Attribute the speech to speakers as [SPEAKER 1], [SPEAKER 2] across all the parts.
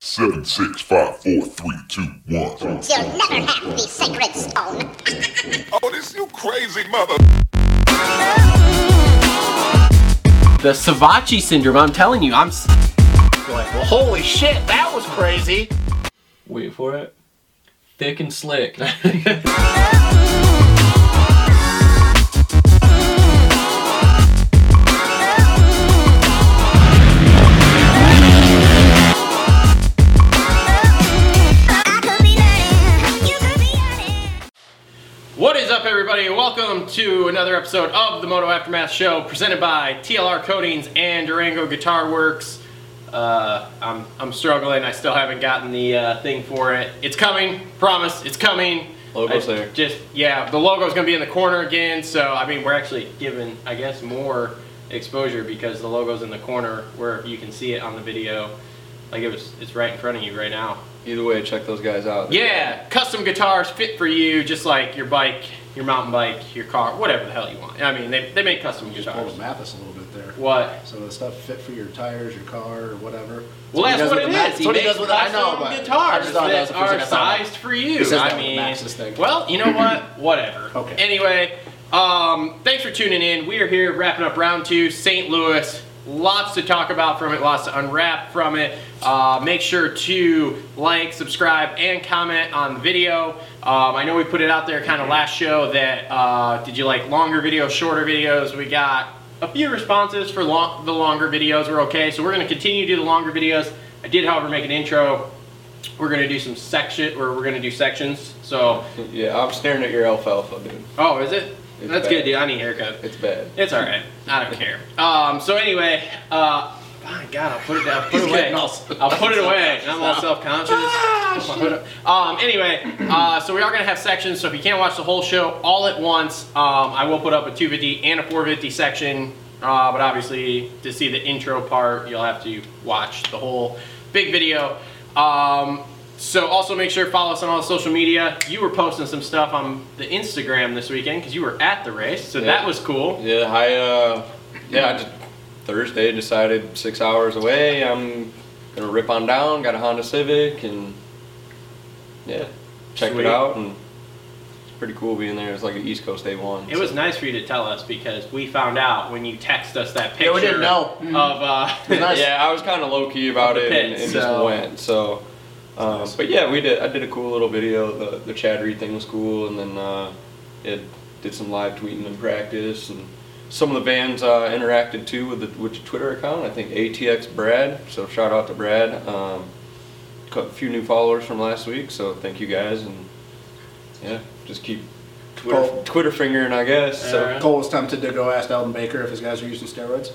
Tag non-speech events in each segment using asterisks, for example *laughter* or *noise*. [SPEAKER 1] Seven, six, five, four, three, two, one.
[SPEAKER 2] You'll never have the sacred stone.
[SPEAKER 1] Oh, this you crazy mother.
[SPEAKER 3] The Savachi syndrome, I'm telling you, I'm. s- Like, well, holy shit, that was crazy! Wait for it. Thick and slick. What is up, everybody? Welcome to another episode of the Moto Aftermath Show, presented by TLR Coatings and Durango Guitar Works. Uh, I'm, I'm struggling. I still haven't gotten the uh, thing for it. It's coming, promise. It's coming.
[SPEAKER 4] Logo's
[SPEAKER 3] I
[SPEAKER 4] there.
[SPEAKER 3] Just yeah, the logo's gonna be in the corner again. So I mean, we're actually given, I guess, more exposure because the logo's in the corner where you can see it on the video. Like it was, it's right in front of you right now.
[SPEAKER 4] Either way, check those guys out.
[SPEAKER 3] Yeah, custom guitars fit for you, just like your bike, your mountain bike, your car, whatever the hell you want. I mean, they, they make custom
[SPEAKER 5] just pulled
[SPEAKER 3] guitars.
[SPEAKER 5] a Mathis a little bit there.
[SPEAKER 3] What?
[SPEAKER 5] So the stuff fit for your tires, your car, or whatever.
[SPEAKER 3] Well,
[SPEAKER 5] he
[SPEAKER 3] that's
[SPEAKER 5] does
[SPEAKER 3] what
[SPEAKER 5] with
[SPEAKER 3] it
[SPEAKER 5] the Math-
[SPEAKER 3] is. He
[SPEAKER 5] what he
[SPEAKER 3] makes
[SPEAKER 5] does with it. I know,
[SPEAKER 3] custom
[SPEAKER 5] but I
[SPEAKER 3] guitars
[SPEAKER 5] just thought that was
[SPEAKER 3] that
[SPEAKER 5] the first
[SPEAKER 3] are
[SPEAKER 5] thing I thought
[SPEAKER 3] sized for you.
[SPEAKER 5] He says that
[SPEAKER 3] I
[SPEAKER 5] with
[SPEAKER 3] mean,
[SPEAKER 5] Max's thing.
[SPEAKER 3] well, you know what? Whatever.
[SPEAKER 5] Okay.
[SPEAKER 3] Anyway, um, thanks for tuning in. We are here wrapping up round two, St. Louis. Lots to talk about from it, lots to unwrap from it. Uh, make sure to like, subscribe, and comment on the video. Um, I know we put it out there kind of last show that uh, did you like longer videos, shorter videos? We got a few responses for long, the longer videos were okay, so we're going to continue to do the longer videos. I did, however, make an intro. We're going to do some section, or we're going to do sections. So
[SPEAKER 4] Yeah, I'm staring at your alfalfa, dude.
[SPEAKER 3] Oh, is it?
[SPEAKER 4] It's
[SPEAKER 3] That's
[SPEAKER 4] bad.
[SPEAKER 3] good, dude. I need a haircut.
[SPEAKER 4] It's bad.
[SPEAKER 3] It's all right. I don't care. Um. So anyway, uh, my God, I'll put it down. Put it away.
[SPEAKER 4] getting all- Ah,
[SPEAKER 3] I'll put it away.
[SPEAKER 4] *laughs*
[SPEAKER 3] And I'm all self-conscious. Put my hood up. Um. Anyway, uh, so we are gonna have sections. So if you can't watch the whole show all at once, um, I will put up a 250 and a 450 section. Uh, but obviously, to see the intro part, you'll have to watch the whole big video. Um, so also make sure to follow us on all the social media. You were posting some stuff on the Instagram this weekend because you were at the race, so
[SPEAKER 4] Yeah.
[SPEAKER 3] that was cool.
[SPEAKER 4] Yeah, I uh, yeah, I just Thursday decided six hours away. I'm gonna rip on down. Got a Honda Civic and yeah, checked
[SPEAKER 3] Sweet.
[SPEAKER 4] it out and it's pretty cool being there. It's like an East Coast day one.
[SPEAKER 3] It was nice for you to tell us because we found out when you text us that picture
[SPEAKER 5] Yeah, we didn't know.
[SPEAKER 3] of uh, *laughs*
[SPEAKER 5] nice.
[SPEAKER 4] Yeah, I was kind of low key about
[SPEAKER 3] Up
[SPEAKER 4] it
[SPEAKER 3] the
[SPEAKER 4] and,
[SPEAKER 3] pits,
[SPEAKER 4] and
[SPEAKER 3] so-
[SPEAKER 4] just went. So, um, but yeah, we did. I did a cool little video. The the Chad Reed thing was cool, and then uh, it did some live tweeting and practice, and some of the bands uh, interacted too with the with the Twitter account. I think ATX Brad. So shout out to Brad. Um, got a few new followers from last week, so thank you guys, and yeah, just keep Twitter
[SPEAKER 5] Cool.
[SPEAKER 4] Twitter fingering, I guess. So
[SPEAKER 3] Alright.
[SPEAKER 5] Cole was tempted to go ask Eldon Baker if his guys were using steroids.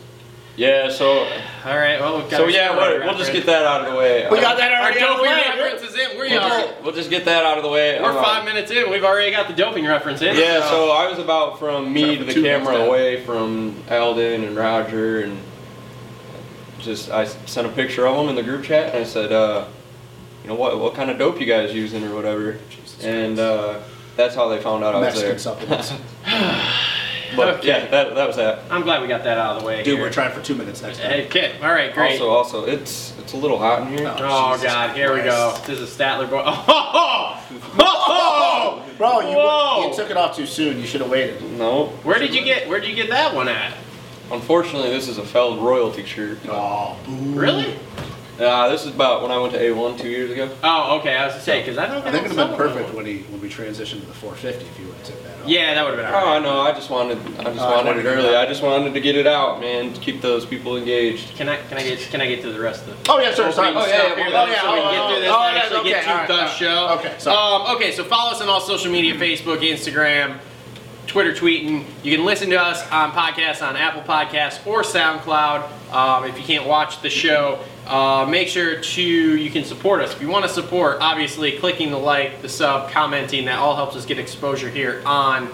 [SPEAKER 4] yeah, so
[SPEAKER 3] all right. Well, we've got
[SPEAKER 4] so
[SPEAKER 3] our
[SPEAKER 4] yeah,
[SPEAKER 3] story
[SPEAKER 4] we'll, we'll just
[SPEAKER 3] reference.
[SPEAKER 4] get that out of the way.
[SPEAKER 5] We got that
[SPEAKER 3] Our
[SPEAKER 5] already.
[SPEAKER 3] doping reference is in. We are.
[SPEAKER 4] We'll just get that out of the way.
[SPEAKER 3] We're
[SPEAKER 4] Um,
[SPEAKER 3] five minutes in. We've already got the doping reference in.
[SPEAKER 4] Yeah, so I was about from me
[SPEAKER 5] Except
[SPEAKER 4] to
[SPEAKER 5] for
[SPEAKER 4] the
[SPEAKER 5] two minutes
[SPEAKER 4] camera
[SPEAKER 5] now.
[SPEAKER 4] away from Alden and Roger, and just I s- sent a picture of them in the group chat, and I said, uh, you know what, what kind of dope you guys using or whatever, and uh, that's how they found out I was
[SPEAKER 5] Mexican
[SPEAKER 4] Oh, there. *laughs*
[SPEAKER 5] supplements.
[SPEAKER 4] But
[SPEAKER 3] Okay.
[SPEAKER 4] yeah, that, that was that.
[SPEAKER 3] I'm glad we got that out of the way.
[SPEAKER 5] Dude,
[SPEAKER 3] here.
[SPEAKER 5] we're trying for two minutes next time.
[SPEAKER 3] Hey, kid. All right, great.
[SPEAKER 4] Also, also, it's it's a little hot in here.
[SPEAKER 5] Oh.
[SPEAKER 3] oh
[SPEAKER 5] Jesus
[SPEAKER 3] God, here we go.
[SPEAKER 5] Christ.
[SPEAKER 3] This is Statler boy. *laughs* Oh, oh, oh!
[SPEAKER 5] Bro, you,
[SPEAKER 3] Whoa!
[SPEAKER 5] you took it off too soon. You should have waited.
[SPEAKER 4] No,
[SPEAKER 3] Where did you get where did you get that one at?
[SPEAKER 4] unfortunately, this is a Feld royalty shirt.
[SPEAKER 5] Oh, boo.
[SPEAKER 3] Really?
[SPEAKER 4] Uh, this is about when I went to A1 two years ago.
[SPEAKER 3] Oh, okay. I was gonna say because I don't.
[SPEAKER 5] I think
[SPEAKER 3] I
[SPEAKER 5] it would
[SPEAKER 3] don't
[SPEAKER 5] have been
[SPEAKER 3] sell
[SPEAKER 5] perfect
[SPEAKER 3] one.
[SPEAKER 5] when he when we transitioned to the 450 if you would have took that off.
[SPEAKER 3] Yeah, that would have been
[SPEAKER 4] Oh,
[SPEAKER 3] alright.
[SPEAKER 4] I know. I just wanted, I just
[SPEAKER 5] Oh, I
[SPEAKER 4] wanted
[SPEAKER 5] wanted
[SPEAKER 4] it
[SPEAKER 5] to get
[SPEAKER 4] early.
[SPEAKER 5] it out.
[SPEAKER 4] I just wanted to get it out, man, to keep those people engaged.
[SPEAKER 3] Can I can I get can I get to the rest of the?
[SPEAKER 5] Oh yeah, sure. Sorry.
[SPEAKER 4] Oh, yeah,
[SPEAKER 3] Here,
[SPEAKER 4] yeah,
[SPEAKER 3] though,
[SPEAKER 4] oh,
[SPEAKER 3] so we can get through this
[SPEAKER 5] oh,
[SPEAKER 3] and
[SPEAKER 5] yeah,
[SPEAKER 3] actually get
[SPEAKER 5] okay,
[SPEAKER 3] to
[SPEAKER 5] all right,
[SPEAKER 3] the
[SPEAKER 5] all right.
[SPEAKER 3] show.
[SPEAKER 5] Okay, sorry.
[SPEAKER 3] Um, okay, so follow us on all social media Facebook, Instagram, Twitter, tweeting. You can listen to us on podcasts on Apple Podcasts or SoundCloud. Um, if you can't watch the show, uh, make sure to you can support us. If you want to support, obviously clicking the like, the sub, commenting, that all helps us get exposure here on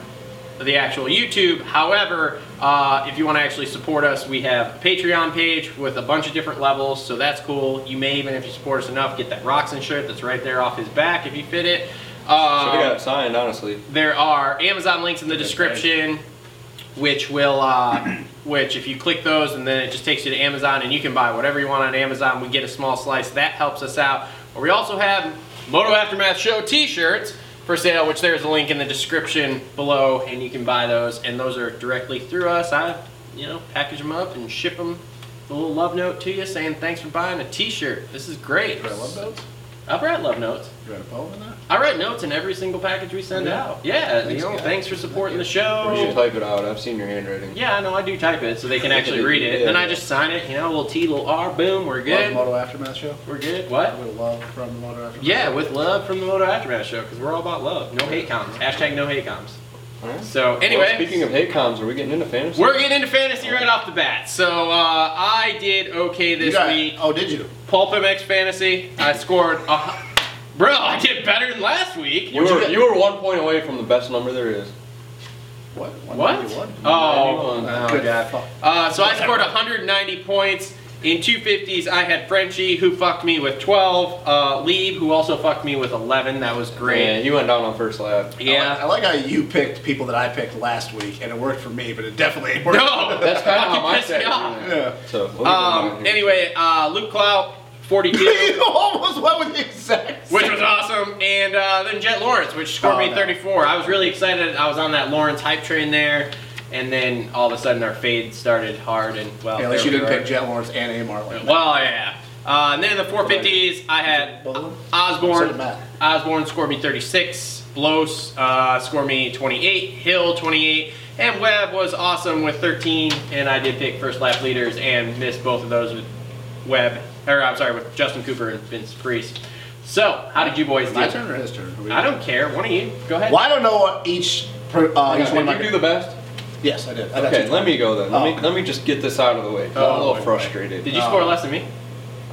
[SPEAKER 3] the actual YouTube. However, uh, if you want to actually support us, we have a Patreon page with a bunch of different levels, so that's cool. You may even, if you support us enough, get that Roxon shirt that's right there off his back if you fit it.
[SPEAKER 4] Should
[SPEAKER 3] Um,
[SPEAKER 4] have got it signed, honestly.
[SPEAKER 3] there are Amazon links in the description. which will, uh, *clears throat* which if you click those and then it just takes you to Amazon and you can buy whatever you want on Amazon. We get a small slice. That helps us out. But we also have Moto Aftermath Show T-shirts for sale, which there's a link in the description below, and you can buy those. And those are directly through us. I, you know, package them up and ship them. A little love note to you saying thanks for buying a T-shirt. This is great.
[SPEAKER 5] Do I love notes?
[SPEAKER 3] I write love notes.
[SPEAKER 5] You write a poem in that?
[SPEAKER 3] I write notes in every single package we send
[SPEAKER 5] Yeah.
[SPEAKER 3] out. Yeah,
[SPEAKER 5] Thanks,
[SPEAKER 3] you know,
[SPEAKER 5] guys.
[SPEAKER 3] thanks for supporting the
[SPEAKER 4] Or you should
[SPEAKER 3] show.
[SPEAKER 4] type it out. I've seen your handwriting.
[SPEAKER 3] Oh. Yeah, I know, I do type it so they can actually read it.
[SPEAKER 4] Yeah.
[SPEAKER 3] Then I just sign it, you know, little T, little R, boom, we're
[SPEAKER 5] Love
[SPEAKER 3] good.
[SPEAKER 5] Moto Aftermath show?
[SPEAKER 3] We're good.
[SPEAKER 5] I
[SPEAKER 3] What?
[SPEAKER 5] would love from the Moto Aftermath.
[SPEAKER 3] Yeah, with love from the Moto Aftermath show because we're all about love. No hate comms. Hashtag no hate comms.
[SPEAKER 4] Alright.
[SPEAKER 3] So,
[SPEAKER 4] Well,
[SPEAKER 3] anyway.
[SPEAKER 4] speaking of Haycoms, are we getting into fantasy?
[SPEAKER 3] We're getting into fantasy right off the bat. So uh, I did okay
[SPEAKER 5] You
[SPEAKER 3] this
[SPEAKER 5] got-
[SPEAKER 3] week.
[SPEAKER 5] Oh, did you?
[SPEAKER 3] Pulp MX Fantasy. I scored. A, hu- bro, I did better than last week.
[SPEAKER 4] You were, you were one point away from the best number there is.
[SPEAKER 5] What?
[SPEAKER 3] What?
[SPEAKER 5] 191?
[SPEAKER 3] Oh,
[SPEAKER 4] Oh,
[SPEAKER 5] Good
[SPEAKER 4] yeah.
[SPEAKER 5] fuck.
[SPEAKER 3] Uh, so I scored 190 points. In 250s, I had Frenchie, who fucked me with 12. Uh, Lieb, who also fucked me with 11. That was
[SPEAKER 4] Yeah,
[SPEAKER 3] great.
[SPEAKER 4] you went down on first lap.
[SPEAKER 5] I
[SPEAKER 3] Yeah.
[SPEAKER 5] like, I like how you picked people that I picked last week, and it worked for me, but it definitely ain't worked.
[SPEAKER 3] No!
[SPEAKER 4] That's
[SPEAKER 3] *laughs*
[SPEAKER 4] kind of how my
[SPEAKER 3] pissed me
[SPEAKER 4] strategy
[SPEAKER 3] off.
[SPEAKER 4] went.
[SPEAKER 5] *laughs* Yeah. *laughs*
[SPEAKER 4] So, we'll leave it
[SPEAKER 3] Um,
[SPEAKER 4] alone here.
[SPEAKER 3] anyway, uh, Luke Clout,
[SPEAKER 5] *laughs*
[SPEAKER 3] 42.
[SPEAKER 5] you almost went with the exact. same-
[SPEAKER 3] which was awesome. And uh, then Jet Lawrence, which scored
[SPEAKER 5] Oh,
[SPEAKER 3] me
[SPEAKER 5] no.
[SPEAKER 3] 34. I was really excited. I was on that Lawrence hype train there, and then all of a sudden our fade started hard. And well,
[SPEAKER 5] Yeah, at least you
[SPEAKER 3] there
[SPEAKER 5] didn't
[SPEAKER 3] we
[SPEAKER 5] pick Jet Lawrence and Amar. Like
[SPEAKER 3] are. Well, yeah. Uh, and then in the 450s, I had
[SPEAKER 5] Both of them? So
[SPEAKER 3] Osborne.
[SPEAKER 5] did Matt.
[SPEAKER 3] Osborne scored me 36. Blos uh, scored me 28. Hill 28. And Webb was awesome with 13. And I did pick first lap leaders and missed both of those with Webb. Or I'm sorry, with Justin Cooper and Vince Priest. So, how did you boys do?
[SPEAKER 5] My turn or his turn? Are we-
[SPEAKER 3] I don't care. One of you. Go ahead.
[SPEAKER 5] Well, I don't know what each. Per, uh, each
[SPEAKER 4] Okay,
[SPEAKER 5] one.
[SPEAKER 4] did you do the best?
[SPEAKER 5] Yes, I did. I got
[SPEAKER 4] Okay,
[SPEAKER 5] two.
[SPEAKER 4] let me go then. Let
[SPEAKER 5] Oh.
[SPEAKER 4] me let me just get this out of the way. 'cause I'm a
[SPEAKER 3] Oh,
[SPEAKER 4] little
[SPEAKER 5] okay.
[SPEAKER 4] frustrated.
[SPEAKER 3] Did you
[SPEAKER 5] Uh,
[SPEAKER 3] score less than me?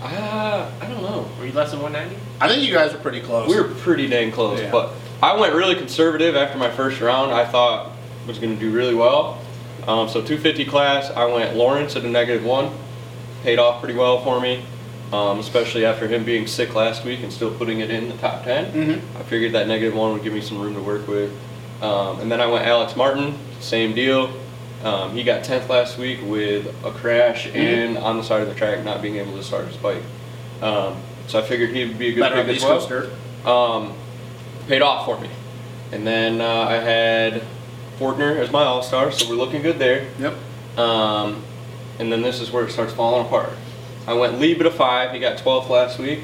[SPEAKER 4] Uh, I don't know.
[SPEAKER 3] Were you less than 190?
[SPEAKER 5] I think you guys are pretty close.
[SPEAKER 4] We were pretty dang close,
[SPEAKER 5] Yeah.
[SPEAKER 4] but I went really conservative after my first round. I thought was going to do really well. Um, so 250 class, I went Lawrence at a negative one. Paid off pretty well for me, um, especially after him being sick last week and still putting it in the top 10.
[SPEAKER 5] Mm-hmm.
[SPEAKER 4] I figured that negative one would give me some room to work with. Um, and then I went Alex Martin, same deal. Um, he got 10th last week with a crash
[SPEAKER 5] Mm-hmm.
[SPEAKER 4] and on the side of the track not being able to start his bike. Um, so I figured he would be a good
[SPEAKER 5] Better
[SPEAKER 4] pick
[SPEAKER 5] on
[SPEAKER 4] as
[SPEAKER 5] East
[SPEAKER 4] well
[SPEAKER 5] Coast dirt.
[SPEAKER 4] um, paid off for me. And then uh, I had Fortner as my all star, so we're looking good there.
[SPEAKER 5] Yep.
[SPEAKER 4] Um, and then this is where it starts falling apart. I went Lieb at a five, he got 12th last week,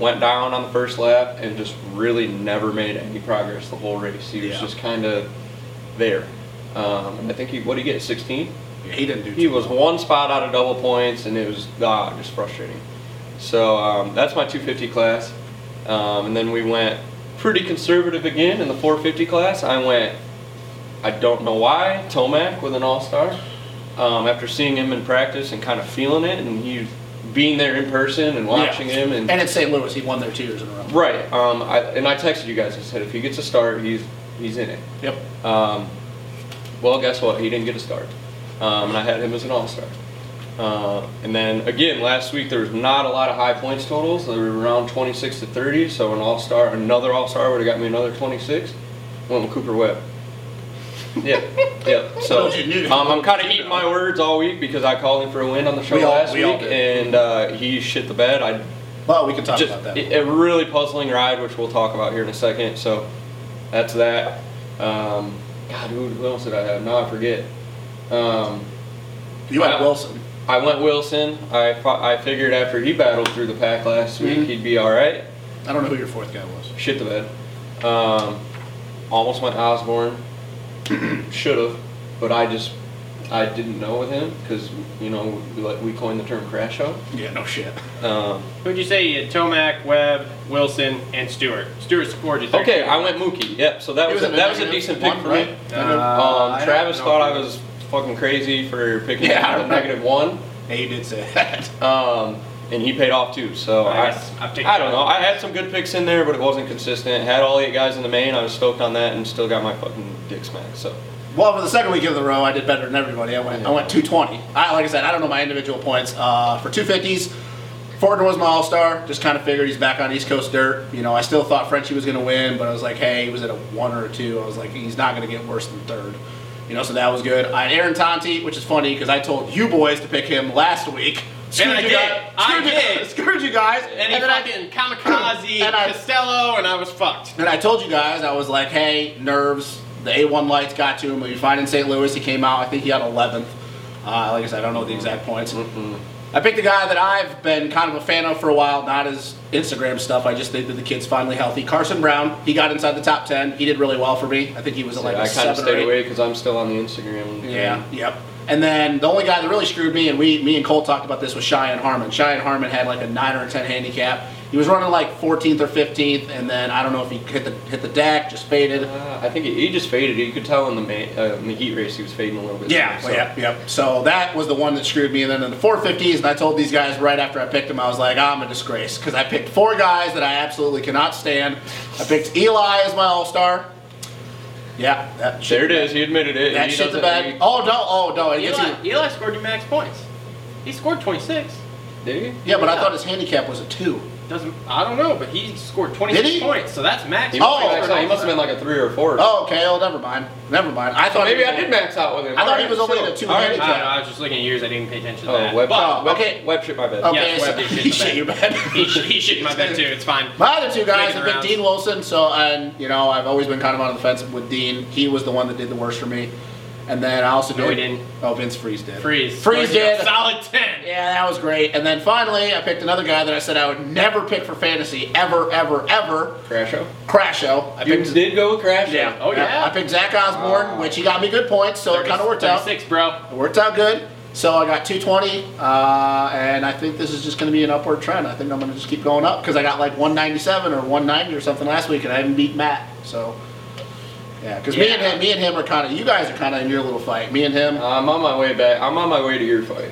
[SPEAKER 4] went down on the first lap, and just really never made any progress the whole race. He was
[SPEAKER 5] Yeah.
[SPEAKER 4] just kind of there. Um, and I think he, what did he get, 16?
[SPEAKER 5] Yeah, he didn't do.
[SPEAKER 4] He
[SPEAKER 5] too
[SPEAKER 4] was
[SPEAKER 5] well.
[SPEAKER 4] one spot out of double points, and it was ah, just frustrating. So um, that's my 250 class. Um, and then we went pretty conservative again in the 450 class. I went, I don't know why, Tomac with an all star. Um, after seeing him in practice and kind of feeling it, and he being there in person and watching
[SPEAKER 5] Yeah.
[SPEAKER 4] him, and,
[SPEAKER 5] And at St. Louis, he won there two years in a row.
[SPEAKER 4] right. Um, I, and I texted you guys. I said if he gets a start, he's he's in it.
[SPEAKER 5] Yep.
[SPEAKER 4] Um, well, guess what? He didn't get a start, um, and I had him as an all-star. Uh, and then again, last week there was not a lot of high points totals. They were around 26 to 30. So an all-star, another all-star would have got me another 26. Went with Cooper
[SPEAKER 5] *laughs*
[SPEAKER 4] Webb. yeah, yeah. So
[SPEAKER 5] Well, you knew.
[SPEAKER 4] um, I'm kind of eating my words all week because I called him for a win on the show
[SPEAKER 5] We all-
[SPEAKER 4] last
[SPEAKER 5] we all
[SPEAKER 4] week,
[SPEAKER 5] did.
[SPEAKER 4] and uh, he shit the bed. I
[SPEAKER 5] Well, we can talk
[SPEAKER 4] just
[SPEAKER 5] about that.
[SPEAKER 4] a a really puzzling ride, which we'll talk about here in a second. So that's that. Um, God, who, who else did I have? Now I forget. Um,
[SPEAKER 5] you had
[SPEAKER 4] I-
[SPEAKER 5] Wilson.
[SPEAKER 4] I went Wilson. I fi- I figured after he battled through the pack last week,
[SPEAKER 5] Mhm.
[SPEAKER 4] he'd be all right.
[SPEAKER 5] I don't know who your fourth guy was.
[SPEAKER 4] Shit the bed. Um, almost went
[SPEAKER 5] *clears throat*
[SPEAKER 4] Osborne. Should have, but I just I didn't know with him because you know we, like, we coined the term crash out.
[SPEAKER 5] Yeah, no shit.
[SPEAKER 4] Um,
[SPEAKER 3] Who'd you say you had? Tomac, Webb, Wilson, and Stewart. Stewart scored you 13.
[SPEAKER 4] okay, I went Mookie. Yep. So that
[SPEAKER 5] He
[SPEAKER 4] was,
[SPEAKER 5] was
[SPEAKER 4] a,
[SPEAKER 5] in
[SPEAKER 4] that
[SPEAKER 5] the
[SPEAKER 4] was a
[SPEAKER 5] negative
[SPEAKER 4] decent
[SPEAKER 5] one,
[SPEAKER 4] pick for
[SPEAKER 5] right?
[SPEAKER 4] me.
[SPEAKER 3] Uh, I
[SPEAKER 4] Um,
[SPEAKER 3] don't
[SPEAKER 4] Travis
[SPEAKER 3] know
[SPEAKER 4] thought
[SPEAKER 3] if
[SPEAKER 4] I
[SPEAKER 3] it
[SPEAKER 4] was fucking crazy for picking
[SPEAKER 5] Yeah,
[SPEAKER 4] yeah,
[SPEAKER 5] right.
[SPEAKER 4] negative one,
[SPEAKER 5] Hey, you did say that.
[SPEAKER 4] um, and he paid off too. So
[SPEAKER 3] I
[SPEAKER 4] I,
[SPEAKER 3] guess
[SPEAKER 4] I,
[SPEAKER 3] I've taken
[SPEAKER 4] don't know. I had some good picks in there, but it wasn't consistent. Had all eight guys in the main. I was stoked on that, and still got my fucking dick smacked. So
[SPEAKER 5] Well, for the second week of the row, I did better than everybody. I went, I went 220. I, like I said, I don't know my individual points. Uh, for 250s, Fortner was my all star. Just kind of figured he's back on East Coast dirt. You know, I still thought Frenchie was going to win, but I was like, hey, he was at a one or a two. I was like, he's not going to get worse than third. You know, so that was good. I had Aaron Tonti, which is funny because I told you boys to pick him last week. Screwed
[SPEAKER 3] I
[SPEAKER 5] you
[SPEAKER 3] did.
[SPEAKER 5] guys-
[SPEAKER 3] I
[SPEAKER 5] screwed you-
[SPEAKER 3] did.
[SPEAKER 5] Screwed you guys.
[SPEAKER 3] And he
[SPEAKER 5] then I-
[SPEAKER 3] fucking *clears throat* kamikaze
[SPEAKER 5] And I-
[SPEAKER 3] Costello, and I was fucked.
[SPEAKER 5] and I told you guys, I was like, hey, nerves. The A1 lights got to him. He was fine in St. Louis. He came out, I think he had 11th. Uh, like I said, I don't know the exact points.
[SPEAKER 4] Mm-hmm.
[SPEAKER 5] I picked a guy that I've been kind of a fan of for a while, not his Instagram stuff. I just think that the kid's finally healthy. Carson Brown, he got inside the top 10. He did really well for me. I think he was at like a
[SPEAKER 4] I kind of
[SPEAKER 5] seven or
[SPEAKER 4] stayed
[SPEAKER 5] eight.
[SPEAKER 4] away because I'm still on the Instagram.
[SPEAKER 5] Yeah. Yep. And then the only guy that really screwed me, and we, me and Cole talked about this, was Cheyenne Harmon. Cheyenne Harmon had like a nine or a ten handicap. He was running like 14th or 15th, and then I don't know if he hit the hit the deck, just faded.
[SPEAKER 4] Uh, I think he, he just faded. You could tell in the ma- uh, in the heat race he was fading a little bit.
[SPEAKER 5] Yeah,
[SPEAKER 4] So-
[SPEAKER 5] yep, yep. So that was the one that screwed me. And then in the 450s, and I told these guys right after I picked them, I was like, "Ah, I'm a disgrace because I picked four guys that I absolutely cannot stand. I picked Eli as my all star. Yeah, that shit.
[SPEAKER 4] There it is. He admitted it.
[SPEAKER 5] That
[SPEAKER 4] He
[SPEAKER 5] shit's a
[SPEAKER 4] doesn't-
[SPEAKER 5] bad. Oh no! Oh no! It gets
[SPEAKER 3] Eli,
[SPEAKER 5] even-
[SPEAKER 3] Eli scored you max points. He scored 26.
[SPEAKER 4] he- Did he?
[SPEAKER 5] yeah, but I thought his handicap was a two.
[SPEAKER 3] Doesn't I don't know, but he scored 26
[SPEAKER 5] Did he?
[SPEAKER 3] points, so that's max.
[SPEAKER 4] He
[SPEAKER 5] Oh,
[SPEAKER 4] must, have, he must have been like a three or a four.
[SPEAKER 5] Oh, okay. Oh, never mind. Never mind. I thought
[SPEAKER 4] maybe
[SPEAKER 5] it was
[SPEAKER 4] I did max out with him.
[SPEAKER 5] I thought
[SPEAKER 4] All
[SPEAKER 5] he was only at a two
[SPEAKER 4] All
[SPEAKER 3] I,
[SPEAKER 5] handicap.
[SPEAKER 3] don't know, I was just looking at yours. I didn't pay attention to that.
[SPEAKER 4] Oh, web,
[SPEAKER 3] but
[SPEAKER 5] Oh,
[SPEAKER 4] web,
[SPEAKER 5] okay.
[SPEAKER 4] web shit, my bad.
[SPEAKER 5] Okay,
[SPEAKER 3] Yes,
[SPEAKER 5] so
[SPEAKER 3] Webb did shit in
[SPEAKER 5] he
[SPEAKER 3] the
[SPEAKER 5] *laughs* shit
[SPEAKER 3] back.
[SPEAKER 5] your
[SPEAKER 3] *laughs*
[SPEAKER 5] bed.
[SPEAKER 3] he, sh- he shit in my bed too. It's fine.
[SPEAKER 5] My other two guys
[SPEAKER 3] Making
[SPEAKER 5] have been
[SPEAKER 3] rounds.
[SPEAKER 5] Dean Wilson, so and you know I've always been kind of on the fence with Dean. He was the one that did the worst for me, and then I also
[SPEAKER 3] No,
[SPEAKER 5] did.
[SPEAKER 3] he didn't.
[SPEAKER 5] Oh, Vince Freeze did.
[SPEAKER 3] Freeze.
[SPEAKER 5] Freeze
[SPEAKER 3] Scored you a
[SPEAKER 5] did.
[SPEAKER 3] Solid 10.
[SPEAKER 5] Yeah, that was great. And then finally, I picked another guy that I said I would never pick for fantasy ever, ever, ever.
[SPEAKER 4] Crasho.
[SPEAKER 5] Crasho. I
[SPEAKER 4] You
[SPEAKER 5] picked.
[SPEAKER 4] did go with Crasho.
[SPEAKER 3] Yeah. Oh, yeah. Oh.
[SPEAKER 5] I picked Zach Osborne, which he got me good points, so it kind of worked out.
[SPEAKER 3] 36, bro.
[SPEAKER 5] It worked out good. So I got 220, uh, and I think this is just going to be an upward trend. I think I'm going to just keep going up because I got like 197 or 190 or something last week, and I haven't beat Matt. So yeah, because me and
[SPEAKER 3] Yeah.
[SPEAKER 5] him, me and him are kind of you guys are kind of in your little fight. Me and him.
[SPEAKER 4] I'm on my way back. I'm on my way to your fight.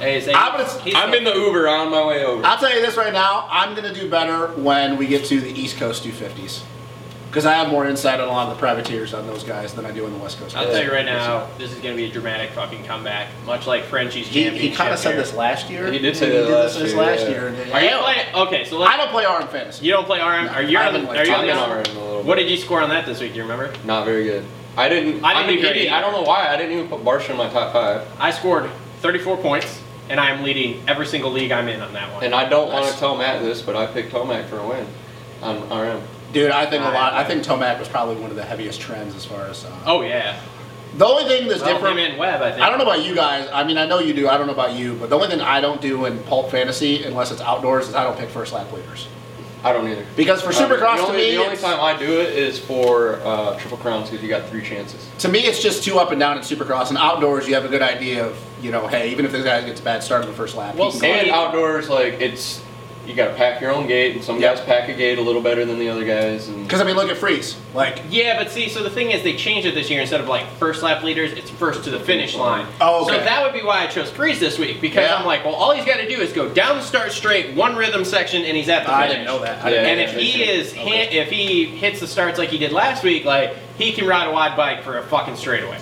[SPEAKER 3] Hey, say,
[SPEAKER 5] I'm gonna-
[SPEAKER 3] he's-
[SPEAKER 4] I'm in the Uber on my way over.
[SPEAKER 5] I'll tell you this right now, I'm going to do better when we get to the East Coast 250s because I have more insight on a lot of the privateers on those guys than I do on the West Coast.
[SPEAKER 3] I'll
[SPEAKER 5] guys.
[SPEAKER 3] tell you right now, this is gonna be a dramatic fucking comeback, much like Frenchie's
[SPEAKER 5] He,
[SPEAKER 3] championship.
[SPEAKER 5] he kind of said
[SPEAKER 3] here.
[SPEAKER 5] this last year.
[SPEAKER 4] He did say
[SPEAKER 5] and
[SPEAKER 4] that last
[SPEAKER 5] this
[SPEAKER 4] year,
[SPEAKER 5] last
[SPEAKER 4] yeah.
[SPEAKER 5] year. and-
[SPEAKER 3] Are you playing? Okay, so
[SPEAKER 5] I
[SPEAKER 3] let's.
[SPEAKER 5] don't play RM fantasy.
[SPEAKER 3] You don't play RM. Are you? on
[SPEAKER 5] I haven't
[SPEAKER 3] the-
[SPEAKER 5] played
[SPEAKER 3] Are you
[SPEAKER 4] I'm
[SPEAKER 3] on
[SPEAKER 4] in
[SPEAKER 5] Thomas.
[SPEAKER 3] the-
[SPEAKER 4] Uber in a little bit.
[SPEAKER 3] What did you score on that this week? Do you remember?
[SPEAKER 4] Not very good. I didn't.
[SPEAKER 3] I didn't
[SPEAKER 4] mean,
[SPEAKER 3] do great
[SPEAKER 4] he didn't- I
[SPEAKER 3] either.
[SPEAKER 4] don't know why. I didn't even put Barsha in my top five,
[SPEAKER 3] I scored 34 points, and I am leading every single league I'm in on that one.
[SPEAKER 4] and I don't want
[SPEAKER 5] Nice.
[SPEAKER 4] to tell Matt this, but I picked Tomac for a win on RM.
[SPEAKER 5] Dude, I think a
[SPEAKER 3] I-
[SPEAKER 5] lot. I think Tomac was probably one of the heaviest trends as far as. Uh,
[SPEAKER 3] oh yeah.
[SPEAKER 5] the only thing that's
[SPEAKER 3] Well,
[SPEAKER 5] different.
[SPEAKER 3] him and Webb, I think.
[SPEAKER 5] I don't know about you guys. I mean, I know you do. I don't know about you, but the only thing I don't do in pulp fantasy, unless it's outdoors, is I don't pick first lap leaders
[SPEAKER 4] I don't either.
[SPEAKER 5] because for
[SPEAKER 4] Um,
[SPEAKER 5] Supercross,
[SPEAKER 4] the
[SPEAKER 5] to
[SPEAKER 4] only,
[SPEAKER 5] me,
[SPEAKER 4] the only
[SPEAKER 5] it's-
[SPEAKER 4] time I do it is for uh, Triple Crowns because you got three chances.
[SPEAKER 5] to me, it's just two up and down in Supercross. And outdoors, you have a good idea of you know, hey, even if this guy gets a bad start in the first lap, he
[SPEAKER 3] Well,
[SPEAKER 5] can go-
[SPEAKER 3] Go
[SPEAKER 4] And
[SPEAKER 3] ahead.
[SPEAKER 4] outdoors, like it's you got to pack your own gate, and some
[SPEAKER 5] Yeah.
[SPEAKER 4] guys pack a gate a little better than the other guys. And
[SPEAKER 5] Because I mean, look at Freeze. Like,
[SPEAKER 3] Yeah, but see, so the thing is, they changed it this year. Instead of like first lap leaders, it's first to the finish line.
[SPEAKER 5] Oh, okay.
[SPEAKER 3] So that would be why I chose Freeze this week because
[SPEAKER 5] Yeah.
[SPEAKER 3] I'm like, well, all he's got to do is go down the start straight, one rhythm section, and he's at the
[SPEAKER 5] I
[SPEAKER 3] finish.
[SPEAKER 5] didn't know that. I
[SPEAKER 4] Yeah,
[SPEAKER 5] didn't
[SPEAKER 3] And
[SPEAKER 5] know
[SPEAKER 3] if
[SPEAKER 5] that.
[SPEAKER 3] he is, hit, if he hits the starts like he did last week, like he can ride a wide bike for a fucking
[SPEAKER 4] *laughs*
[SPEAKER 3] straightaway.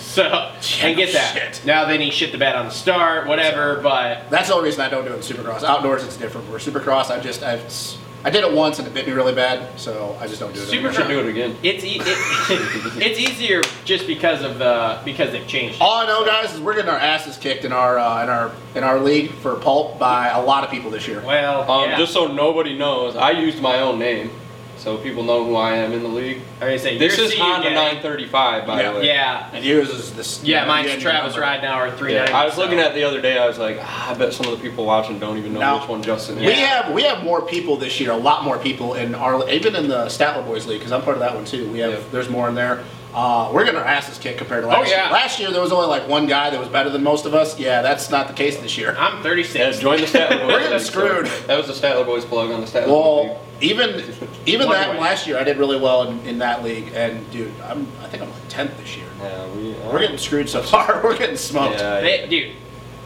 [SPEAKER 3] so and get that.
[SPEAKER 5] Shit.
[SPEAKER 3] Now then he shit the bed on the start, whatever. But
[SPEAKER 5] That's the only reason I don't do it in Supercross. Outdoors, it's different. For Supercross, I just I've s- I did it once and it bit me really bad, so I just don't do it.
[SPEAKER 4] we
[SPEAKER 5] anymore.
[SPEAKER 4] should do it again.
[SPEAKER 3] it's e- it, *laughs* it's easier just because of the because they've changed. it.
[SPEAKER 5] All I know, guys, is we're getting our asses kicked in our uh, in our in our league for pulp by a lot of people this year.
[SPEAKER 3] Well,
[SPEAKER 4] Um,
[SPEAKER 3] yeah.
[SPEAKER 4] Just so nobody knows, I used my own name, so people know who I am in the league.
[SPEAKER 3] I was gonna say,
[SPEAKER 4] This
[SPEAKER 3] your
[SPEAKER 4] is
[SPEAKER 3] seed
[SPEAKER 4] Honda
[SPEAKER 3] guy-
[SPEAKER 4] 935, by
[SPEAKER 5] Yeah.
[SPEAKER 4] the way.
[SPEAKER 3] Yeah,
[SPEAKER 5] And yours is this.
[SPEAKER 3] Yeah,
[SPEAKER 5] you
[SPEAKER 3] mine's
[SPEAKER 5] had your
[SPEAKER 3] Travis
[SPEAKER 5] number.
[SPEAKER 3] Ridenauer, three
[SPEAKER 4] Yeah,
[SPEAKER 3] ninety.
[SPEAKER 4] I was looking at the other day. I was like, ah, I bet some of the people watching don't even know
[SPEAKER 5] No.
[SPEAKER 4] which one Justin is.
[SPEAKER 5] We
[SPEAKER 3] Yeah.
[SPEAKER 5] have we have more people this year, a lot more people in our even in the Statler Boys League because I'm part of that one too. We have
[SPEAKER 4] Yeah.
[SPEAKER 5] there's more in there. Uh, we're getting our asses kicked compared to last
[SPEAKER 3] Oh, yeah.
[SPEAKER 5] year. Last year there was only like one guy that was better than most of us. Yeah, that's not the case this year.
[SPEAKER 3] I'm thirty
[SPEAKER 4] Yeah,
[SPEAKER 3] six.
[SPEAKER 4] join the Statler Boys.
[SPEAKER 5] We're getting
[SPEAKER 4] League, so
[SPEAKER 5] screwed.
[SPEAKER 4] That was the Statler Boys plug on the Statler Boys.
[SPEAKER 5] Well, even even
[SPEAKER 3] One
[SPEAKER 5] that
[SPEAKER 3] way.
[SPEAKER 5] last year I did really well in, in that league, and dude, I'm I think I'm like tenth this year.
[SPEAKER 4] League. Yeah, we, uh,
[SPEAKER 5] We're getting screwed so far. *laughs* We're getting smoked.
[SPEAKER 4] Yeah,
[SPEAKER 3] They, dude,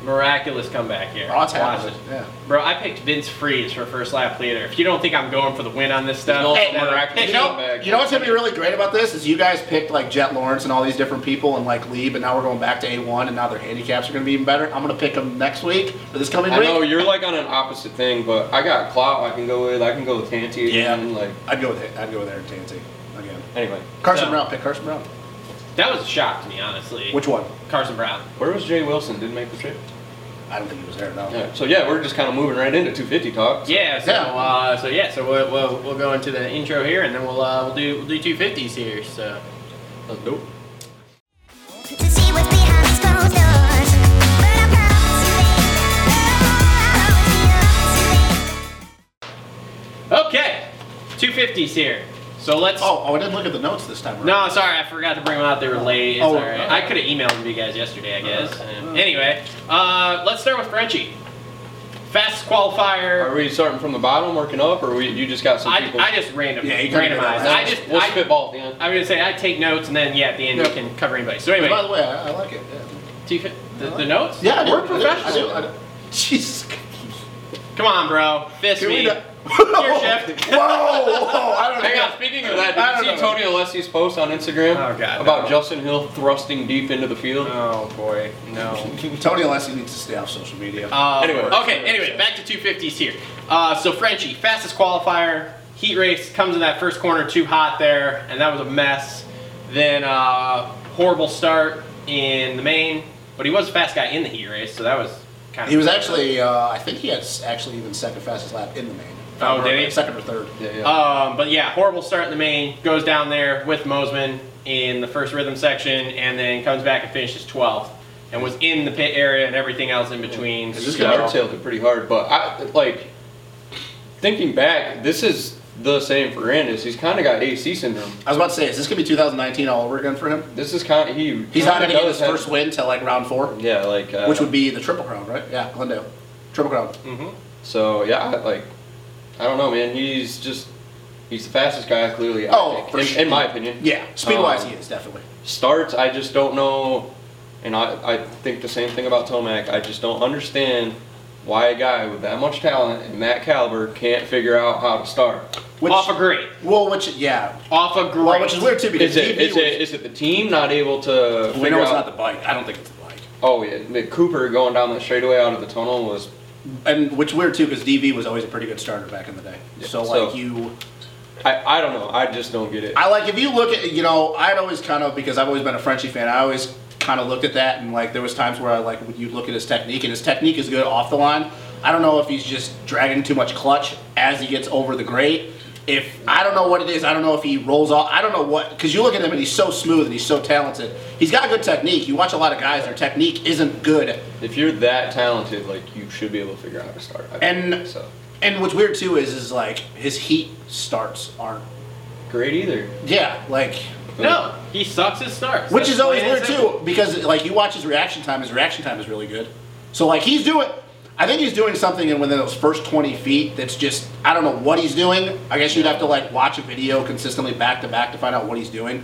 [SPEAKER 3] miraculous comeback here.
[SPEAKER 5] Raw
[SPEAKER 3] Watch
[SPEAKER 5] talent,
[SPEAKER 3] it.
[SPEAKER 5] yeah.
[SPEAKER 3] Bro, I picked Vince Freeze for first lap leader. If you don't think I'm going for the win on this stuff,
[SPEAKER 4] No,
[SPEAKER 3] then-
[SPEAKER 4] miraculous
[SPEAKER 3] Hey,
[SPEAKER 5] You know,
[SPEAKER 4] Comeback.
[SPEAKER 5] you know what's gonna be really great about this is you guys picked like Jet Lawrence and all these different people and like Lee, but now we're going back to A one and now their handicaps are gonna be even better. I'm gonna pick them next week for this coming
[SPEAKER 4] I know
[SPEAKER 5] week.
[SPEAKER 4] you're like on an opposite thing, but I got Clout. I can go with. I can go with Tanti.
[SPEAKER 5] Yeah.
[SPEAKER 4] Again, like
[SPEAKER 5] I'd go with I'd go with Aaron Tanti again.
[SPEAKER 4] anyway.
[SPEAKER 5] Carson
[SPEAKER 3] So-
[SPEAKER 5] Brown, pick Carson Brown.
[SPEAKER 3] That was a shock to me, honestly.
[SPEAKER 5] Which one?
[SPEAKER 3] Carson Brown.
[SPEAKER 4] Where was Jay Wilson? Didn't make the trip.
[SPEAKER 5] I don't think he was there, no.
[SPEAKER 4] Yeah. So yeah, we're just kind of moving right into 250 talk.
[SPEAKER 3] Yeah. So,
[SPEAKER 5] Yeah.
[SPEAKER 3] Uh, so yeah. So we'll, we'll, we'll go into the intro here, and then we'll uh, we'll do we'll do two fifties here. So.
[SPEAKER 4] That's dope.
[SPEAKER 6] To see what's behind these closed doors, but I promise you, baby,
[SPEAKER 3] Okay. Two fifties here. So let's.
[SPEAKER 5] Oh, oh, I didn't look at the notes this time. around.
[SPEAKER 3] No, sorry, I forgot to bring them out. They were late. It's
[SPEAKER 5] Oh, Uh-huh.
[SPEAKER 3] all right. I could have emailed them to you guys yesterday, I guess. Uh, Anyway, uh, let's start with Frenchie. Fast qualifier.
[SPEAKER 4] Are we starting from the bottom, working up, or we, you just got some
[SPEAKER 3] I,
[SPEAKER 4] people?
[SPEAKER 3] I just random
[SPEAKER 5] Yeah, you could've done
[SPEAKER 3] randomized.
[SPEAKER 5] that.
[SPEAKER 3] I just
[SPEAKER 4] we'll
[SPEAKER 3] I,
[SPEAKER 4] spitball. Yeah.
[SPEAKER 3] I was gonna say I take notes and then yeah, at the end
[SPEAKER 4] Yeah.
[SPEAKER 3] you can cover anybody. So
[SPEAKER 5] By
[SPEAKER 3] anyway,
[SPEAKER 5] the way, I, I like it.
[SPEAKER 3] do you, the, the notes.
[SPEAKER 5] Yeah, yeah I do.
[SPEAKER 3] we're
[SPEAKER 5] I do, I do,
[SPEAKER 3] professional.
[SPEAKER 5] I do. Jesus.
[SPEAKER 3] Come on, bro. Fist
[SPEAKER 5] Can we
[SPEAKER 3] me.
[SPEAKER 5] not-
[SPEAKER 3] Your shift.
[SPEAKER 5] *laughs* Whoa, whoa, I don't know.
[SPEAKER 4] Hang on, speaking of that,
[SPEAKER 5] I
[SPEAKER 4] did you see
[SPEAKER 5] don't know.
[SPEAKER 4] Tony Alessi's post on Instagram
[SPEAKER 3] Oh, God,
[SPEAKER 4] about
[SPEAKER 3] no.
[SPEAKER 4] Justin Hill thrusting deep into the field?
[SPEAKER 3] Oh boy, no.
[SPEAKER 5] Tony Alessi needs to stay off social media.
[SPEAKER 3] Uh,
[SPEAKER 4] Anyway.
[SPEAKER 3] okay. Anyway, back to 250s here. Uh, so Frenchie, fastest qualifier, heat race comes in that first corner too hot there, and that was a mess. Then uh, horrible start in the main, but he was a fast guy in the heat race, so that was kind of.
[SPEAKER 5] he was actually, uh, I think he had s- actually even second fastest lap in the main.
[SPEAKER 3] Oh, did he?
[SPEAKER 5] Second or third.
[SPEAKER 4] Yeah, yeah.
[SPEAKER 3] Um, but yeah, horrible start in the main, goes down there with Mosman in the first rhythm section, and then comes back and finishes 12th, and was in the pit area and everything else in between.
[SPEAKER 4] Because this
[SPEAKER 3] so-
[SPEAKER 4] guy hardtailed it pretty hard, but I like thinking back, this is the same for Andis. He's kind of got AC syndrome.
[SPEAKER 5] I was about to say, is this going to be 2019 all over again for him?
[SPEAKER 4] This is kind of he.
[SPEAKER 5] He's not going to
[SPEAKER 4] kinda
[SPEAKER 5] get
[SPEAKER 4] does
[SPEAKER 5] his
[SPEAKER 4] have-
[SPEAKER 5] first win till like round four,
[SPEAKER 4] Yeah, Mm-hmm. like uh,
[SPEAKER 5] which would be the Triple Crown, right? Yeah, Glendale. Triple Crown.
[SPEAKER 4] so yeah, I- like I don't know, man. He's just he's the fastest guy clearly. I
[SPEAKER 5] Oh,
[SPEAKER 4] think,
[SPEAKER 5] for
[SPEAKER 4] in,
[SPEAKER 5] sure.
[SPEAKER 4] in my opinion.
[SPEAKER 5] Yeah, speed wise,
[SPEAKER 4] Um,
[SPEAKER 5] he is definitely.
[SPEAKER 4] starts, I just don't know, and I, I think the same thing about Tomac. I just don't understand why a guy with that much talent and that caliber can't figure out how to start.
[SPEAKER 5] Which,
[SPEAKER 3] off a great.
[SPEAKER 5] well, which, yeah.
[SPEAKER 3] Off a great.
[SPEAKER 5] Well, which is weird too because
[SPEAKER 4] Is it
[SPEAKER 5] DB
[SPEAKER 4] is it is it the team not able to?
[SPEAKER 5] was, we know
[SPEAKER 4] figure
[SPEAKER 5] it's
[SPEAKER 4] out-
[SPEAKER 5] not the bike. I don't think it's the bike.
[SPEAKER 4] Oh yeah, the Cooper going down the straightaway out of the tunnel was
[SPEAKER 5] And which weird too because DV was always a pretty good starter back in the day.
[SPEAKER 4] Yeah,
[SPEAKER 5] so
[SPEAKER 4] so-
[SPEAKER 5] like you.
[SPEAKER 4] I, I don't know. I just don't get it.
[SPEAKER 5] I like if you look at you know I'd always kind of because I've always been a Frenchie fan. I always kind of looked at that and like there was times where I like would you look at his technique and his technique is good off the line. I don't know if he's just dragging too much clutch as he gets over the grate. If I don't know what it is, I don't know if he rolls off. I don't know what because you look at him and he's so smooth and he's so talented. He's got good technique. You watch a lot of guys, their technique isn't good.
[SPEAKER 4] If you're that talented, like you should be able to figure out how to start. I
[SPEAKER 5] And-
[SPEAKER 4] think so
[SPEAKER 5] And what's weird too is is like his heat starts aren't
[SPEAKER 4] great either.
[SPEAKER 5] yeah like
[SPEAKER 3] No, he sucks his starts.
[SPEAKER 5] Which
[SPEAKER 3] That's
[SPEAKER 5] is always
[SPEAKER 3] plain and
[SPEAKER 5] weird
[SPEAKER 3] simple.
[SPEAKER 5] too, because like you watch his reaction time, his reaction time is really good. So like he's doing, I think he's doing something in within those first 20 feet that's just I don't know what he's doing. I guess you'd have to like watch a video consistently back to back to find out what he's doing.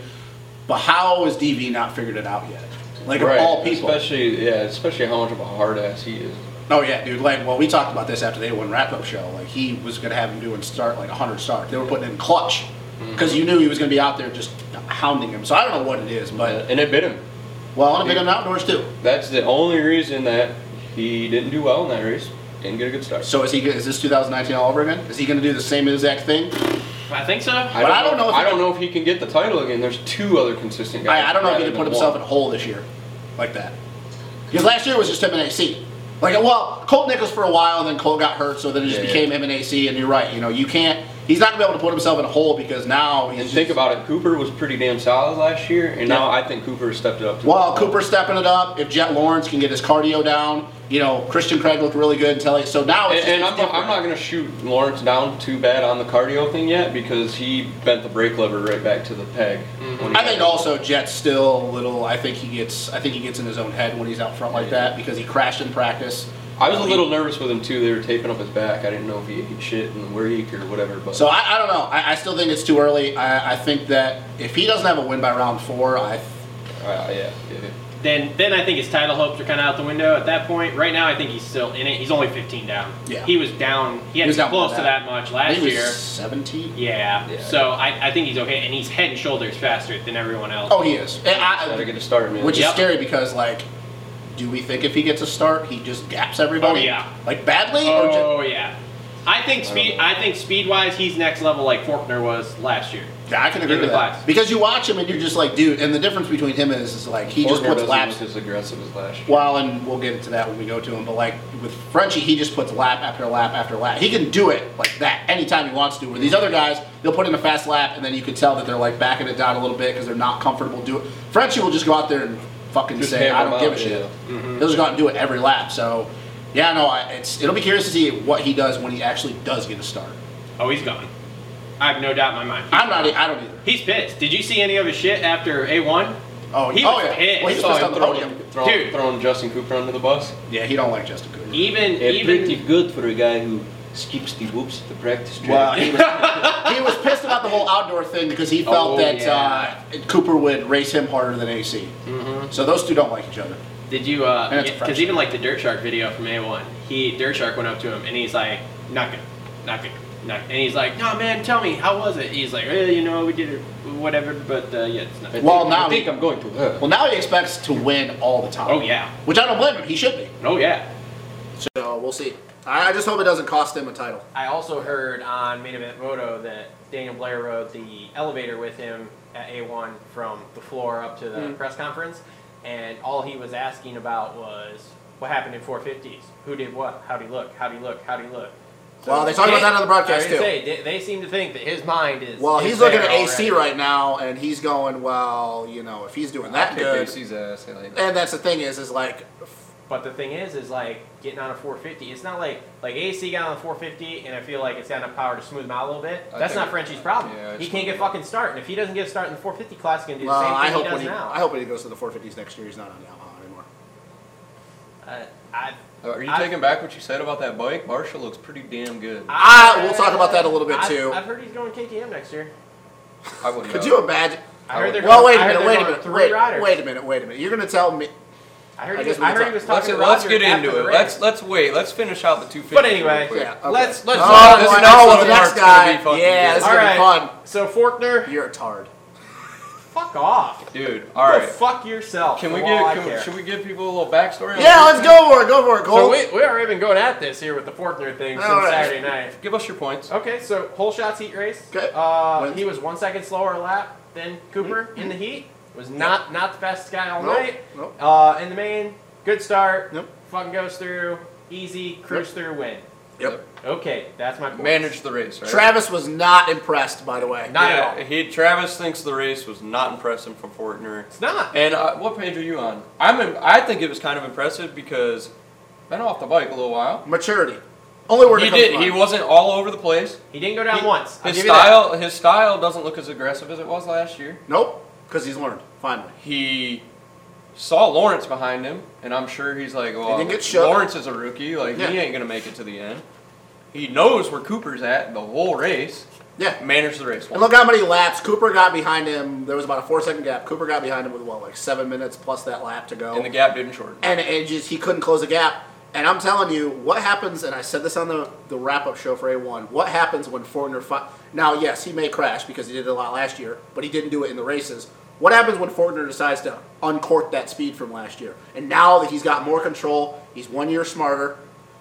[SPEAKER 5] But how has DV not figured it out yet? Like of all people.
[SPEAKER 4] especially yeah, especially how much of a hard ass he is.
[SPEAKER 5] Oh yeah, dude. Like, well, we talked about this after they won wrap up show. Like, he was gonna have him doing start like 100 starts. They were putting in clutch
[SPEAKER 3] Mm-hmm.
[SPEAKER 5] because you knew he was gonna be out there just hounding him. So I don't know what it is, but
[SPEAKER 4] And it bit him.
[SPEAKER 5] well, and a big on outdoors too.
[SPEAKER 4] That's the only reason that he didn't do well in that race. Didn't get a good start.
[SPEAKER 5] So is he? Is this 2019 all over again? Is he going to do the same exact thing?
[SPEAKER 3] I think so.
[SPEAKER 5] but I don't know if
[SPEAKER 4] I
[SPEAKER 5] he
[SPEAKER 4] don't know if he can get the title again. There's two other consistent guys.
[SPEAKER 5] I, I don't know if he
[SPEAKER 4] rather
[SPEAKER 5] can put
[SPEAKER 4] than
[SPEAKER 5] himself in
[SPEAKER 4] one.
[SPEAKER 5] a hole this year, like that. Because last year was just him and AC. Like, well, Colt Nichols for a while, and then Colt got hurt, so then it just
[SPEAKER 4] Yeah, yeah.
[SPEAKER 5] became him and AC. And you're right. You know, you can't. He's not going to be able to put himself in a hole because now he's.
[SPEAKER 4] And
[SPEAKER 5] just-
[SPEAKER 4] think about it. Cooper was pretty damn solid last year, and now
[SPEAKER 5] Yeah.
[SPEAKER 4] I think Cooper stepped it up. To
[SPEAKER 5] Well, Cooper's stepping it up. If Jet Lawrence can get his cardio down, you know, Christian Craig looked really good until he. So now
[SPEAKER 4] And,
[SPEAKER 5] it's.
[SPEAKER 4] and
[SPEAKER 5] just,
[SPEAKER 4] I'm, not, I'm not gonna shoot Lawrence down too bad on the cardio thing yet because he bent the brake lever right back to the peg. when he
[SPEAKER 5] I think
[SPEAKER 4] got-
[SPEAKER 5] also Jet's still a little. I think he gets. I think he gets in his own head when he's out front like that because he crashed in practice.
[SPEAKER 4] I was a little nervous with him too. They were taping up his back. I didn't know if he ate shit in the week or whatever. But
[SPEAKER 5] So I, I don't know. I, I still think it's too early. I, I think that if he doesn't have a win by round four, I
[SPEAKER 4] uh, yeah, yeah, yeah.
[SPEAKER 3] Then, then I think his title hopes are kind of out the window at that point. Right now, I think he's still in it. He's only 15 down.
[SPEAKER 5] Yeah.
[SPEAKER 3] He was down. He
[SPEAKER 5] He
[SPEAKER 3] had
[SPEAKER 5] was down
[SPEAKER 3] close
[SPEAKER 5] more
[SPEAKER 3] to
[SPEAKER 5] than that.
[SPEAKER 3] that much
[SPEAKER 5] I
[SPEAKER 3] last
[SPEAKER 5] think he was
[SPEAKER 3] year.
[SPEAKER 5] 17.
[SPEAKER 3] Yeah.
[SPEAKER 4] Yeah.
[SPEAKER 3] So I, I think he's okay, and he's head and shoulders faster than everyone else.
[SPEAKER 5] Oh, he is. And I-
[SPEAKER 4] Gotta get a start, man.
[SPEAKER 5] which is
[SPEAKER 3] Yep.
[SPEAKER 5] scary because like, do we think if he gets a start, he just gaps everybody?
[SPEAKER 3] Oh, yeah.
[SPEAKER 5] Like badly? or
[SPEAKER 3] Oh
[SPEAKER 5] ju-
[SPEAKER 3] yeah. I think speed. I think speed wise, he's next level like Faulkner was last year.
[SPEAKER 5] Yeah, I can agree
[SPEAKER 3] In
[SPEAKER 5] with
[SPEAKER 3] the
[SPEAKER 5] that.
[SPEAKER 3] class.
[SPEAKER 5] Because you watch him and you're just like, dude. And the difference between him is, is like he just puts laps.
[SPEAKER 4] as aggressive as last year.
[SPEAKER 5] Well, and we'll get into that when we go to him. But like with Frenchie, he just puts lap after lap after lap. He can do it like that anytime he wants to. Where these other guys, they'll put in a fast lap, and then you can tell that they're like backing it down a little bit because they're not comfortable doing. Frenchie will just go out there and fucking
[SPEAKER 4] Just
[SPEAKER 5] say,
[SPEAKER 4] hammer
[SPEAKER 5] "I don't
[SPEAKER 4] him
[SPEAKER 5] give a
[SPEAKER 4] out,
[SPEAKER 5] shit."
[SPEAKER 4] yeah. Mm-hmm.
[SPEAKER 5] He'll just go out and do it every lap. So, yeah, no, I, it's it'll be curious to see what he does when he actually does get a start.
[SPEAKER 3] Oh, he's gone. I have no doubt in my mind.
[SPEAKER 5] I'm not. e, I don't either.
[SPEAKER 3] He's pissed. Did you see any of his shit after A1?
[SPEAKER 5] Oh,
[SPEAKER 3] He
[SPEAKER 5] oh
[SPEAKER 3] was
[SPEAKER 5] yeah.
[SPEAKER 3] pissed.
[SPEAKER 5] Well, he was
[SPEAKER 3] Oh,
[SPEAKER 5] pissed on the
[SPEAKER 4] throwing,
[SPEAKER 5] podium.
[SPEAKER 4] throw-
[SPEAKER 3] Dude.
[SPEAKER 4] throwing Justin Cooper under the *laughs* bus.
[SPEAKER 5] Yeah, he don't like Justin Cooper.
[SPEAKER 3] Even
[SPEAKER 7] Yeah,
[SPEAKER 3] even
[SPEAKER 7] pretty good for a guy who skips the whoops at the practice track.
[SPEAKER 4] *laughs*
[SPEAKER 5] Well, *laughs* he was, he was pissed about the whole outdoor thing because he felt
[SPEAKER 3] Oh,
[SPEAKER 5] that
[SPEAKER 3] yeah. Mm-hmm.
[SPEAKER 5] uh, Cooper would race him harder than AC. So those two don't like each other.
[SPEAKER 3] Did you? uh
[SPEAKER 5] And it's
[SPEAKER 3] Because
[SPEAKER 5] fresh.
[SPEAKER 3] even like the Dirt Shark video from A1, he Dirt Shark went up to him and he's like, "Not good, not good, not." And he's like, "No, man, tell me how was it?" He's like, eh, "You know, we did it, whatever, but uh, yeah, it's not."
[SPEAKER 5] Well, now
[SPEAKER 4] I think I'm going to. Uh,
[SPEAKER 5] Well, now he expects to win all the time.
[SPEAKER 3] Oh yeah,
[SPEAKER 5] Which I don't blame him. He should be.
[SPEAKER 3] oh yeah.
[SPEAKER 5] So we'll see. I I just hope it doesn't cost him a title.
[SPEAKER 3] I also heard on Main Event Moto that Daniel Blair rode the elevator with him at A1 from the floor up to the press conference, and all he was asking about was what happened in 450s, who did what, how'd he look, how'd he look, how'd he look.
[SPEAKER 5] Well, they talk about that on the broadcast,
[SPEAKER 3] I was gonna
[SPEAKER 5] too.
[SPEAKER 3] Say, they, they seem to think that his mind is.
[SPEAKER 5] Well,
[SPEAKER 3] is
[SPEAKER 5] he's looking
[SPEAKER 3] there
[SPEAKER 5] at AC
[SPEAKER 3] already.
[SPEAKER 5] right now, and he's going, well, you know, if he's doing that good.
[SPEAKER 4] AC's ass. and like-
[SPEAKER 5] And that's the thing is, is like,
[SPEAKER 3] But the thing is, is like getting on a 450. It's not like like AC got on a 450, and I feel like it's got enough power to smooth him out a little bit.
[SPEAKER 4] I
[SPEAKER 3] That's
[SPEAKER 4] think
[SPEAKER 3] not
[SPEAKER 4] it-
[SPEAKER 3] Frenchie's problem.
[SPEAKER 4] yeah, it's
[SPEAKER 3] he can't get
[SPEAKER 4] smooth.
[SPEAKER 3] fucking start, and if he doesn't get a start in the 450 class, he's gonna do the
[SPEAKER 5] well,
[SPEAKER 3] same thing
[SPEAKER 5] I hope
[SPEAKER 3] he does
[SPEAKER 5] when he,
[SPEAKER 3] now.
[SPEAKER 5] I hope when he goes to the 450s next year, he's not on Yamaha anymore.
[SPEAKER 3] Uh, I,
[SPEAKER 4] Are you
[SPEAKER 3] I-
[SPEAKER 4] taking back what you said about that bike? Marshall looks pretty damn good. I,
[SPEAKER 5] Ah, we'll talk about that a little bit,
[SPEAKER 3] I've-
[SPEAKER 5] too.
[SPEAKER 3] I've heard he's going KTM next year.
[SPEAKER 4] wouldn't
[SPEAKER 5] Could
[SPEAKER 4] know.
[SPEAKER 5] you imagine?
[SPEAKER 3] I heard they're
[SPEAKER 5] Well,
[SPEAKER 3] going,
[SPEAKER 5] wait a
[SPEAKER 3] I heard
[SPEAKER 5] minute,
[SPEAKER 3] they're
[SPEAKER 5] wait a
[SPEAKER 3] going
[SPEAKER 5] minute,
[SPEAKER 3] three riders.
[SPEAKER 5] wait, wait a minute, wait a minute. You're gonna tell me?
[SPEAKER 3] I heard,
[SPEAKER 5] I
[SPEAKER 3] he, was-
[SPEAKER 5] guess we
[SPEAKER 3] I
[SPEAKER 5] can
[SPEAKER 3] heard
[SPEAKER 5] talk-
[SPEAKER 3] he was
[SPEAKER 4] Let's,
[SPEAKER 3] talking to
[SPEAKER 4] let's
[SPEAKER 3] Roger
[SPEAKER 4] get into
[SPEAKER 3] after the
[SPEAKER 4] it.
[SPEAKER 3] race.
[SPEAKER 4] Let's let's wait. Let's finish out the two.
[SPEAKER 3] But anyway,
[SPEAKER 5] Yeah. okay.
[SPEAKER 3] let's let's.
[SPEAKER 5] Oh,
[SPEAKER 3] move
[SPEAKER 5] this
[SPEAKER 3] on.
[SPEAKER 5] is
[SPEAKER 4] this
[SPEAKER 5] now
[SPEAKER 4] next
[SPEAKER 5] with the
[SPEAKER 4] one
[SPEAKER 5] next
[SPEAKER 4] part's gonna
[SPEAKER 5] guy.
[SPEAKER 4] be fucking
[SPEAKER 5] Yeah,
[SPEAKER 4] good.
[SPEAKER 5] this is
[SPEAKER 3] All
[SPEAKER 5] gonna
[SPEAKER 3] right.
[SPEAKER 5] be fun.
[SPEAKER 3] So Faulkner,
[SPEAKER 5] You're a tard.
[SPEAKER 3] fuck off.
[SPEAKER 4] dude. All right.
[SPEAKER 3] Go fuck yourself.
[SPEAKER 4] Can we
[SPEAKER 3] for all
[SPEAKER 4] get?
[SPEAKER 3] I
[SPEAKER 4] Can,
[SPEAKER 3] care.
[SPEAKER 4] should we give people a little backstory? on
[SPEAKER 5] Yeah,
[SPEAKER 4] what
[SPEAKER 5] let's
[SPEAKER 4] you
[SPEAKER 5] go for it. Go for
[SPEAKER 3] So
[SPEAKER 5] it, Cole.
[SPEAKER 3] we, we are even going at this here with the Fortner thing since
[SPEAKER 5] All right.
[SPEAKER 3] Saturday night.
[SPEAKER 4] think? Give us your points.
[SPEAKER 3] Okay, so whole shots heat race.
[SPEAKER 5] Okay.
[SPEAKER 3] Uh,
[SPEAKER 5] Wins.
[SPEAKER 3] he was one second slower a lap than Cooper in the heat. Was not not the fastest guy all
[SPEAKER 5] Mm-hmm. Nope,
[SPEAKER 3] night.
[SPEAKER 5] nope.
[SPEAKER 3] Uh, in the main, good start.
[SPEAKER 5] Nope.
[SPEAKER 3] Fucking goes through, easy cruise through, win.
[SPEAKER 5] Yep.
[SPEAKER 3] Okay, that's my point.
[SPEAKER 4] Manage the race, right?
[SPEAKER 5] Travis was not impressed, by the way.
[SPEAKER 3] Not at all.
[SPEAKER 4] yeah, he Travis thinks the race was not impressive from Fortner.
[SPEAKER 3] It's not.
[SPEAKER 4] And uh, what page are you on? I'm. In, I think it was kind of impressive because been off the bike a little while.
[SPEAKER 5] Maturity. Only word
[SPEAKER 4] He
[SPEAKER 5] it comes
[SPEAKER 4] did.
[SPEAKER 5] from.
[SPEAKER 4] He wasn't all over the place.
[SPEAKER 3] He didn't go down
[SPEAKER 4] He-
[SPEAKER 3] once. I'll
[SPEAKER 4] His
[SPEAKER 3] give you that.
[SPEAKER 4] style. His style doesn't look as aggressive as it was last year.
[SPEAKER 5] Nope. Because he's learned finally.
[SPEAKER 4] He saw Lawrence behind him, and I'm sure he's like, "Well,
[SPEAKER 5] didn't get shoved.
[SPEAKER 4] Lawrence is a rookie. Like
[SPEAKER 5] Yeah.
[SPEAKER 4] he ain't gonna make it to the end." He knows where Cooper's at the whole race.
[SPEAKER 5] Yeah.
[SPEAKER 4] Managed the race.
[SPEAKER 5] And look how many laps Cooper got behind him. There was about a four-second gap. Cooper got behind him with what, like seven minutes plus that lap to go.
[SPEAKER 4] and the gap didn't shorten.
[SPEAKER 5] and it just he couldn't close the gap. And I'm telling you, what happens? And I said this on the, the wrap up show for A1. What happens when Fortner? Fi- now, yes, he may crash because he did it a lot last year, but he didn't do it in the races. What happens when Fortner decides to uncork that speed from last year? And now that he's got more control, he's one year smarter.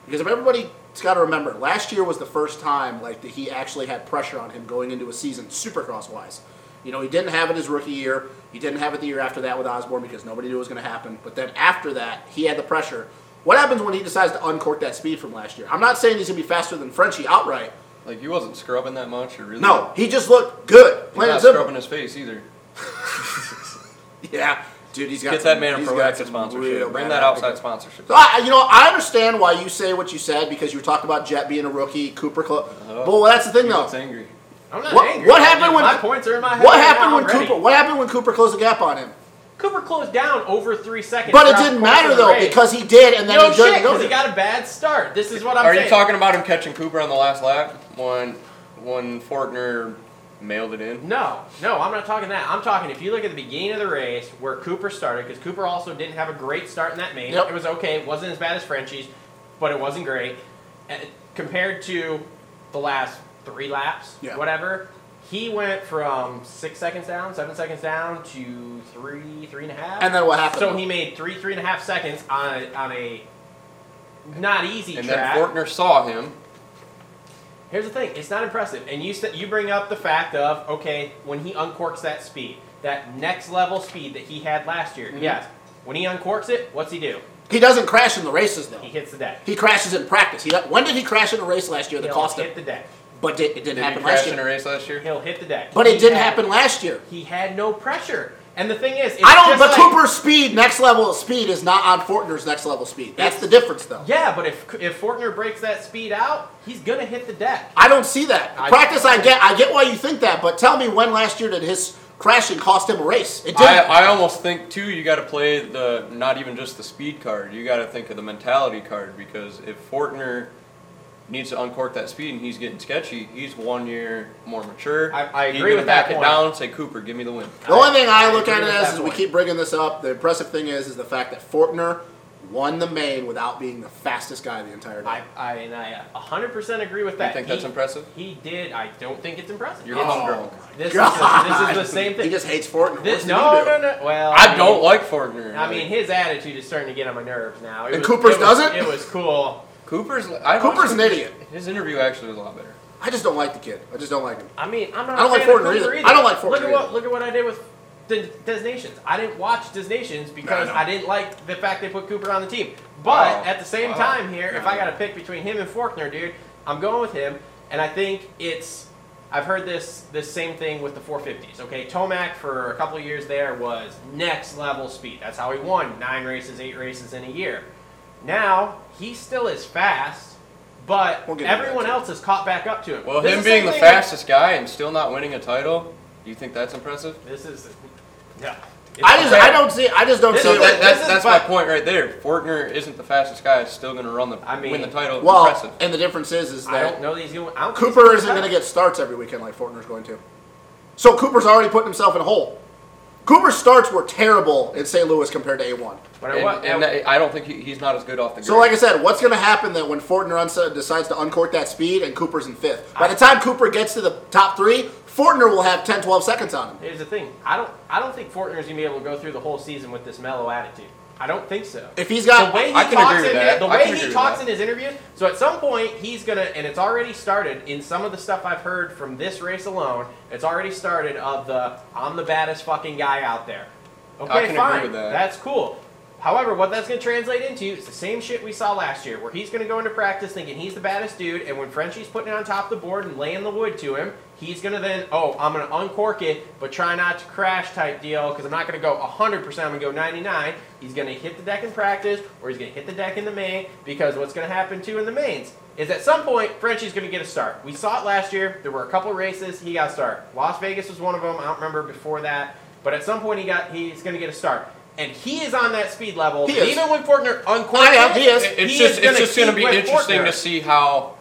[SPEAKER 5] Because if everybody's got to remember, last year was the first time like that he actually had pressure on him going into a season, Supercross wise. You know, he didn't have it his rookie year. He didn't have it the year after that with Osborne because nobody knew it was going to happen. But then after that, he had the pressure. What happens when he decides to uncork that speed from last year? I'm not saying he's going to be faster than Frenchie outright.
[SPEAKER 4] Like he wasn't scrubbing that much, or really.
[SPEAKER 5] No, he just looked good.
[SPEAKER 4] He's
[SPEAKER 5] Plain
[SPEAKER 4] not
[SPEAKER 5] and simple.
[SPEAKER 4] scrubbing his face either.
[SPEAKER 5] Yeah, dude, he's got
[SPEAKER 4] Get
[SPEAKER 5] some-
[SPEAKER 4] that man a
[SPEAKER 5] he's
[SPEAKER 4] pro
[SPEAKER 5] got
[SPEAKER 4] active
[SPEAKER 5] some real
[SPEAKER 4] sponsorship. Bring
[SPEAKER 5] bad
[SPEAKER 4] that
[SPEAKER 5] attitude.
[SPEAKER 4] outside sponsorship.
[SPEAKER 5] So I, you know, I understand why you say what you said because you were talking about Jet being a rookie, Cooper. Clo-
[SPEAKER 4] Uh-huh.
[SPEAKER 5] but well, that's the thing, though.
[SPEAKER 4] It's angry.
[SPEAKER 3] I'm not
[SPEAKER 5] What-
[SPEAKER 3] angry.
[SPEAKER 5] what happened when-
[SPEAKER 3] my points are in my head?
[SPEAKER 5] What
[SPEAKER 3] right
[SPEAKER 5] happened
[SPEAKER 3] now
[SPEAKER 5] when
[SPEAKER 3] already.
[SPEAKER 5] Cooper? What happened when Cooper closed the gap on him?
[SPEAKER 3] Cooper closed down over three seconds?
[SPEAKER 5] But it
[SPEAKER 3] throughout
[SPEAKER 5] didn't
[SPEAKER 3] the course
[SPEAKER 5] matter
[SPEAKER 3] of the
[SPEAKER 5] though
[SPEAKER 3] race.
[SPEAKER 5] because he did, and then
[SPEAKER 3] no
[SPEAKER 5] he didn't
[SPEAKER 3] shit
[SPEAKER 5] go.
[SPEAKER 3] because he got a bad start. This is what I'm
[SPEAKER 4] Are
[SPEAKER 3] saying.
[SPEAKER 4] you talking about him catching Cooper on the last lap when when Fortner mailed it in?
[SPEAKER 3] No, no, I'm not talking that. I'm talking if you look at the beginning of the race where Cooper started, because Cooper also didn't have a great start in that main.
[SPEAKER 5] Yep.
[SPEAKER 3] It was okay. It wasn't as bad as Frenchie's, but it wasn't great. And compared to the last three laps,
[SPEAKER 5] Yeah.
[SPEAKER 3] whatever, he went from six seconds down, seven seconds down to three, three and a half.
[SPEAKER 5] And then what happened?
[SPEAKER 3] So he made three, three and a half seconds on a, on a not easy
[SPEAKER 4] And then
[SPEAKER 3] track.
[SPEAKER 4] Fortner saw him
[SPEAKER 3] Here's the thing: it's not impressive. And you said you bring up the fact of okay, when he uncorks that speed, that next level speed that he had last year.
[SPEAKER 5] Mm-hmm.
[SPEAKER 3] Yes. When he uncorks it, what's he do?
[SPEAKER 5] He doesn't crash in the races though.
[SPEAKER 3] He hits the deck.
[SPEAKER 5] He crashes in practice. He, when did he crash in a race last year that
[SPEAKER 3] He'll
[SPEAKER 5] cost him?
[SPEAKER 3] hit the deck.
[SPEAKER 5] But it, it didn't
[SPEAKER 4] Did he
[SPEAKER 5] happen
[SPEAKER 4] crash
[SPEAKER 5] last
[SPEAKER 4] in a
[SPEAKER 5] year.
[SPEAKER 4] race last year?
[SPEAKER 3] He'll hit the deck.
[SPEAKER 5] But it
[SPEAKER 3] He
[SPEAKER 5] didn't
[SPEAKER 3] had-
[SPEAKER 5] happen last year.
[SPEAKER 3] He had no pressure. And the thing is, it's
[SPEAKER 5] I don't.
[SPEAKER 3] just
[SPEAKER 5] But
[SPEAKER 3] like-
[SPEAKER 5] Cooper's speed, next level of speed, is not on Fortner's next level speed. That's the difference, though.
[SPEAKER 3] Yeah, but if if Fortner breaks that speed out, he's gonna hit the deck.
[SPEAKER 5] I don't see that.
[SPEAKER 3] I-
[SPEAKER 5] Practice, I get. I get why you think that, but tell me when last year did his crashing cost him a race? It didn't.
[SPEAKER 4] I, I almost think too you got to play the not even just the speed card you got to think of the mentality card because if Fortner needs to uncork that speed and he's getting sketchy he's one year more mature
[SPEAKER 3] I- I
[SPEAKER 4] He's
[SPEAKER 3] agree
[SPEAKER 4] gonna
[SPEAKER 3] with that
[SPEAKER 4] back it
[SPEAKER 3] point.
[SPEAKER 4] down say Cooper give me the win
[SPEAKER 5] The only thing I look
[SPEAKER 3] agree
[SPEAKER 5] at it
[SPEAKER 3] with
[SPEAKER 5] as
[SPEAKER 3] that
[SPEAKER 5] is we
[SPEAKER 3] point.
[SPEAKER 5] keep bringing this up. The impressive thing is is the fact that Fortner won the main without being the fastest guy the entire day.
[SPEAKER 3] I, I and I uh, 100% agree with that.
[SPEAKER 4] think that's
[SPEAKER 3] He-
[SPEAKER 4] impressive?
[SPEAKER 3] He did. I don't think it's impressive.
[SPEAKER 4] you're
[SPEAKER 3] It's-
[SPEAKER 4] humdrum
[SPEAKER 5] *laughs*
[SPEAKER 3] This, is the,
[SPEAKER 5] God.
[SPEAKER 3] this is the
[SPEAKER 5] *laughs*
[SPEAKER 3] same
[SPEAKER 5] He
[SPEAKER 3] thing.
[SPEAKER 5] just hates Fortner.
[SPEAKER 3] This,
[SPEAKER 5] What's he
[SPEAKER 3] no,
[SPEAKER 5] gonna do?
[SPEAKER 3] no, no. Well,
[SPEAKER 4] I
[SPEAKER 3] mean-
[SPEAKER 4] don't like Fortner
[SPEAKER 3] I
[SPEAKER 4] Like,
[SPEAKER 3] mean, his attitude is starting to get on my nerves now. It
[SPEAKER 5] And Cooper's
[SPEAKER 3] it
[SPEAKER 5] doesn't?
[SPEAKER 3] It was cool.
[SPEAKER 4] Cooper's I watched
[SPEAKER 5] Cooper's an
[SPEAKER 4] his-
[SPEAKER 5] idiot.
[SPEAKER 4] his interview actually was a lot better
[SPEAKER 5] I just don't like the kid. I just don't like him.
[SPEAKER 3] I mean, I'm not.
[SPEAKER 5] I don't
[SPEAKER 3] a
[SPEAKER 5] like
[SPEAKER 3] fan of
[SPEAKER 5] Fortner
[SPEAKER 3] Cooper
[SPEAKER 5] either. I don't like Fortner
[SPEAKER 3] Look at what
[SPEAKER 5] either.
[SPEAKER 3] look at what I did with the Nations. I didn't watch Nations because I, didn't like the fact they put Cooper on the team. But
[SPEAKER 5] Oh.
[SPEAKER 4] Wow.
[SPEAKER 3] at the same
[SPEAKER 4] Wow.
[SPEAKER 3] time, here, if I
[SPEAKER 4] Yeah.
[SPEAKER 3] got to pick between him and Fortner, dude, I'm going with him. And I think it's. I've heard this this same thing with the 450s. Okay, Tomac for a couple of years there was next level speed. That's how he won nine races, eight races in a year. Now he still is fast, but
[SPEAKER 5] We'll get into that,
[SPEAKER 3] everyone
[SPEAKER 5] too.
[SPEAKER 3] else has caught back up to him.
[SPEAKER 4] well
[SPEAKER 3] This
[SPEAKER 4] him
[SPEAKER 3] is the
[SPEAKER 4] being
[SPEAKER 3] same
[SPEAKER 4] the
[SPEAKER 3] thing with-
[SPEAKER 4] fastest guy and still not winning a title do you think that's impressive
[SPEAKER 3] This is yeah.
[SPEAKER 5] I just I don't see I just don't
[SPEAKER 3] This
[SPEAKER 5] see
[SPEAKER 4] So
[SPEAKER 3] is
[SPEAKER 5] it.
[SPEAKER 3] what-
[SPEAKER 4] that, that's,
[SPEAKER 3] this is
[SPEAKER 4] that's
[SPEAKER 3] my-
[SPEAKER 4] my point right there. Fortner isn't the fastest guy. Still going to run the
[SPEAKER 3] I mean-
[SPEAKER 4] win the title.
[SPEAKER 5] well,
[SPEAKER 4] Impressive.
[SPEAKER 5] and the difference is is
[SPEAKER 3] I don't
[SPEAKER 5] that
[SPEAKER 3] know that he's going. I don't think
[SPEAKER 5] Cooper
[SPEAKER 3] he's
[SPEAKER 5] isn't going to
[SPEAKER 3] fast.
[SPEAKER 5] get starts every weekend like Fortner's going to. So Cooper's already putting himself in a hole. Cooper's starts were terrible in St. Louis compared to A1.
[SPEAKER 3] But I
[SPEAKER 4] And,
[SPEAKER 3] want-
[SPEAKER 4] and that- I don't think he, he's not as good off the.
[SPEAKER 5] So,
[SPEAKER 4] grid.
[SPEAKER 5] like I said, what's going to happen that when Fortner uns- decides to uncork that speed and Cooper's in fifth? By the time Cooper gets to the top three, Fortner will have 10, 12 seconds on him.
[SPEAKER 3] here's the thing. I don't. I don't think Fortner's gonna be able to go through the whole season with this mellow attitude. I don't think so.
[SPEAKER 5] If he's got-
[SPEAKER 3] the way he
[SPEAKER 4] I can
[SPEAKER 3] talks
[SPEAKER 4] agree with
[SPEAKER 3] in
[SPEAKER 4] that.
[SPEAKER 3] the
[SPEAKER 4] I can
[SPEAKER 3] way
[SPEAKER 4] agree
[SPEAKER 3] he
[SPEAKER 4] with
[SPEAKER 3] talks
[SPEAKER 4] that.
[SPEAKER 3] in his interviews, so at some point he's gonna, and it's already started in some of the stuff I've heard from this race alone. It's already started of the I'm the baddest fucking guy out there. Okay,
[SPEAKER 4] can agree
[SPEAKER 3] fine.
[SPEAKER 4] with that.
[SPEAKER 3] That's cool. However, what that's going to translate into is the same shit we saw last year, where he's going to go into practice thinking he's the baddest dude, and when Frenchie's putting it on top of the board and laying the wood to him, he's going to then, oh, I'm going to uncork it, but try not to crash type deal, because I'm not going to go 100%, I'm going to go 99. He's going to hit the deck in practice, or he's going to hit the deck in the main, because what's going to happen too in the mains is at some point, Frenchie's going to get a start. We saw it last year. There were a couple races he got a start. Las Vegas was one of them. I don't remember before that. But at some point, he got he's going to get a start, and he is on that speed level.
[SPEAKER 5] He
[SPEAKER 3] And
[SPEAKER 5] is.
[SPEAKER 3] Even when Fortner uncorks,
[SPEAKER 5] I am, he is.
[SPEAKER 4] It- it's
[SPEAKER 3] he
[SPEAKER 4] just
[SPEAKER 3] is gonna
[SPEAKER 4] it's just going to
[SPEAKER 3] keep
[SPEAKER 4] be
[SPEAKER 3] with
[SPEAKER 4] interesting
[SPEAKER 3] Fortner.
[SPEAKER 4] to see how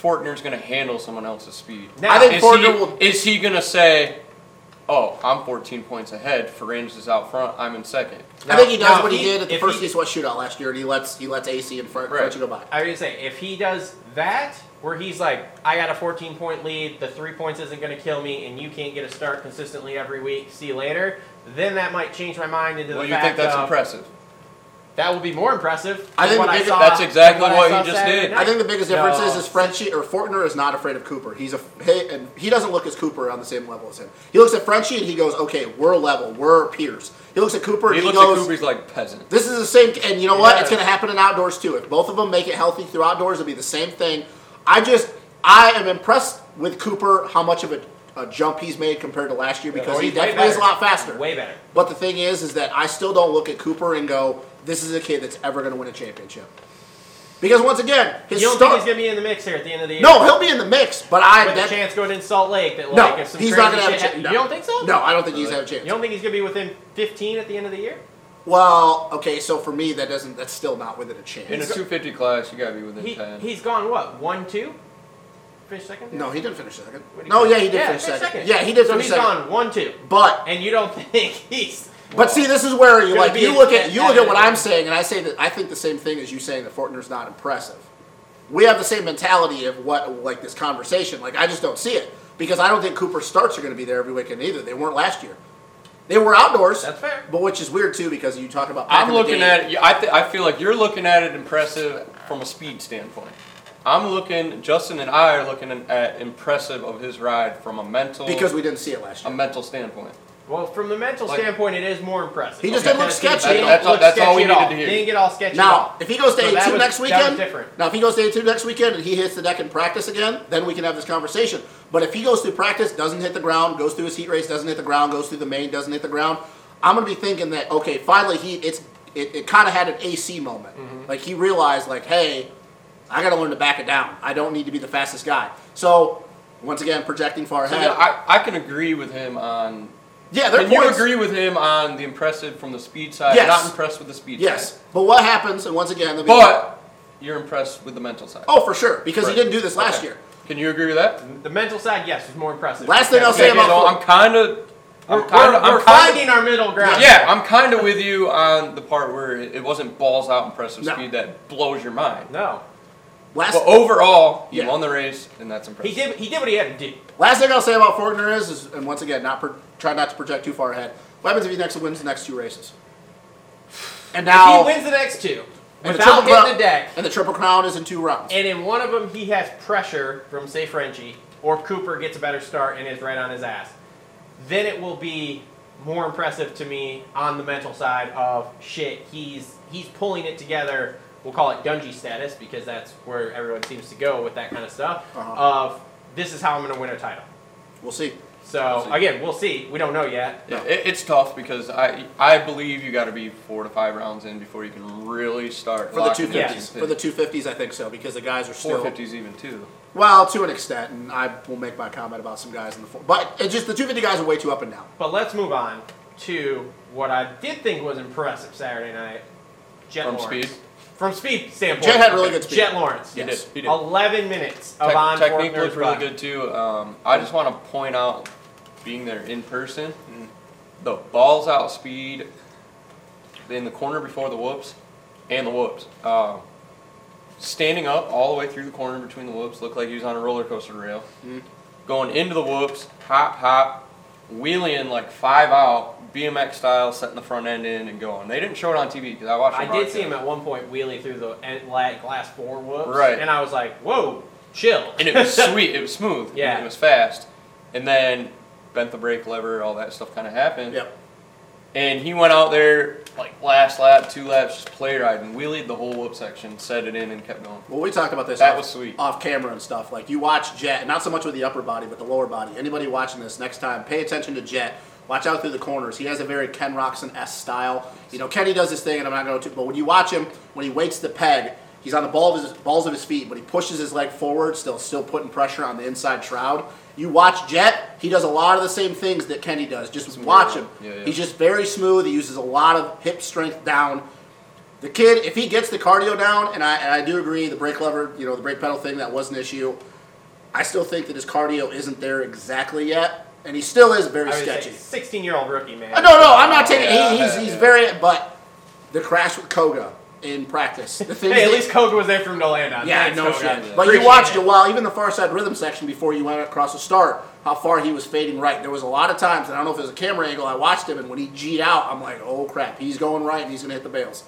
[SPEAKER 4] Fortner's going to handle someone else's speed.
[SPEAKER 3] Now,
[SPEAKER 5] I think
[SPEAKER 4] is
[SPEAKER 5] Fortner
[SPEAKER 4] he,
[SPEAKER 5] will-
[SPEAKER 4] Is he going to say, "Oh, I'm 14 points ahead. Ferrandis is out front. I'm in second.
[SPEAKER 5] I think he does
[SPEAKER 3] now,
[SPEAKER 5] what he,
[SPEAKER 3] he-
[SPEAKER 5] did at the
[SPEAKER 3] if
[SPEAKER 5] first
[SPEAKER 3] he-
[SPEAKER 5] East West shootout last year, and he lets he lets AC and Fre- Frenchie go by.
[SPEAKER 3] I was gonna say if he does that, where he's like, I got a 14 point lead, the three points isn't gonna kill me, and you can't get a start consistently every week. See you later. Then that might change my mind into
[SPEAKER 4] Well,
[SPEAKER 3] the
[SPEAKER 4] you
[SPEAKER 3] fact
[SPEAKER 4] think that's
[SPEAKER 3] of,
[SPEAKER 4] impressive?
[SPEAKER 3] That will be more impressive.
[SPEAKER 5] I
[SPEAKER 3] than
[SPEAKER 5] think
[SPEAKER 3] what
[SPEAKER 5] the
[SPEAKER 3] I
[SPEAKER 5] big-
[SPEAKER 3] saw,
[SPEAKER 4] that's exactly
[SPEAKER 3] than
[SPEAKER 4] what
[SPEAKER 3] I
[SPEAKER 4] he
[SPEAKER 3] saw
[SPEAKER 4] just
[SPEAKER 3] Saturday
[SPEAKER 4] did.
[SPEAKER 3] night.
[SPEAKER 5] I think the biggest difference
[SPEAKER 3] No.
[SPEAKER 5] is is Frenchie or Fortner is not afraid of Cooper. He's a he, and he doesn't look as Cooper on the same level as him. He looks at Frenchie and he goes, "Okay, we're level, we're peers." He looks at Cooper and
[SPEAKER 4] He
[SPEAKER 5] he,
[SPEAKER 4] looks at
[SPEAKER 5] goes,
[SPEAKER 4] Cooper. He's like peasant.
[SPEAKER 5] This is the same, and you know what?
[SPEAKER 3] Yeah.
[SPEAKER 5] It's going to happen in outdoors too. If both of them make it healthy through outdoors, it'll be the same thing. I just, I am impressed with Cooper how much of a, a jump he's made compared to last year because
[SPEAKER 3] Oh,
[SPEAKER 5] he
[SPEAKER 3] he's way
[SPEAKER 5] definitely is a
[SPEAKER 3] better.
[SPEAKER 5] lot faster.
[SPEAKER 3] Way better.
[SPEAKER 5] But the thing is, is that I still don't look at Cooper and go, "This is a kid that's ever going to win a championship." Because once again, his
[SPEAKER 3] You don't
[SPEAKER 5] start.
[SPEAKER 3] think he's gonna be in the mix here at the end of the year?
[SPEAKER 5] no, he'll be in the mix, but I.
[SPEAKER 3] with a
[SPEAKER 5] that-
[SPEAKER 3] chance going in Salt Lake that like
[SPEAKER 5] no,
[SPEAKER 3] if some
[SPEAKER 5] he's
[SPEAKER 3] crazy
[SPEAKER 5] not going to have a
[SPEAKER 3] shit
[SPEAKER 5] chance.
[SPEAKER 3] hap-
[SPEAKER 5] No.
[SPEAKER 3] You don't think so?
[SPEAKER 5] No, I don't think he's have a chance.
[SPEAKER 3] You don't think he's gonna be within 15 at the end of the year?
[SPEAKER 5] Well, okay, so for me, that doesn't. That's still not within a chance.
[SPEAKER 4] In a 250 class, you got to be within
[SPEAKER 3] He
[SPEAKER 4] 10.
[SPEAKER 3] he's gone what one two? Finish second.
[SPEAKER 5] No, he didn't finish second.
[SPEAKER 3] What do you
[SPEAKER 5] No,
[SPEAKER 3] think?
[SPEAKER 5] yeah, he did finish second. Yeah, he did
[SPEAKER 3] So
[SPEAKER 5] finish
[SPEAKER 3] he's
[SPEAKER 5] second.
[SPEAKER 3] gone one two,
[SPEAKER 5] But
[SPEAKER 3] and you don't *laughs* think he's
[SPEAKER 5] but see, this is where you
[SPEAKER 3] Gonna
[SPEAKER 5] like
[SPEAKER 3] be
[SPEAKER 5] you look
[SPEAKER 3] a-
[SPEAKER 5] at you look at what
[SPEAKER 3] a-
[SPEAKER 5] I'm saying, and I say that I think the same thing as you saying that Fortner's not impressive. We have the same mentality of what like this conversation. Like I just don't see it because I don't think Cooper starts are going to be there every weekend either. They weren't last year. They were outdoors.
[SPEAKER 3] That's fair.
[SPEAKER 5] But which is weird too because you talk about. back
[SPEAKER 4] I'm
[SPEAKER 5] in the
[SPEAKER 4] looking
[SPEAKER 5] day-
[SPEAKER 4] at it. I, th- I feel like you're looking at it impressive from a speed standpoint. I'm looking. Justin and I are looking at impressive of his ride from a mental
[SPEAKER 5] Because we didn't see it last
[SPEAKER 4] a
[SPEAKER 5] year.
[SPEAKER 4] mental standpoint.
[SPEAKER 3] Well, from the mental
[SPEAKER 4] Like-
[SPEAKER 3] standpoint, it is more impressive.
[SPEAKER 5] He just didn't look
[SPEAKER 3] That's good.
[SPEAKER 5] sketchy.
[SPEAKER 3] He
[SPEAKER 5] That's
[SPEAKER 4] all-
[SPEAKER 3] look
[SPEAKER 4] that's all we
[SPEAKER 3] sketchy at
[SPEAKER 4] needed
[SPEAKER 3] all.
[SPEAKER 4] to hear.
[SPEAKER 3] He didn't get all sketchy. at all.
[SPEAKER 5] Now, if he goes to
[SPEAKER 3] So
[SPEAKER 5] A2
[SPEAKER 3] that was-
[SPEAKER 5] next
[SPEAKER 3] that was
[SPEAKER 5] weekend,
[SPEAKER 3] different.
[SPEAKER 5] now if he goes to A2 next weekend and he hits the deck in practice again, then we can have this conversation. But if he goes through practice, doesn't hit the ground, goes through his heat race, doesn't hit the ground, goes through the main, doesn't hit the ground, I'm gonna be thinking that okay, finally he it's it, it kind of had an AC moment,
[SPEAKER 4] Mm-hmm.
[SPEAKER 5] like he realized like hey, I gotta learn to back it down. I don't need to be the fastest guy. So once again, projecting far
[SPEAKER 4] So
[SPEAKER 5] ahead.
[SPEAKER 4] yeah, I, I can agree with him on.
[SPEAKER 5] yeah, there are
[SPEAKER 4] Can you
[SPEAKER 5] points-
[SPEAKER 4] agree with him on the impressive from the speed side?
[SPEAKER 5] Yes.
[SPEAKER 4] Not impressed with the speed side.
[SPEAKER 5] Yes, but what happens? And once again, let me-
[SPEAKER 4] But you're impressed with the mental side.
[SPEAKER 5] oh for sure because
[SPEAKER 4] Right.
[SPEAKER 5] he didn't do this last
[SPEAKER 4] Okay.
[SPEAKER 5] year.
[SPEAKER 4] Can you agree with that?
[SPEAKER 3] The mental side, yes, is more impressive.
[SPEAKER 5] Last thing I'll say
[SPEAKER 4] Okay,
[SPEAKER 5] about
[SPEAKER 4] so I'm kind of.
[SPEAKER 3] We're,
[SPEAKER 4] I'm
[SPEAKER 3] we're,
[SPEAKER 4] kind of.
[SPEAKER 3] we're
[SPEAKER 4] I'm kind
[SPEAKER 3] finding our middle ground.
[SPEAKER 4] Yeah, I'm kind of with you on the part where it it wasn't balls out impressive
[SPEAKER 5] No.
[SPEAKER 4] speed that blows your mind.
[SPEAKER 3] No.
[SPEAKER 5] last
[SPEAKER 4] But overall, you
[SPEAKER 5] Yeah.
[SPEAKER 4] won the race, and that's impressive.
[SPEAKER 3] He did. He did what he had to do.
[SPEAKER 5] Last thing I'll say about Fortner is, is and once again, not pro- try not to project too far ahead. What happens if he next wins the next two races? And now,
[SPEAKER 3] He wins the next two
[SPEAKER 5] and the
[SPEAKER 3] without
[SPEAKER 5] Triple Crown-
[SPEAKER 3] hitting the deck,
[SPEAKER 5] and the triple crown is in two rounds.
[SPEAKER 3] and in one of them he has pressure from say Frenchie or Cooper gets a better start and is right on his ass. Then it will be more impressive to me on the mental side of shit. He's he's pulling it together. We'll call it Dungy status because that's where everyone seems to go with that kind of stuff.
[SPEAKER 5] Uh-huh.
[SPEAKER 3] Of this is how I'm going to win a title.
[SPEAKER 5] We'll see.
[SPEAKER 3] So
[SPEAKER 4] We'll see.
[SPEAKER 3] again, we'll see. We don't know yet.
[SPEAKER 4] Yeah, it, it's tough because I I believe you got to be four to five rounds in before you can really start
[SPEAKER 5] For the
[SPEAKER 4] locking
[SPEAKER 5] two
[SPEAKER 4] in these
[SPEAKER 5] fifties, for the
[SPEAKER 4] things.
[SPEAKER 5] two fifties, I think so because the guys are
[SPEAKER 4] four
[SPEAKER 5] still
[SPEAKER 4] fifties even too.
[SPEAKER 5] well to an extent, and I will make my comment about some guys in the four. But it's just the two fifty guys are way too up and down.
[SPEAKER 3] But let's move on to what I did think was impressive Saturday night. Jet
[SPEAKER 4] From
[SPEAKER 3] Lawrence.
[SPEAKER 4] speed?
[SPEAKER 3] From speed standpoint.
[SPEAKER 5] Jet had really good speed.
[SPEAKER 3] Jet Lawrence.
[SPEAKER 5] Yeah.
[SPEAKER 4] He
[SPEAKER 5] Yes.
[SPEAKER 4] did. He did.
[SPEAKER 3] 11 minutes of
[SPEAKER 4] Tec-
[SPEAKER 3] on
[SPEAKER 4] technique
[SPEAKER 3] Fortner's
[SPEAKER 4] looked really
[SPEAKER 3] run.
[SPEAKER 4] good too. Um, I just want to point out, being there in person,
[SPEAKER 3] Mm-hmm.
[SPEAKER 4] the balls out speed in the corner before the whoops, and the whoops. Um, standing up all the way through the corner between the whoops looked like he was on a roller coaster rail.
[SPEAKER 3] Mm-hmm.
[SPEAKER 4] Going into the whoops, hop hop, wheeling like five out, BMX style, setting the front end in and going. They didn't show it on TV because I watched.
[SPEAKER 3] I
[SPEAKER 4] the
[SPEAKER 3] did see
[SPEAKER 4] broadcast.
[SPEAKER 3] him at one point wheeling through the en- la- glass four whoops.
[SPEAKER 4] Right.
[SPEAKER 3] And I was like, whoa, chill.
[SPEAKER 4] and
[SPEAKER 3] *laughs*
[SPEAKER 4] it was sweet. It was smooth. and
[SPEAKER 3] Yeah.
[SPEAKER 4] it was fast. And then bent the brake lever, all that stuff kind of happened.
[SPEAKER 5] Yep.
[SPEAKER 4] And he went out there like last lap, two laps, just play riding, wheelied the whole whoop section, set it in, and kept going.
[SPEAKER 5] Well, we talked about this.
[SPEAKER 4] That
[SPEAKER 5] off,
[SPEAKER 4] was sweet.
[SPEAKER 5] off camera and stuff. Like you watch Jet, not so much with the upper body, but the lower body. Anybody watching this next time, pay attention to Jet. Watch out through the corners. He has a very Ken Roxon s style. You know, Kenny does his thing, and I'm not going to. But when you watch him, when he waits the peg, he's on the ball of his balls of his feet, but he pushes his leg forward, still still putting pressure on the inside shroud. You watch Jet. He does a lot of the same things that Kenny does. Just watch him.
[SPEAKER 4] Yeah, yeah.
[SPEAKER 5] He's just very smooth. He uses a lot of hip strength down. The kid, if he gets the cardio down, and I, and I do agree, the brake lever, you know, the brake pedal thing, that was an issue. I still think that his cardio isn't there exactly yet, and he still is very
[SPEAKER 3] I was
[SPEAKER 5] sketchy.
[SPEAKER 3] a 16 year old rookie, man.
[SPEAKER 5] Uh, No, no, I'm not taking.
[SPEAKER 4] Yeah,
[SPEAKER 5] he, he's
[SPEAKER 4] yeah,
[SPEAKER 5] he's
[SPEAKER 4] yeah.
[SPEAKER 5] very, but the crash with Koga in practice, the things.
[SPEAKER 3] Hey, at
[SPEAKER 5] that-
[SPEAKER 3] least Koga was there for him to land on.
[SPEAKER 5] yeah,
[SPEAKER 3] Thanks,
[SPEAKER 5] no
[SPEAKER 3] Koga.
[SPEAKER 5] shit. But you
[SPEAKER 3] Appreciate
[SPEAKER 5] watched
[SPEAKER 3] it.
[SPEAKER 5] a while, even the far side rhythm section before you went across the start, how far he was fading right. There was a lot of times, and I don't know if it was a camera angle, I watched him, and when he G'd out, I'm like, oh crap, he's going right and he's going to hit the bales.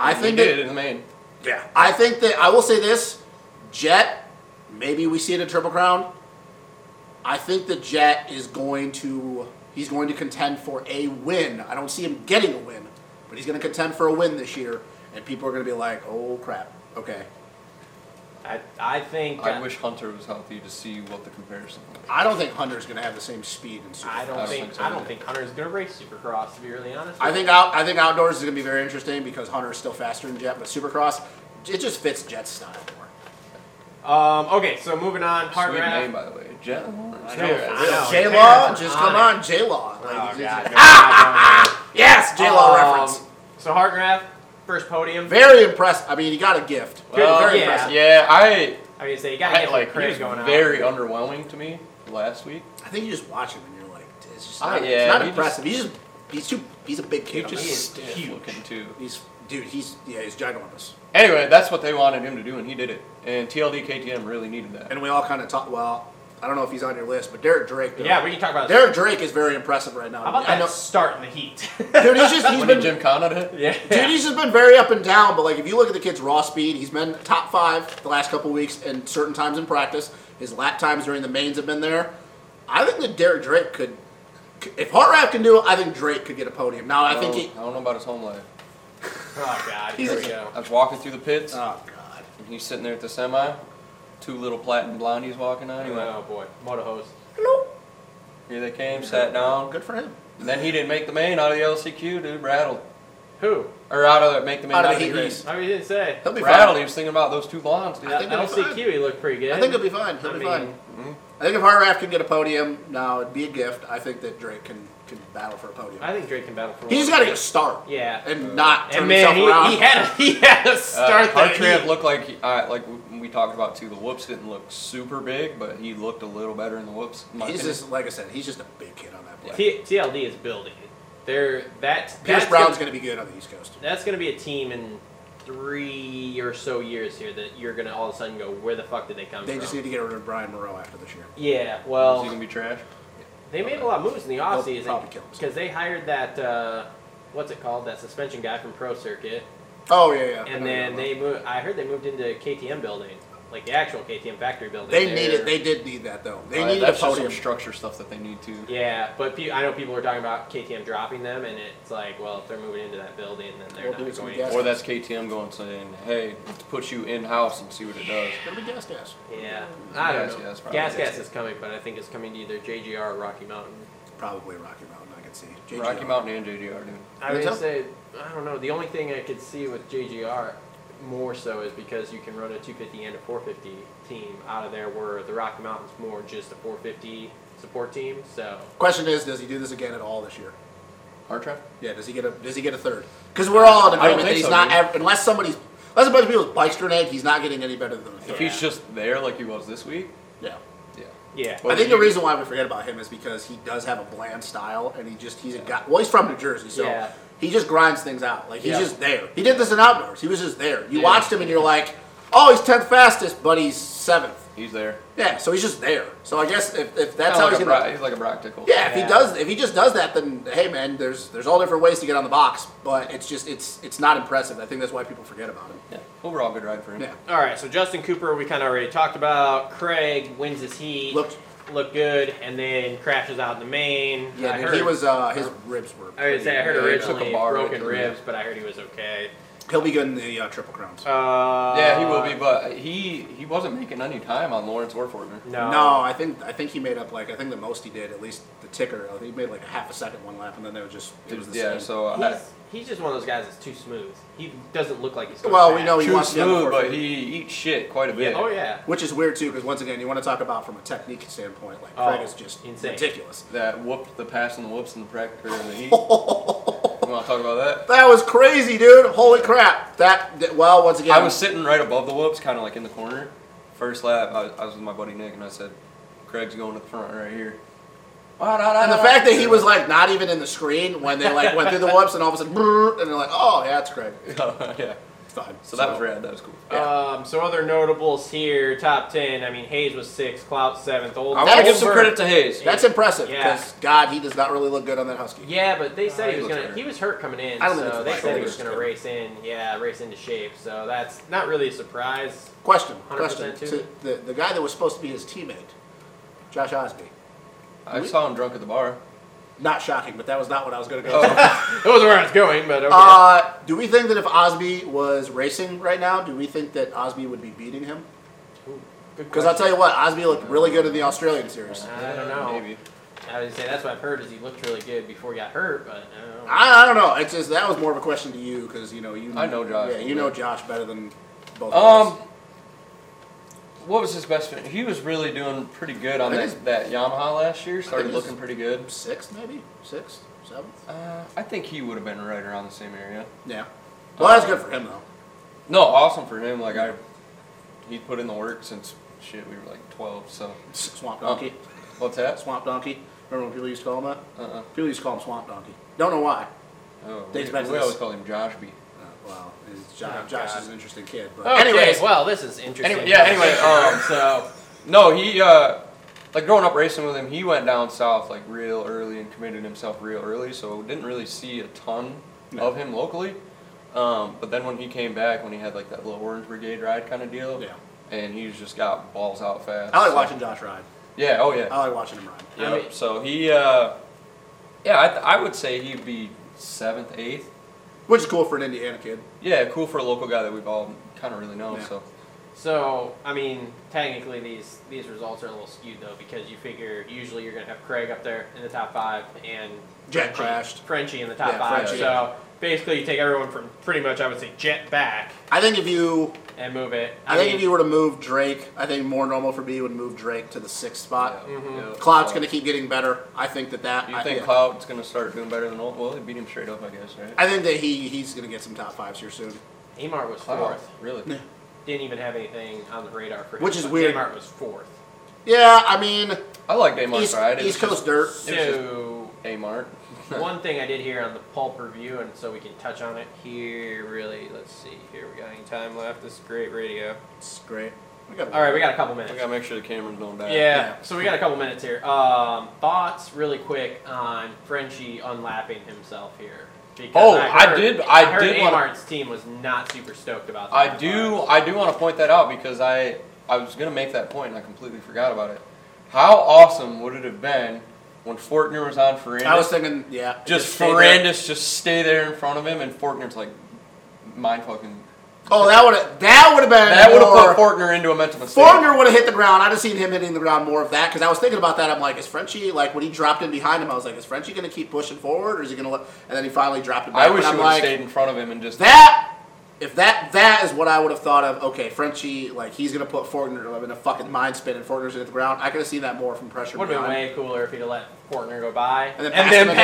[SPEAKER 5] I
[SPEAKER 4] He
[SPEAKER 5] think that-
[SPEAKER 4] did in the main.
[SPEAKER 5] yeah. I think that I will say this, Jet. Maybe we see it in Triple Crown. I think the Jet is going to he's going to contend for a win. I don't see him getting a win, but he's going to contend for a win this year, and people are going to be like, "Oh crap, okay."
[SPEAKER 3] I, I think.
[SPEAKER 4] I
[SPEAKER 3] uh,
[SPEAKER 4] wish Hunter was healthy to see what the comparison was.
[SPEAKER 5] I don't think Hunter's going to have the same speed and
[SPEAKER 3] I don't,
[SPEAKER 4] I
[SPEAKER 5] Supercross.
[SPEAKER 4] don't
[SPEAKER 3] think,
[SPEAKER 4] think so
[SPEAKER 3] I don't
[SPEAKER 4] either.
[SPEAKER 3] think Hunter's gonna race Supercross to be really honest.
[SPEAKER 5] I
[SPEAKER 3] with
[SPEAKER 5] think out I think outdoors is going to be very interesting because Hunter's still faster than Jet, but Supercross it just fits Jet's style more.
[SPEAKER 3] you. Um, okay, so moving on. Hard
[SPEAKER 4] Sweet
[SPEAKER 3] rap.
[SPEAKER 4] name, by the way. Jet Lawrence.
[SPEAKER 3] know. I know.
[SPEAKER 5] J Law,
[SPEAKER 3] Parents are
[SPEAKER 5] just
[SPEAKER 3] on
[SPEAKER 5] come
[SPEAKER 3] it.
[SPEAKER 5] on, J Law.
[SPEAKER 3] Oh,
[SPEAKER 5] *laughs*
[SPEAKER 3] God. Um,
[SPEAKER 5] Yes, J Law reference.
[SPEAKER 3] So Hartgraf, first podium.
[SPEAKER 5] Very impressed. I mean, he got a gift.
[SPEAKER 4] Well,
[SPEAKER 5] very
[SPEAKER 3] yeah.
[SPEAKER 5] impressed.
[SPEAKER 4] Yeah, I,
[SPEAKER 3] I mean, so you gotta
[SPEAKER 4] I
[SPEAKER 3] get like
[SPEAKER 4] like he
[SPEAKER 3] credit
[SPEAKER 4] was
[SPEAKER 3] going on.
[SPEAKER 4] very underwhelming to me last week.
[SPEAKER 5] I think you just watch him and you're like, it's just
[SPEAKER 3] Oh,
[SPEAKER 4] Ah,
[SPEAKER 5] not,
[SPEAKER 4] yeah,
[SPEAKER 5] it's not
[SPEAKER 4] he
[SPEAKER 5] impressive. he's just he's too he's a big
[SPEAKER 4] He
[SPEAKER 5] kid. I'm
[SPEAKER 4] just
[SPEAKER 5] like,
[SPEAKER 3] is
[SPEAKER 4] stiff
[SPEAKER 3] huge.
[SPEAKER 4] looking too.
[SPEAKER 5] he's dude. He's yeah, he's ginormous.
[SPEAKER 4] Anyway, that's what they wanted him to do, and he did it. And TLD KTM really needed that.
[SPEAKER 5] And we all kind of talk. Well, I don't know if he's on your list, but Derek Drake. though.
[SPEAKER 3] Yeah, we can talk about
[SPEAKER 5] Derek Drake is very impressive right now.
[SPEAKER 3] How about
[SPEAKER 5] I
[SPEAKER 3] that
[SPEAKER 5] know,
[SPEAKER 3] start in the
[SPEAKER 5] *laughs*
[SPEAKER 3] heat? *laughs*
[SPEAKER 5] dude, he's just he's
[SPEAKER 4] When did
[SPEAKER 5] been
[SPEAKER 4] Jim Connor hit?
[SPEAKER 3] yeah.
[SPEAKER 5] Dude, he's just been very up and down, but like if you look at the kid's raw speed, he's been top five the last couple weeks and certain times in practice. His lap times during the mains have been there. I think that Derek Drake could, if Hartrap can do it, I think Drake could get a podium. Now I think he.
[SPEAKER 4] I don't know about his home life.
[SPEAKER 3] Oh god,
[SPEAKER 5] He's
[SPEAKER 3] here we
[SPEAKER 5] a-
[SPEAKER 3] go.
[SPEAKER 4] I was walking through the pits,
[SPEAKER 5] Oh God.
[SPEAKER 4] and he's sitting there at the semi. Two little platinum blondies walking on. He went,
[SPEAKER 3] Oh boy, motor hose.
[SPEAKER 5] Hello.
[SPEAKER 4] here they came, sat down.
[SPEAKER 5] Oh, Good for him.
[SPEAKER 4] And then he didn't make the main out of the LCQ, dude. Rattled.
[SPEAKER 3] Who?
[SPEAKER 4] Or out of the, make the main
[SPEAKER 5] Out of the heat race.
[SPEAKER 3] I mean, he didn't say.
[SPEAKER 5] He'll be
[SPEAKER 4] Rattled. He
[SPEAKER 5] fine.
[SPEAKER 4] was thinking about those two blondes, dude.
[SPEAKER 5] I think it'll be
[SPEAKER 3] LCQ, he looked pretty good.
[SPEAKER 5] I think he'll be fine. He'll
[SPEAKER 3] I
[SPEAKER 5] be
[SPEAKER 3] mean-
[SPEAKER 5] fine. I think if Hartrap can get a podium, now it'd be a gift. I think that Drake can can battle for a podium.
[SPEAKER 3] I think Drake can battle for. one.
[SPEAKER 5] He's got to get a start.
[SPEAKER 3] Yeah.
[SPEAKER 5] And not turn
[SPEAKER 3] And man,
[SPEAKER 5] himself around.
[SPEAKER 3] he, he had a, *laughs* he had a start
[SPEAKER 4] uh,
[SPEAKER 3] that
[SPEAKER 4] Hartranft
[SPEAKER 3] heat.
[SPEAKER 4] looked like, he- uh, like we- we talked about too, the whoops didn't look super big, but he looked a little better in the whoops. in my
[SPEAKER 5] He's
[SPEAKER 4] opinion.
[SPEAKER 5] just like I said. He's just a big kid on that. block.
[SPEAKER 3] T- TLD is building. They're that.
[SPEAKER 5] Pierce
[SPEAKER 3] that's
[SPEAKER 5] Brown's
[SPEAKER 3] gonna,
[SPEAKER 5] going to be good on the East Coast.
[SPEAKER 3] That's going to be a team in three or so years here that you're going to all of a sudden go, where the fuck did they come
[SPEAKER 5] They
[SPEAKER 3] from?
[SPEAKER 5] just need to get rid of Brian Moreau after this year.
[SPEAKER 3] yeah,
[SPEAKER 4] Is he
[SPEAKER 3] well,
[SPEAKER 4] gonna be trash?
[SPEAKER 3] they made a lot of moves in the
[SPEAKER 5] They'll probably kill
[SPEAKER 3] offseason
[SPEAKER 5] him.
[SPEAKER 3] because they hired that, uh, what's it called, that suspension guy from Pro Circuit.
[SPEAKER 5] Oh yeah, yeah.
[SPEAKER 3] And then they moved, I heard they moved into KTM building, like the actual KTM factory building.
[SPEAKER 5] they
[SPEAKER 3] there.
[SPEAKER 5] needed they did need Oh, that though. They
[SPEAKER 4] Uh,
[SPEAKER 5] needed a
[SPEAKER 4] that's just
[SPEAKER 5] podium.
[SPEAKER 4] some structure stuff that they need to.
[SPEAKER 3] Yeah, but pe- I know people are talking about KTM dropping them, and it's like, well, if they're moving into that building, then they're
[SPEAKER 5] We'll do
[SPEAKER 3] not
[SPEAKER 5] some
[SPEAKER 3] going.
[SPEAKER 5] gas.
[SPEAKER 4] Or that's KTM going saying, hey, let's put you in house and see what it does.
[SPEAKER 5] Remember gas gas.
[SPEAKER 3] Yeah, I don't
[SPEAKER 4] Gas
[SPEAKER 3] know.
[SPEAKER 4] Gas
[SPEAKER 3] Gas
[SPEAKER 4] probably
[SPEAKER 3] gas,
[SPEAKER 4] gets it.
[SPEAKER 3] is coming, but I think it's coming to either JGR or Rocky Mountain.
[SPEAKER 5] Probably Rocky Mountain. I can see. JGR.
[SPEAKER 4] Rocky Mountain and JDR, dude.
[SPEAKER 3] I
[SPEAKER 5] Think
[SPEAKER 3] would
[SPEAKER 5] so?
[SPEAKER 3] say I don't know. The only thing I could see with JGR more so is because you can run a 250 and a 450 team out of there, where the Rocky Mountain's more just a 450 support team. So
[SPEAKER 5] Question is, does he do this again at all this year?
[SPEAKER 4] Hartrap?
[SPEAKER 5] Yeah. Does he get a Does he get a third? Because we're all in
[SPEAKER 4] I don't
[SPEAKER 5] agreement
[SPEAKER 4] think
[SPEAKER 5] that he's
[SPEAKER 4] so,
[SPEAKER 5] not.
[SPEAKER 4] dude.
[SPEAKER 5] Ever, unless somebody's unless a bunch of people's bikes turn egg, he's not getting any better than the
[SPEAKER 4] If
[SPEAKER 5] third.
[SPEAKER 4] he's just there like he was this week,
[SPEAKER 5] Yeah.
[SPEAKER 4] yeah.
[SPEAKER 3] yeah,
[SPEAKER 5] I
[SPEAKER 4] Well,
[SPEAKER 5] think
[SPEAKER 4] you-
[SPEAKER 5] the reason why we forget about him is because he does have a bland style, and he just he's a guy. Well, he's from New Jersey, so
[SPEAKER 3] Yeah.
[SPEAKER 5] he just grinds things out. Like he's
[SPEAKER 4] Yeah.
[SPEAKER 5] just there. He did this in outdoors. He was just there. You
[SPEAKER 4] Yeah.
[SPEAKER 5] watched him, and you're like, oh, he's tenth fastest, but he's seventh.
[SPEAKER 4] He's there.
[SPEAKER 5] Yeah, so he's just there. So I guess if, if
[SPEAKER 4] Kinda
[SPEAKER 5] that's how
[SPEAKER 4] like
[SPEAKER 5] he's
[SPEAKER 4] a
[SPEAKER 5] gonna,
[SPEAKER 4] Brock- he's like a Brock Tickle.
[SPEAKER 5] yeah, if
[SPEAKER 3] Yeah.
[SPEAKER 5] he does, if he just does that, then hey, man, there's there's all different ways to get on the box, but it's just it's it's not impressive. I think that's why people forget about him.
[SPEAKER 4] Yeah. Overall, good ride for him.
[SPEAKER 5] Yeah,
[SPEAKER 3] All right, so Justin Cooper, we kind of already talked about. Craig wins his heat,
[SPEAKER 5] Looked-
[SPEAKER 3] looked good, and then crashes out in the main. I
[SPEAKER 5] yeah, dude,
[SPEAKER 3] heard,
[SPEAKER 5] he was uh, his ribs were.
[SPEAKER 3] I would say I heard
[SPEAKER 4] Yeah, he took a
[SPEAKER 3] originally
[SPEAKER 4] bar or
[SPEAKER 3] broken
[SPEAKER 4] two.
[SPEAKER 3] ribs, but I heard he was okay.
[SPEAKER 5] He'll be good in the uh, triple crowns.
[SPEAKER 3] Uh,
[SPEAKER 4] Yeah, he will be, but he he wasn't making any time on Lawrence or Fortner.
[SPEAKER 3] No,
[SPEAKER 5] No, I think I think he made up like I think the most he did, at least the ticker. I think he made like a half a second one lap, and then they were just it was the
[SPEAKER 4] yeah,
[SPEAKER 5] same.
[SPEAKER 4] so uh, I,
[SPEAKER 3] He's, he's just one of those guys that's too smooth. He doesn't look like he's. going
[SPEAKER 5] well, we
[SPEAKER 3] fast.
[SPEAKER 5] know he
[SPEAKER 4] too
[SPEAKER 5] wants to be on the
[SPEAKER 4] smooth, but
[SPEAKER 5] 450,
[SPEAKER 4] he eats shit quite a bit.
[SPEAKER 3] Yeah. Oh yeah.
[SPEAKER 5] which is weird too, because once again, you want to talk about from a technique standpoint, like
[SPEAKER 3] Oh,
[SPEAKER 5] Craig is just
[SPEAKER 3] insane.
[SPEAKER 5] ridiculous. *laughs*
[SPEAKER 4] That whooped the pass and the whoops and the practice and the heat. you want to talk about that?
[SPEAKER 5] That was crazy, dude! Holy crap! That, that- well, once again,
[SPEAKER 4] I was sitting right above the whoops, kind of like in the corner. First lap, I, I was with my buddy Nick, and I said, "Craig's going to the front right here."
[SPEAKER 5] and the fact that
[SPEAKER 4] *laughs*
[SPEAKER 5] he was like not even in the screen when they like went through the whoops, and all of a sudden, brrr, and they're like, oh yeah, it's Craig.
[SPEAKER 4] Oh, yeah.
[SPEAKER 5] It's fine.
[SPEAKER 4] So that was rad. That was cool.
[SPEAKER 3] Um, so other notables here, top ten. I mean, Hayes was sixth, Clout seventh, Old.
[SPEAKER 5] I
[SPEAKER 4] I want
[SPEAKER 5] That's
[SPEAKER 4] to give some
[SPEAKER 5] over.
[SPEAKER 4] credit to Hayes.
[SPEAKER 5] That's impressive
[SPEAKER 3] Yeah.
[SPEAKER 5] because God, he does not really look good on that Husky.
[SPEAKER 3] Yeah, but they said
[SPEAKER 4] Uh,
[SPEAKER 3] he
[SPEAKER 4] he
[SPEAKER 3] was
[SPEAKER 4] looks
[SPEAKER 3] gonna.
[SPEAKER 4] hurt.
[SPEAKER 3] He was hurt coming in,
[SPEAKER 5] I don't think
[SPEAKER 3] so
[SPEAKER 5] it's
[SPEAKER 3] they
[SPEAKER 5] his
[SPEAKER 3] said he
[SPEAKER 5] shoulders.
[SPEAKER 3] was gonna race in. Yeah, race into shape. So that's not really a surprise.
[SPEAKER 5] Question,
[SPEAKER 3] 100%
[SPEAKER 5] question.
[SPEAKER 3] too.
[SPEAKER 5] To the, the guy that was supposed to be his teammate, Josh Osby.
[SPEAKER 4] I saw him drunk at the bar.
[SPEAKER 5] Not shocking, but that was not what I was going to go.
[SPEAKER 4] Oh,
[SPEAKER 3] It was where I was going, but okay.
[SPEAKER 5] Uh, do we think that if Osby was racing right now, do we think that Osby would be beating him?
[SPEAKER 3] Good
[SPEAKER 5] Because I'll
[SPEAKER 3] question.
[SPEAKER 5] tell you what, Osby looked really good in the Australian series.
[SPEAKER 3] I don't know.
[SPEAKER 4] *laughs* maybe.
[SPEAKER 3] I would say that's what I've heard is he looked really good before he got hurt, but um, I don't know.
[SPEAKER 5] I, I don't know. It's just that was more of a question to you because you know you.
[SPEAKER 4] I know Josh.
[SPEAKER 5] Yeah, you know Josh better than both.
[SPEAKER 4] Um,
[SPEAKER 5] of us.
[SPEAKER 4] what was his best finish? He was really doing pretty good on
[SPEAKER 5] I
[SPEAKER 4] that,
[SPEAKER 5] think
[SPEAKER 4] that Yamaha last year. Started
[SPEAKER 5] his-
[SPEAKER 4] looking pretty good.
[SPEAKER 5] sixth maybe sixth seventh.
[SPEAKER 4] Uh, I think he would have been right around the same area.
[SPEAKER 5] Yeah. Well, that's good for him though.
[SPEAKER 4] No, awesome for him. Like I, he put in the work since shit. We were like twelve. So
[SPEAKER 5] S- Swamp
[SPEAKER 4] Oh.
[SPEAKER 5] donkey.
[SPEAKER 4] what's that?
[SPEAKER 5] Swamp donkey. Remember when people used to call him that?
[SPEAKER 4] Uh-uh.
[SPEAKER 5] People used to call him Swamp Donkey. Don't know why.
[SPEAKER 4] Oh, we,
[SPEAKER 5] Dates back to
[SPEAKER 4] we
[SPEAKER 5] this-
[SPEAKER 4] always call him Josh B.
[SPEAKER 5] Uh, well, it's Josh,
[SPEAKER 3] Oh,
[SPEAKER 5] Josh
[SPEAKER 3] God.
[SPEAKER 5] is an interesting kid. But
[SPEAKER 3] Okay,
[SPEAKER 5] Ah, anyways,
[SPEAKER 3] well, this is interesting.
[SPEAKER 4] Anyway, yeah. Anyway, um,
[SPEAKER 3] so
[SPEAKER 4] no, he uh, like growing up racing with him, he went down south like real early and committed himself real early, so didn't really see a ton of him locally. Um, but then when he came back, when he had like that little Orange Brigade ride kind of deal,
[SPEAKER 5] Yeah.
[SPEAKER 4] and he's just got balls out fast.
[SPEAKER 5] I like
[SPEAKER 4] so-
[SPEAKER 5] watching Josh ride.
[SPEAKER 4] Yeah. Oh yeah.
[SPEAKER 5] I like watching him ride.
[SPEAKER 4] Yep.
[SPEAKER 3] I mean-
[SPEAKER 4] so he, uh, yeah, I, th- I would say he'd be seventh, eighth.
[SPEAKER 5] Which is cool for an Indiana kid.
[SPEAKER 4] Yeah, cool for a local guy that we've all kind of really known.
[SPEAKER 5] Yeah.
[SPEAKER 4] So
[SPEAKER 3] So I mean, technically these these results are a little skewed though because you figure usually you're gonna have Craig up there in the top five and Frenchie-
[SPEAKER 5] Jet crashed.
[SPEAKER 3] Frenchie in the top
[SPEAKER 5] Yeah,
[SPEAKER 3] five.
[SPEAKER 5] Frenchie,
[SPEAKER 3] so
[SPEAKER 5] yeah.
[SPEAKER 3] basically, you take everyone from pretty much I would say Jet back
[SPEAKER 5] I think if you,
[SPEAKER 3] and move it.
[SPEAKER 5] I, think if you were to move Drake, I think more normal for B would move Drake to the sixth spot.
[SPEAKER 4] yeah, yeah.
[SPEAKER 5] Uh, mm-hmm. Cloud's
[SPEAKER 4] So,
[SPEAKER 5] going to keep getting better. I think that that.
[SPEAKER 4] You
[SPEAKER 5] I,
[SPEAKER 4] think
[SPEAKER 5] yeah.
[SPEAKER 4] Cloud's going to start doing better than old? Well, he beat him straight up, I guess, right?
[SPEAKER 5] I think that he he's going to get some top fives here soon.
[SPEAKER 3] Amar was
[SPEAKER 4] Cloud,
[SPEAKER 3] fourth.
[SPEAKER 4] really?
[SPEAKER 5] Yeah.
[SPEAKER 3] Didn't even have anything on the radar for him.
[SPEAKER 5] Which is
[SPEAKER 3] but
[SPEAKER 5] weird.
[SPEAKER 3] Amar was fourth.
[SPEAKER 5] Yeah, I mean,
[SPEAKER 4] I like Amart
[SPEAKER 5] East,
[SPEAKER 4] ride. It was
[SPEAKER 5] East Coast
[SPEAKER 4] just
[SPEAKER 5] dirt.
[SPEAKER 4] It was just-
[SPEAKER 3] So
[SPEAKER 4] *laughs* Amart.
[SPEAKER 5] *laughs*
[SPEAKER 3] one thing I did hear on the pulp review, and so we can touch on it here. Really, let's see. Here we got any time left? This is great radio.
[SPEAKER 5] It's great. We got
[SPEAKER 3] All right, we got a couple minutes.
[SPEAKER 4] We gotta make sure the camera's going back.
[SPEAKER 3] Yeah. So we got a couple minutes here. Um, thoughts, really quick, on Frenchie unlapping himself here. Because
[SPEAKER 4] Oh, I did- I
[SPEAKER 3] heard
[SPEAKER 4] did wanna-
[SPEAKER 3] Amart's team was not super stoked about that.
[SPEAKER 4] I do. I do want to point that out because I I was gonna make that point and I completely forgot about it. How awesome would it have been when Fortner was on Ferrandis?
[SPEAKER 5] I was thinking, yeah,
[SPEAKER 4] just
[SPEAKER 5] stay there.
[SPEAKER 4] Ferrandis just stay there in front of him, and Fortner's like mind fucking.
[SPEAKER 5] Oh, that would have that would have been
[SPEAKER 4] That would have
[SPEAKER 5] more-
[SPEAKER 4] put Fortner into a mental mistake.
[SPEAKER 5] Fortner would have hit the ground. I'd have seen him hitting the ground more of that because I was thinking about that. I'm like, is Frenchie like when he dropped in behind him? I was like, is Frenchie going to keep pushing forward or is he going to? let And then he finally dropped it back.
[SPEAKER 4] I wish he
[SPEAKER 5] but I'm
[SPEAKER 4] would have
[SPEAKER 5] like,
[SPEAKER 4] stayed in front of him and just.
[SPEAKER 5] that. If that that is what I would have thought of. Okay, Frenchie like he's going to put Fortner in a fucking mind spin and Fortner's going to hit the ground. I could have seen that more from pressure.
[SPEAKER 3] Would have been
[SPEAKER 5] behind.
[SPEAKER 3] way cooler if he'd have let Portner go by and
[SPEAKER 5] then pass him again.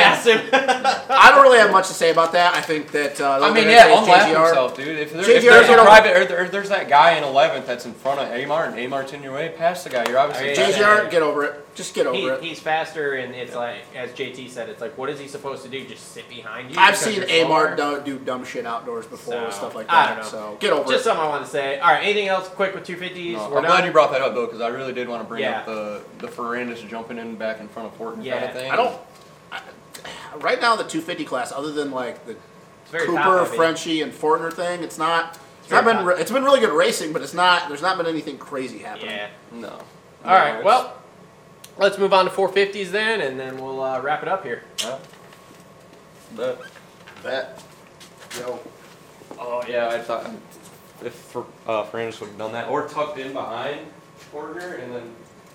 [SPEAKER 3] pass him. *laughs*
[SPEAKER 5] I don't really have much to say about that. I think that uh,
[SPEAKER 4] I mean,
[SPEAKER 5] they're
[SPEAKER 4] yeah,
[SPEAKER 5] gonna take
[SPEAKER 4] unlap
[SPEAKER 5] JGR.
[SPEAKER 4] himself, dude. If, there, if
[SPEAKER 5] JGR
[SPEAKER 4] there's a
[SPEAKER 5] hit him.
[SPEAKER 4] private, or there, if there's that guy in 11th that's in front of Amar and Amar's in your way, pass the guy. You're obviously.
[SPEAKER 3] Hey,
[SPEAKER 4] better.
[SPEAKER 5] JGR, get over it. Just get over
[SPEAKER 3] He,
[SPEAKER 5] it.
[SPEAKER 3] he's faster, and it's like as JT said, it's like what is he supposed to do? Just sit behind you?
[SPEAKER 5] I've
[SPEAKER 3] because
[SPEAKER 5] seen
[SPEAKER 3] you're
[SPEAKER 5] Amar
[SPEAKER 3] slower?
[SPEAKER 5] do, do dumb shit outdoors before
[SPEAKER 3] So,
[SPEAKER 5] and stuff like
[SPEAKER 3] I
[SPEAKER 5] that.
[SPEAKER 3] don't know.
[SPEAKER 5] So get over
[SPEAKER 3] Just
[SPEAKER 5] it.
[SPEAKER 3] something I wanted to say. All right, anything else quick with 250s?
[SPEAKER 4] No, I'm
[SPEAKER 3] We're
[SPEAKER 4] glad
[SPEAKER 3] done?
[SPEAKER 4] you brought that up though, because I really did want to bring
[SPEAKER 3] Yeah.
[SPEAKER 4] up the the Ferrandis jumping in back in front of Fortner kind
[SPEAKER 3] Yeah.
[SPEAKER 4] of thing.
[SPEAKER 5] I don't. I, right now, the 250 class, other than like the
[SPEAKER 3] It's very
[SPEAKER 5] Cooper,
[SPEAKER 3] top-heavy.
[SPEAKER 5] Frenchie, and Fortner thing, it's not. It's
[SPEAKER 3] very
[SPEAKER 5] not been.
[SPEAKER 3] top.
[SPEAKER 5] Re- it's been really good racing, but it's not. There's not been anything crazy happening.
[SPEAKER 3] Yeah.
[SPEAKER 4] No.
[SPEAKER 3] All right.
[SPEAKER 4] it's-
[SPEAKER 3] Well, let's move on to 450s then, and then we'll uh, wrap it up here.
[SPEAKER 4] Yeah. But
[SPEAKER 5] Bet. Yo.
[SPEAKER 4] oh yeah, I thought if Fer- uh, Ferrandis would have done that or tucked in behind Fortner and then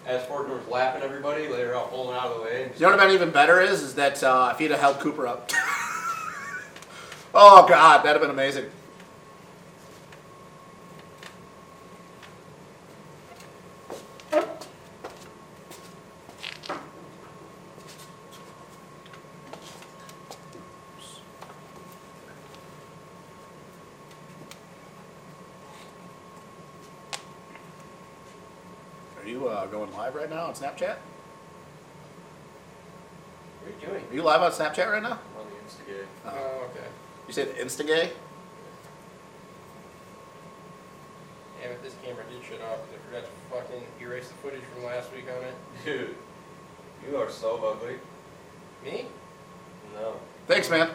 [SPEAKER 4] as Fortner was lapping everybody, they were all pulling out of the way. and
[SPEAKER 5] You know what would have been even better is, is that uh, if he'd have held Cooper up. *laughs* oh God, that'd have been amazing. Are you uh, going live right now on Snapchat?
[SPEAKER 4] What are you doing?
[SPEAKER 5] Are you live on Snapchat right now?
[SPEAKER 4] I'm on the Instigator.
[SPEAKER 5] Oh.
[SPEAKER 4] okay.
[SPEAKER 5] You said Instagay?
[SPEAKER 4] Damn it, this camera did shut off. I forgot to fucking erase the footage from last week on it. *laughs* Dude, you are so ugly. Me? No.
[SPEAKER 5] Thanks, man.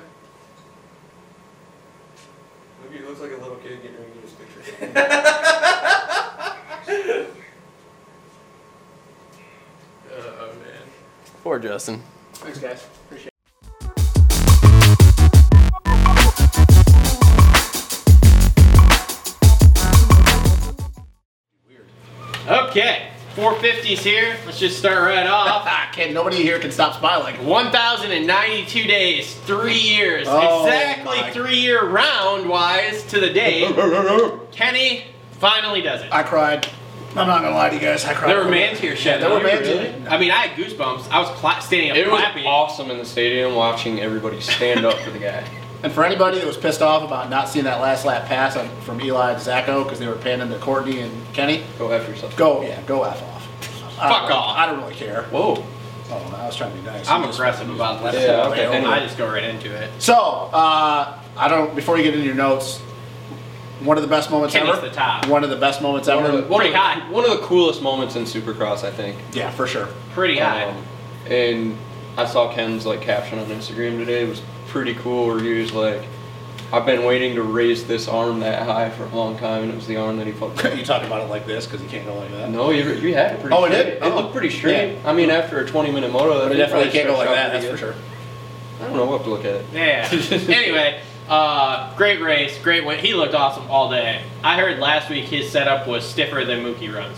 [SPEAKER 4] Look, he looks like a little kid getting ready to get his *laughs* picture. oh man.
[SPEAKER 3] Poor Justin.
[SPEAKER 5] Thanks, guys. Appreciate it.
[SPEAKER 3] Okay. 450s here. Let's just start right *laughs* off.
[SPEAKER 5] Ah, can nobody here can stop smiling.
[SPEAKER 3] 1,092 days, three years,
[SPEAKER 5] Oh, my.
[SPEAKER 3] exactly three year round wise to the
[SPEAKER 5] *laughs*
[SPEAKER 3] day. Kenny finally does it.
[SPEAKER 5] I cried. I'm not gonna lie to you guys. I cried.
[SPEAKER 3] There were man tears shed.
[SPEAKER 5] There were man tears.
[SPEAKER 3] I mean, I had goosebumps. I was cla- standing up
[SPEAKER 4] It was
[SPEAKER 3] clapping.
[SPEAKER 4] awesome in the stadium watching everybody stand up for the guy.
[SPEAKER 5] And for anybody that was pissed off about not seeing that last lap pass on, from Eli to Zacho because they were panning to Courtney and Kenny,
[SPEAKER 4] Go after yourself.
[SPEAKER 5] go yeah, go f off. I don't
[SPEAKER 3] Fuck
[SPEAKER 5] know.
[SPEAKER 3] off.
[SPEAKER 5] I don't really care.
[SPEAKER 3] Whoa.
[SPEAKER 5] Oh, I was trying to be nice.
[SPEAKER 3] I'm aggressive about that.
[SPEAKER 4] Yeah, okay,
[SPEAKER 3] I
[SPEAKER 4] anyway.
[SPEAKER 3] just go right into it.
[SPEAKER 5] So, uh, I don't. Before you get into your notes, One of the best moments
[SPEAKER 3] Kenny's
[SPEAKER 5] ever.
[SPEAKER 3] the top.
[SPEAKER 5] One of the best moments
[SPEAKER 4] One
[SPEAKER 5] ever.
[SPEAKER 4] of, the, one, of
[SPEAKER 3] Pretty high.
[SPEAKER 4] the, one of the coolest moments in Supercross, I think.
[SPEAKER 5] yeah, for sure.
[SPEAKER 3] Pretty high.
[SPEAKER 4] Um, and I saw Ken's like caption on Instagram today. It was pretty cool where he was like, I've been waiting to raise this arm that high for a long time, and it was the arm that he fucking.
[SPEAKER 5] *laughs* *laughs* you talk about it like this because you can't go like that.
[SPEAKER 4] no, you, you had it pretty
[SPEAKER 5] Oh, it
[SPEAKER 4] straight.
[SPEAKER 5] did?
[SPEAKER 4] It
[SPEAKER 5] Oh.
[SPEAKER 4] looked pretty straight. I mean, after a 20 minute moto, that
[SPEAKER 5] But it
[SPEAKER 4] thing
[SPEAKER 5] definitely
[SPEAKER 4] probably
[SPEAKER 5] can't go like
[SPEAKER 4] stretched out
[SPEAKER 5] that. That's
[SPEAKER 4] pretty
[SPEAKER 5] for sure.
[SPEAKER 4] good. I don't know, we'll have to look at it.
[SPEAKER 3] Yeah. anyway, uh, great race, great win. He looked awesome all day. I heard last week his setup was stiffer than Mookie runs.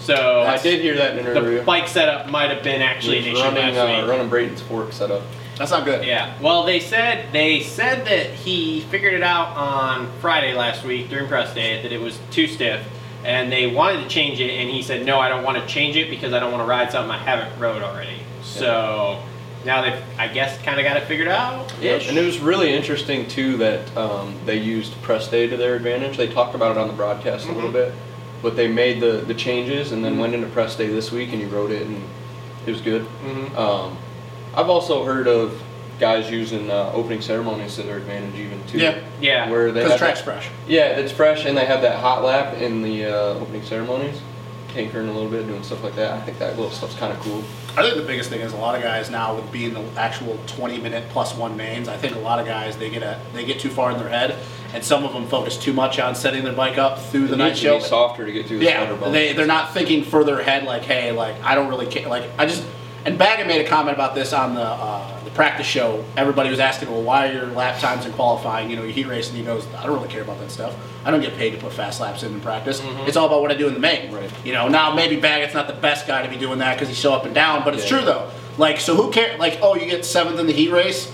[SPEAKER 3] So
[SPEAKER 4] I did hear that in an interview.
[SPEAKER 3] the bike setup might have been actually an
[SPEAKER 4] He
[SPEAKER 3] issue
[SPEAKER 4] was running,
[SPEAKER 3] last
[SPEAKER 4] uh,
[SPEAKER 3] week.
[SPEAKER 4] running Brayton's fork setup.
[SPEAKER 5] That's not good.
[SPEAKER 3] Yeah. Well, they said they said that he figured it out on Friday last week during press day that it was too stiff, and they wanted to change it, and he said, "No, I don't want to change it because I don't want to ride something I haven't rode already." So now they've, I guess, kind of got it figured out.
[SPEAKER 4] Yep, And it was really interesting too that um, they used press day to their advantage. They talked about it on the broadcast a
[SPEAKER 5] Mm-hmm.
[SPEAKER 4] little bit, but they made the, the changes and then went into press day this week and he wrote it and it was good.
[SPEAKER 5] Mm-hmm.
[SPEAKER 4] Um, I've also heard of guys using uh, opening ceremonies to their advantage even too.
[SPEAKER 5] Yeah.
[SPEAKER 3] Yeah.
[SPEAKER 4] Where they
[SPEAKER 5] Because
[SPEAKER 4] have
[SPEAKER 5] track's
[SPEAKER 4] that-
[SPEAKER 5] fresh.
[SPEAKER 4] yeah, it's fresh and they have that hot lap in the uh, opening ceremonies, tinkering a little bit, doing stuff like that. I think that little stuff's kind of cool.
[SPEAKER 5] I think the biggest thing is a lot of guys now with being the actual 20 minute plus one mains. I think a lot of guys they get a they get too far in their head, and some of them focus too much on setting their bike up through the
[SPEAKER 4] It
[SPEAKER 5] night
[SPEAKER 4] needs to
[SPEAKER 5] show.
[SPEAKER 4] be softer to get through the
[SPEAKER 5] Yeah,
[SPEAKER 4] thunder bumps.
[SPEAKER 5] they they're not thinking further ahead. Like, hey, like I don't really care. Like I just and Baggett made a comment about this on the uh, the practice show. Everybody was asking, well, why are your lap times in qualifying? You know, your heat race, and he goes, I don't really care about that stuff. I don't get paid to put fast laps in in practice. It's all about what I do in the main.
[SPEAKER 4] Mm-hmm. Right.
[SPEAKER 5] You know, now maybe Baggett's not the best guy to be doing that because he's so up and down, but it's
[SPEAKER 4] Yeah.
[SPEAKER 5] true though. Like, so who cares? Like, oh, you get seventh in the heat race.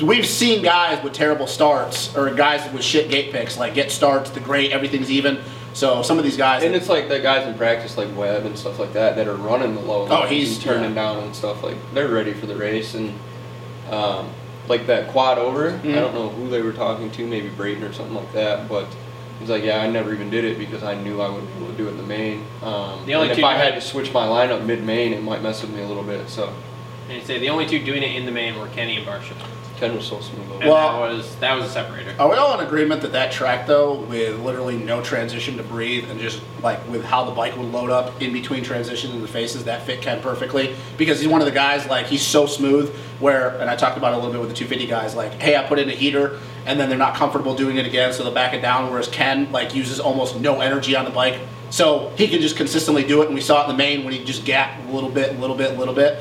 [SPEAKER 5] We've seen guys with terrible starts or guys with shit gate picks, like get starts, the great, everything's even. So some of these guys,
[SPEAKER 4] And it's like the guys in practice, like Webb and stuff like that, that are running the low.
[SPEAKER 5] Oh,
[SPEAKER 4] lines
[SPEAKER 5] he's-
[SPEAKER 4] and turning
[SPEAKER 5] yeah.
[SPEAKER 4] down and stuff like they're ready for the race and um, like that quad over. I don't know who they were talking to, maybe Brayton or something like that. But he's like, yeah, I never even did it because I knew I wouldn't be able to do it in the main. Um,
[SPEAKER 3] The only
[SPEAKER 4] and if
[SPEAKER 3] two-
[SPEAKER 4] I had to switch my lineup mid main, it might mess with me a little bit. So
[SPEAKER 3] And he said the only two doing it in the main were Kenny and Barsha.
[SPEAKER 5] Oh.
[SPEAKER 4] Ken was so smooth. over.
[SPEAKER 3] And
[SPEAKER 5] Well-
[SPEAKER 3] that was that was a separator.
[SPEAKER 5] Are we all in agreement that that track though, with literally no transition to breathe and just like with how the bike would load up in between transition and the faces, that fit Ken perfectly? Because he's one of the guys like he's so smooth. Where and I talked about it a little bit with the 250 guys, like hey, I put in a heater and then they're not comfortable doing it again, so they'll back it down. Whereas Ken like uses almost no energy on the bike, so he can just consistently do it. And we saw it in the main when he just gapped a little bit, a little bit, a little bit.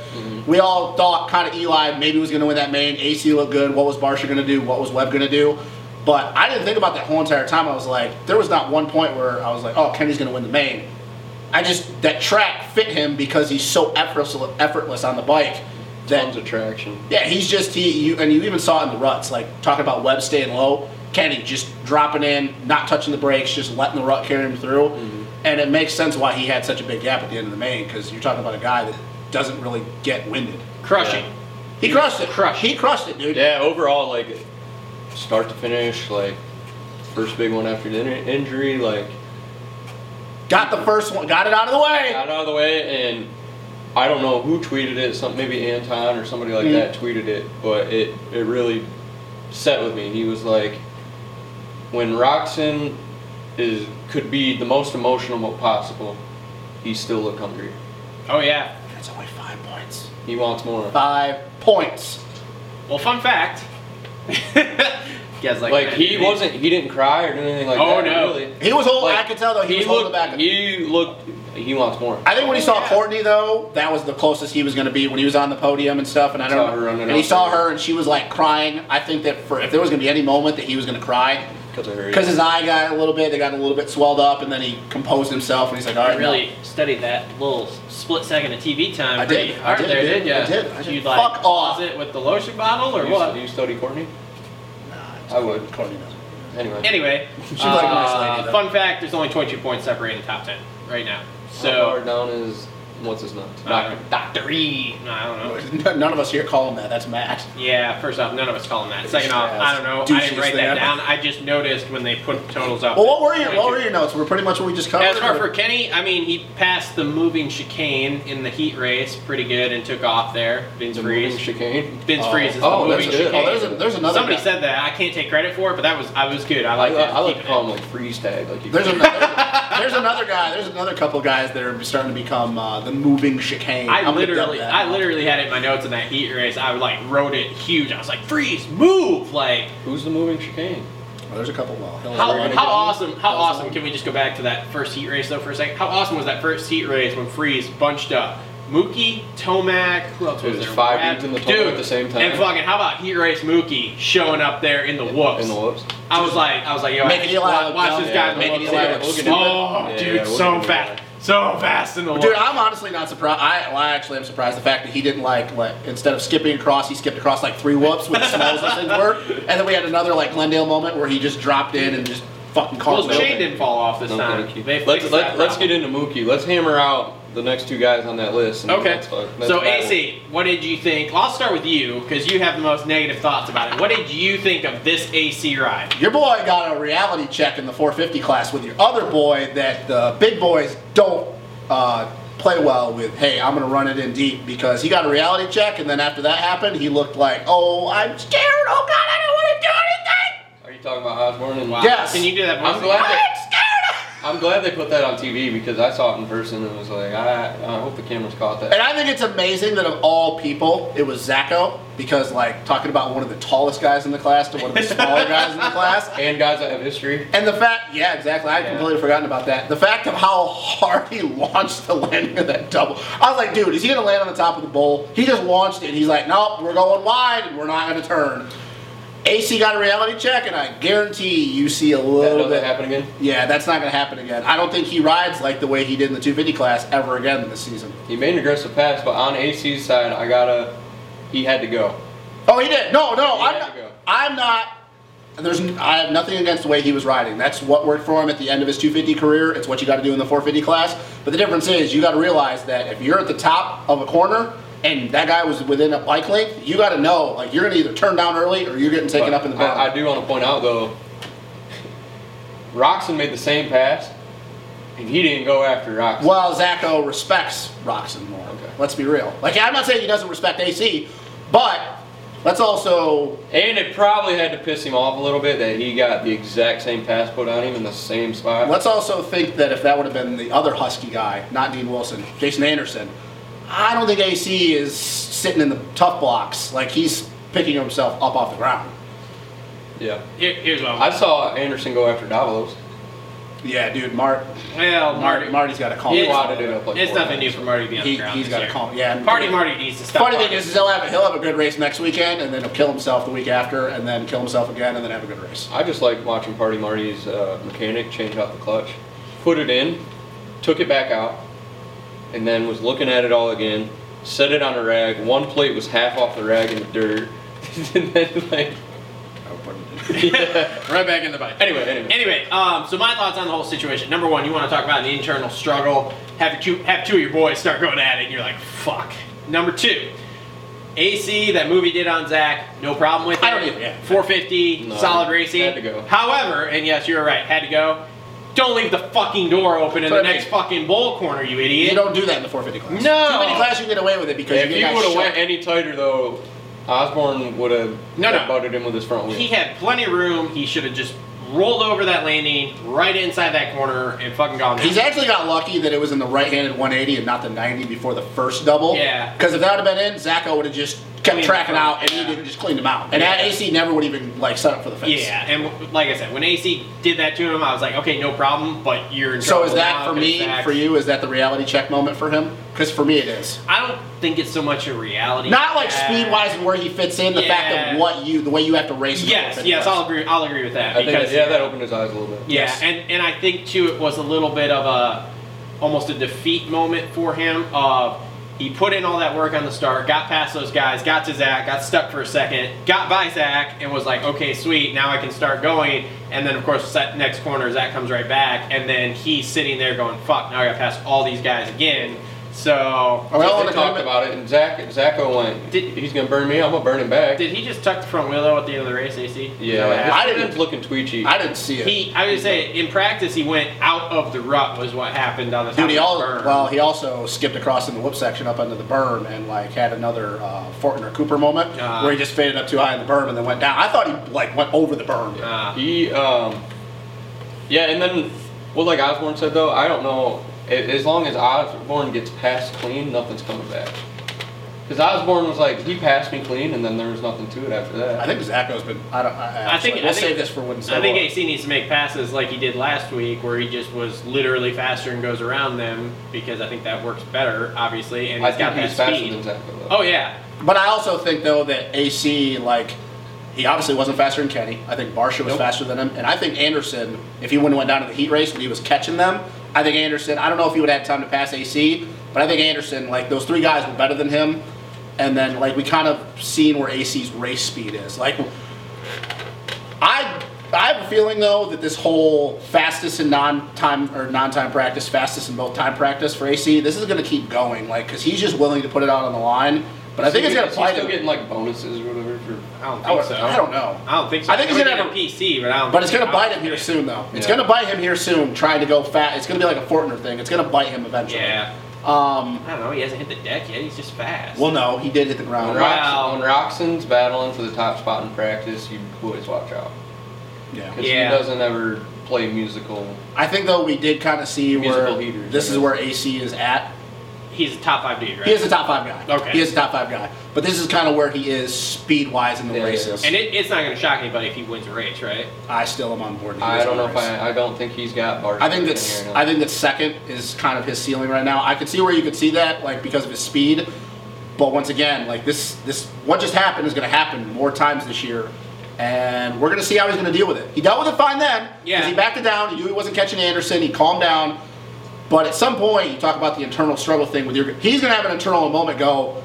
[SPEAKER 5] We all thought kind of Eli maybe was going to win that main. AC looked good. What was Barsha going to do? What was Webb going to do? But I didn't think about that whole entire time. I was like, there was not one point where I was like, oh, Kenny's going to win the main. I just that track fit him because he's so effortless, effortless on the bike. That
[SPEAKER 4] Tons of traction.
[SPEAKER 5] yeah, he's just he you and you even saw it in the ruts, like talking about Webb staying low, Kenny just dropping in, not touching the brakes, just letting the rut carry him through,
[SPEAKER 4] Mm-hmm.
[SPEAKER 5] and it makes sense why he had such a big gap at the end of the main because you're talking about a guy that doesn't really get winded.
[SPEAKER 3] Crushing.
[SPEAKER 5] He crushed it.
[SPEAKER 3] crushed.
[SPEAKER 5] He crushed it, dude.
[SPEAKER 4] Yeah, overall, like start to finish, like first big one after the in- injury, like.
[SPEAKER 5] Got the first one. Got it out of the way.
[SPEAKER 4] got out of the way, and I don't know who tweeted it. Some maybe Anton or somebody
[SPEAKER 5] Hmm.
[SPEAKER 4] like that tweeted it, but it it really set with me. He was like, when Roxon is could be the most emotional possible, he still look hungry.
[SPEAKER 3] Oh yeah.
[SPEAKER 5] That's only five points.
[SPEAKER 4] He wants more.
[SPEAKER 5] Five points.
[SPEAKER 3] Well, fun
[SPEAKER 5] *laughs*
[SPEAKER 3] fact. guys like
[SPEAKER 4] Like
[SPEAKER 3] that,
[SPEAKER 4] he
[SPEAKER 3] didn't
[SPEAKER 4] wasn't, he didn't cry or do anything like
[SPEAKER 3] Oh,
[SPEAKER 4] that.
[SPEAKER 3] no.
[SPEAKER 4] Really.
[SPEAKER 5] He was holding.
[SPEAKER 4] Like,
[SPEAKER 5] I could tell though he, was holding
[SPEAKER 4] looked,
[SPEAKER 5] back.
[SPEAKER 4] He looked. He wants more.
[SPEAKER 5] I think when he saw
[SPEAKER 3] Yeah.
[SPEAKER 5] Courtney though, that was the closest he was going to be when he was on the podium and stuff. And I
[SPEAKER 4] Saw
[SPEAKER 5] don't
[SPEAKER 4] her
[SPEAKER 5] know.
[SPEAKER 4] running
[SPEAKER 5] And he
[SPEAKER 4] out
[SPEAKER 5] saw
[SPEAKER 4] there.
[SPEAKER 5] her, and she was like crying. I think that for if there was going to be any moment that he was going to cry,
[SPEAKER 4] Because I heard.
[SPEAKER 5] because his eye got a little bit, they got a little bit swelled up, and then he composed himself, and he's like, "All
[SPEAKER 3] I
[SPEAKER 5] right,
[SPEAKER 3] really studied that little split second of TV time
[SPEAKER 5] I
[SPEAKER 3] pretty
[SPEAKER 5] did, I
[SPEAKER 3] hard
[SPEAKER 5] did,
[SPEAKER 3] there,
[SPEAKER 5] dude,
[SPEAKER 3] did ya?
[SPEAKER 5] I did, I did.
[SPEAKER 3] You like
[SPEAKER 5] Fuck off.
[SPEAKER 3] pause it with the lotion bottle or
[SPEAKER 4] Do you,
[SPEAKER 3] what?
[SPEAKER 4] do you study Courtney?
[SPEAKER 5] no." Nah,
[SPEAKER 4] I would.
[SPEAKER 5] Courtney doesn't.
[SPEAKER 4] Anyway.
[SPEAKER 3] Anyway,
[SPEAKER 5] *laughs* She's like a nice
[SPEAKER 3] uh,
[SPEAKER 5] lady, though.
[SPEAKER 3] fun fact: there's only 22 points separating the top 10 right now.
[SPEAKER 4] How far
[SPEAKER 3] So Uh,
[SPEAKER 4] down is What's his nuts?
[SPEAKER 3] Doctor, Doctor E. No, I don't know.
[SPEAKER 5] *laughs* None of us here call him that. That's Matt.
[SPEAKER 3] Yeah, first off, none of us call him that. Second off, I don't know. I didn't
[SPEAKER 5] Douchiest
[SPEAKER 3] write
[SPEAKER 5] thing
[SPEAKER 3] that
[SPEAKER 5] ever.
[SPEAKER 3] down. I just noticed when they put totals up.
[SPEAKER 5] Well, what were your
[SPEAKER 3] Like,
[SPEAKER 5] what were your notes? We're pretty much what we just covered.
[SPEAKER 3] As far for Kenny, I mean, he passed the moving chicane in the heat race pretty good and took off there. Vince
[SPEAKER 4] The
[SPEAKER 3] Freeze.
[SPEAKER 4] moving chicane.
[SPEAKER 3] Vince
[SPEAKER 5] Oh.
[SPEAKER 3] Freeze is
[SPEAKER 4] Oh,
[SPEAKER 3] the
[SPEAKER 4] that's
[SPEAKER 3] moving
[SPEAKER 4] good.
[SPEAKER 3] chicane.
[SPEAKER 5] oh, there's, a, there's another.
[SPEAKER 3] Somebody
[SPEAKER 5] guy.
[SPEAKER 3] said that. I can't take credit for it, but that was I was good. I
[SPEAKER 4] I,
[SPEAKER 3] like that.
[SPEAKER 4] I like
[SPEAKER 3] Keep it.
[SPEAKER 4] to call him like freeze tag. Like you
[SPEAKER 5] There's another, there's another guy. There's another couple guys that are starting to become uh, the moving chicane. I'm
[SPEAKER 3] I
[SPEAKER 5] gonna dub
[SPEAKER 3] literally,
[SPEAKER 5] that.
[SPEAKER 3] I literally had it in my notes in that heat race. I like wrote it huge. I was like, "Freeze, move!" Like,
[SPEAKER 4] Who's the moving chicane?
[SPEAKER 5] Oh, there's a couple. Well, Hillary
[SPEAKER 3] how,
[SPEAKER 5] Rodham.
[SPEAKER 3] how awesome? How
[SPEAKER 5] That's
[SPEAKER 3] awesome?
[SPEAKER 5] all.
[SPEAKER 3] Can we just go back to that first heat race though for a second? How awesome was that first heat race when Freeze bunched up? Mookie, Tomac, who else was
[SPEAKER 4] Dude,
[SPEAKER 3] there?
[SPEAKER 4] five
[SPEAKER 3] Rab-
[SPEAKER 4] dudes in the tunnel
[SPEAKER 3] dude
[SPEAKER 4] at the same time.
[SPEAKER 3] And fucking, how about heat race Mookie showing up there in the whoops?
[SPEAKER 4] In the whoops.
[SPEAKER 3] I was like, I was like, yo,
[SPEAKER 5] Making
[SPEAKER 3] I just
[SPEAKER 5] Eli
[SPEAKER 3] wa-
[SPEAKER 5] look
[SPEAKER 3] watch
[SPEAKER 5] dumb.
[SPEAKER 3] this guy in the
[SPEAKER 5] Making
[SPEAKER 3] whoops.
[SPEAKER 5] Eli
[SPEAKER 3] Yeah,
[SPEAKER 5] look
[SPEAKER 3] we'll get
[SPEAKER 5] stupid.
[SPEAKER 3] Oh,
[SPEAKER 4] Yeah,
[SPEAKER 3] dude,
[SPEAKER 4] we'll
[SPEAKER 3] so
[SPEAKER 4] get
[SPEAKER 3] fast, so fast in the whoops.
[SPEAKER 5] Dude, I'm honestly not surprised. I, well, I actually am surprised the fact that he didn't like like instead of skipping across, he skipped across like three whoops with the smalls as things were, and then we had another like Glendale moment where he just dropped in and just fucking
[SPEAKER 3] well,
[SPEAKER 5] caught
[SPEAKER 3] his chain
[SPEAKER 5] it.
[SPEAKER 3] didn't fall off this
[SPEAKER 4] No,
[SPEAKER 3] time.
[SPEAKER 4] thank you.
[SPEAKER 3] They
[SPEAKER 4] Let's
[SPEAKER 3] fixed
[SPEAKER 4] let,
[SPEAKER 3] that
[SPEAKER 4] let's
[SPEAKER 3] problem.
[SPEAKER 4] get into Mookie. Let's hammer out the next two guys on that list. and
[SPEAKER 3] Okay.
[SPEAKER 4] let's fuck- let's
[SPEAKER 3] so
[SPEAKER 4] battle.
[SPEAKER 3] AC, what did you think? I'll start with you because you have the most negative thoughts about it. What did you think of this AC ride?
[SPEAKER 5] Your boy got a reality check in the 450 class with your other boy that the big boys don't uh, play well with. Hey, I'm gonna run it in deep because he got a reality check, and then after that happened, he looked like, oh, I'm scared. Oh God, I don't want to do anything.
[SPEAKER 4] Are you talking about Osborne and
[SPEAKER 5] Yeah. Yes.
[SPEAKER 3] Can you do that?
[SPEAKER 4] I'm
[SPEAKER 3] voice?
[SPEAKER 4] glad
[SPEAKER 5] I'm
[SPEAKER 4] they,
[SPEAKER 5] scared.
[SPEAKER 4] I'm glad they put that on TV because I saw it in person and was like, I, I hope the cameras caught that.
[SPEAKER 5] And I think it's amazing that of all people, it was Zacho because, like, talking about one of the tallest guys in the class to one of the smaller guys in the class.
[SPEAKER 4] And guys that have history.
[SPEAKER 5] And the fact, yeah, exactly. I would completely forgotten about that. The fact of how hard he *laughs* launched the landing of that double. I was like, dude, is he gonna land on the top of the bowl? He just launched it, and he's like, nope, we're going wide, and we're not gonna turn. AC got a reality check, and I guarantee you see a
[SPEAKER 4] That
[SPEAKER 5] little
[SPEAKER 4] doesn't
[SPEAKER 5] bit.
[SPEAKER 4] happen again.
[SPEAKER 5] Yeah, that's not gonna happen again. I don't think he rides like the way he did in the 250 class ever again this season.
[SPEAKER 4] He made an aggressive pass, but on AC's side, I gotta. He had to go.
[SPEAKER 5] Oh, he did. No, no,
[SPEAKER 4] He
[SPEAKER 5] I'm
[SPEAKER 4] had
[SPEAKER 5] not,
[SPEAKER 4] to go.
[SPEAKER 5] I'm not. There's, n- I have nothing against the way he was riding. That's what worked for him at the end of his 250 career. It's what you got to do in the 450 class. But the difference is, you got to realize that if you're at the top of a corner and that guy was within a bike length, you got to know like you're gonna either turn down early or you're getting taken
[SPEAKER 4] But
[SPEAKER 5] up in the back.
[SPEAKER 4] I, I do want to point out though, Roxon made the same pass, and he didn't go after Roxon.
[SPEAKER 5] Well, Zacho respects Roxon more.
[SPEAKER 4] Okay.
[SPEAKER 5] Let's be real. Like I'm not saying he doesn't respect AC, but let's also
[SPEAKER 4] And it probably had to piss him off a little bit that he got the exact same pass put on him in the same spot.
[SPEAKER 5] Let's also think that if that would have been the other Husky guy, not Dean Wilson, Jason Anderson, I don't think AC is sitting in the tough blocks. Like he's picking himself up off the ground.
[SPEAKER 4] Yeah.
[SPEAKER 3] Here- here's what.
[SPEAKER 4] I
[SPEAKER 3] I'm,
[SPEAKER 4] saw Anderson go after Davalos.
[SPEAKER 5] Yeah, dude, Mart,
[SPEAKER 3] well,
[SPEAKER 5] Marty,
[SPEAKER 3] Marty,
[SPEAKER 5] Marty's got to calm
[SPEAKER 4] He
[SPEAKER 3] Yeah.
[SPEAKER 5] down.
[SPEAKER 4] wadded it up like
[SPEAKER 3] it's
[SPEAKER 4] four
[SPEAKER 3] nothing new
[SPEAKER 4] times.
[SPEAKER 3] for Marty to be on the
[SPEAKER 5] He,
[SPEAKER 3] ground.
[SPEAKER 5] has
[SPEAKER 3] this
[SPEAKER 5] got to
[SPEAKER 3] year.
[SPEAKER 5] calm. Yeah. and-
[SPEAKER 3] Party Marty needs to stop.
[SPEAKER 5] Funny thing
[SPEAKER 3] partying.
[SPEAKER 5] is, is he'll have a, he'll have a good race next weekend, and then he'll kill himself the week after, and then kill himself again, and then have a good race.
[SPEAKER 4] I just like watching Party Marty's uh, mechanic change out the clutch, put it in, took it back out, and then was looking at it all again. Set it on a rag. One plate was half off the rag in the dirt, *laughs* and then like
[SPEAKER 3] right back in the bike.
[SPEAKER 4] Anyway, anyway.
[SPEAKER 3] anyway. Um, so my thoughts on the whole situation. Number one, you want to talk about an internal struggle. Have two, have two of your boys start going at it, and you're like, fuck. Number two, AC that movie did on Zach. No problem with it.
[SPEAKER 5] I don't either, yeah.
[SPEAKER 3] 450,
[SPEAKER 4] No,
[SPEAKER 3] solid racing.
[SPEAKER 4] had to go.
[SPEAKER 3] However, and yes, you're right, had to go. Don't leave the fucking door open in
[SPEAKER 5] That's
[SPEAKER 3] the
[SPEAKER 5] what I
[SPEAKER 3] next
[SPEAKER 5] mean.
[SPEAKER 3] fucking bowl corner, you idiot.
[SPEAKER 5] You don't do that in the 450 class.
[SPEAKER 3] No.
[SPEAKER 5] 250 class you can get away with it because
[SPEAKER 4] if
[SPEAKER 5] you
[SPEAKER 4] he
[SPEAKER 5] get
[SPEAKER 4] would
[SPEAKER 5] guys
[SPEAKER 4] have went
[SPEAKER 5] shut.
[SPEAKER 4] any tighter though, Osborne would have
[SPEAKER 3] No, no.
[SPEAKER 4] butted him with his front wheel.
[SPEAKER 3] He had plenty of room. He should have just rolled over that landing right inside that corner and fucking gone. down.
[SPEAKER 5] He's actually got lucky that it was in the right-handed 180 and not the 90 before the first double.
[SPEAKER 3] Yeah.
[SPEAKER 5] Because if that would have been in, Zacho would have just kept
[SPEAKER 3] Cleaned
[SPEAKER 5] tracking
[SPEAKER 3] him
[SPEAKER 5] out,
[SPEAKER 3] out,
[SPEAKER 5] and
[SPEAKER 3] yeah.
[SPEAKER 5] he didn't just cleaned him out. And that AC never would even like set up for the face.
[SPEAKER 3] Yeah, and w- like I said, when AC did that to him, I was like, okay, no problem, but you're in
[SPEAKER 5] So
[SPEAKER 3] trouble
[SPEAKER 5] is that
[SPEAKER 3] now
[SPEAKER 5] for
[SPEAKER 3] 'cause
[SPEAKER 5] me?
[SPEAKER 3] Zach-
[SPEAKER 5] For you? Is that the reality check moment for him? Because for me, it is.
[SPEAKER 3] I don't think it's so much a reality.
[SPEAKER 5] Not like
[SPEAKER 3] check.
[SPEAKER 5] speed-wise and where he fits in. The fact
[SPEAKER 3] Yeah.
[SPEAKER 5] of what you, the way you have to race. in the
[SPEAKER 3] Yes,
[SPEAKER 5] 450
[SPEAKER 3] yes,
[SPEAKER 5] class.
[SPEAKER 3] I'll agree. I'll agree with that
[SPEAKER 4] I think
[SPEAKER 3] because
[SPEAKER 4] that, yeah, that opened his eyes a little bit.
[SPEAKER 3] Yeah,
[SPEAKER 5] Yes.
[SPEAKER 3] and and I think too it was a little bit of a almost a defeat moment for him. Of he put in all that work on the start, got past those guys, got to Zach, got stuck for a second, got by Zach, and was like, okay, sweet, now I can start going. And then of course that next corner, Zach comes right back, and then he's sitting there going, fuck, now I got to pass all these guys again. So
[SPEAKER 5] Are we all in
[SPEAKER 4] They
[SPEAKER 5] the
[SPEAKER 4] talked
[SPEAKER 5] comment?
[SPEAKER 4] about it, and Zach Zacho went.
[SPEAKER 3] Did-
[SPEAKER 4] he's gonna burn me. I'm gonna burn him back.
[SPEAKER 3] did he just tuck the front wheel though at the end of the race, AC? Is that what
[SPEAKER 4] yeah,
[SPEAKER 3] happened?
[SPEAKER 5] I
[SPEAKER 4] I
[SPEAKER 5] didn't-
[SPEAKER 4] didn't looking twitchy.
[SPEAKER 5] I didn't see it.
[SPEAKER 3] He, I would say, in practice, he went out of the rut. Was what happened on the top
[SPEAKER 5] Dude, he
[SPEAKER 3] of
[SPEAKER 5] all,
[SPEAKER 3] the berm.
[SPEAKER 5] well, he also skipped across in the whip section up under the berm and like had another uh, Fortner Cooper moment
[SPEAKER 3] Ah.
[SPEAKER 5] where he just faded up too high in the berm and then went down. I thought he like went over the berm.
[SPEAKER 3] Uh,
[SPEAKER 4] He, um, yeah, and then, well, like Osborne said though, I don't know. a- As long as Osborne gets passed clean, nothing's coming back. Because Osborne was like, he passed me clean, and then there was nothing to it after
[SPEAKER 5] I
[SPEAKER 4] that.
[SPEAKER 5] think Zacho's been. I don't. I,
[SPEAKER 3] I think
[SPEAKER 5] we'll
[SPEAKER 3] I think-
[SPEAKER 5] save this for when.
[SPEAKER 3] I think AC needs to make passes like he did last week, where he just was literally faster and goes around them because I think that works better, obviously, and
[SPEAKER 4] I
[SPEAKER 3] he's got
[SPEAKER 4] think
[SPEAKER 3] that
[SPEAKER 4] he's faster
[SPEAKER 3] speed.
[SPEAKER 4] than Zacho though.
[SPEAKER 3] Oh yeah,
[SPEAKER 5] But I also think though that AC like he obviously wasn't faster than Kenny. I think Barsha was
[SPEAKER 4] Nope.
[SPEAKER 5] faster than him, and I think Anderson, if he wouldn't went down to the heat race when he was catching them, I think Anderson. I don't know if he would have had time to pass AC, but I think Anderson like those three guys were better than him. And then like we kind of seen where AC's race speed is. Like I I have a feeling though that this whole fastest in non-time or non-time practice, fastest in both time practice for AC, this is going to keep going. Like because he's just willing to put it out on the line. But I think
[SPEAKER 4] Is
[SPEAKER 5] it's
[SPEAKER 4] he-
[SPEAKER 5] going to
[SPEAKER 4] is
[SPEAKER 5] apply
[SPEAKER 4] He's
[SPEAKER 5] to
[SPEAKER 4] still getting like bonuses or whatever for.
[SPEAKER 3] I don't
[SPEAKER 5] I,
[SPEAKER 3] think
[SPEAKER 5] would-
[SPEAKER 3] so.
[SPEAKER 5] I don't know.
[SPEAKER 3] I don't think so.
[SPEAKER 5] I think he's
[SPEAKER 3] He'll
[SPEAKER 5] gonna
[SPEAKER 3] get
[SPEAKER 5] have
[SPEAKER 3] a
[SPEAKER 5] a-
[SPEAKER 3] PC, but I don't.
[SPEAKER 5] But it's
[SPEAKER 3] think- I
[SPEAKER 5] gonna
[SPEAKER 3] don't
[SPEAKER 5] bite him here
[SPEAKER 3] think-
[SPEAKER 5] soon, though. It's
[SPEAKER 4] Yeah.
[SPEAKER 5] gonna bite him here soon, trying to go fat. It's gonna be like a Fortner thing. It's gonna bite him eventually.
[SPEAKER 3] Yeah,
[SPEAKER 5] Um.
[SPEAKER 3] I don't know. He hasn't hit the deck yet. He's just fast.
[SPEAKER 5] Well, no, he did hit the
[SPEAKER 4] When,
[SPEAKER 5] ground.
[SPEAKER 3] Right.
[SPEAKER 4] Rox- when Roxon's battling for the top spot in practice, you boys watch out.
[SPEAKER 5] Yeah.
[SPEAKER 4] Because
[SPEAKER 3] Yeah.
[SPEAKER 4] he doesn't ever play musical.
[SPEAKER 5] I think though we did kind of see
[SPEAKER 4] Musical
[SPEAKER 5] where
[SPEAKER 4] heaters,
[SPEAKER 5] this
[SPEAKER 4] I
[SPEAKER 5] is
[SPEAKER 4] guess.
[SPEAKER 5] where AC is at.
[SPEAKER 3] he's a top five dude, right?
[SPEAKER 5] He is a top five guy.
[SPEAKER 3] Okay.
[SPEAKER 5] He is a top five guy. But this is kind of where he is speed wise in the
[SPEAKER 4] Yeah,
[SPEAKER 5] races.
[SPEAKER 3] and it, it's not gonna shock anybody if he wins a race, right?
[SPEAKER 5] I still am on board. that he
[SPEAKER 4] I
[SPEAKER 5] is
[SPEAKER 4] don't know
[SPEAKER 5] on
[SPEAKER 4] if
[SPEAKER 5] the race.
[SPEAKER 4] I. I don't think he's got Barsha.
[SPEAKER 5] I think
[SPEAKER 4] in
[SPEAKER 5] that's
[SPEAKER 4] here, no.
[SPEAKER 5] I think that second is kind of his ceiling right now. I could see where you could see that like because of his speed, but once again, like this this what just happened is going to happen more times this year, and we're going to see how he's going to deal with it. He dealt with it fine then because
[SPEAKER 3] Yeah.
[SPEAKER 5] he backed it down. He knew he wasn't catching Anderson. He calmed down, but at some point you talk about the internal struggle thing with your he's going to have an internal moment go.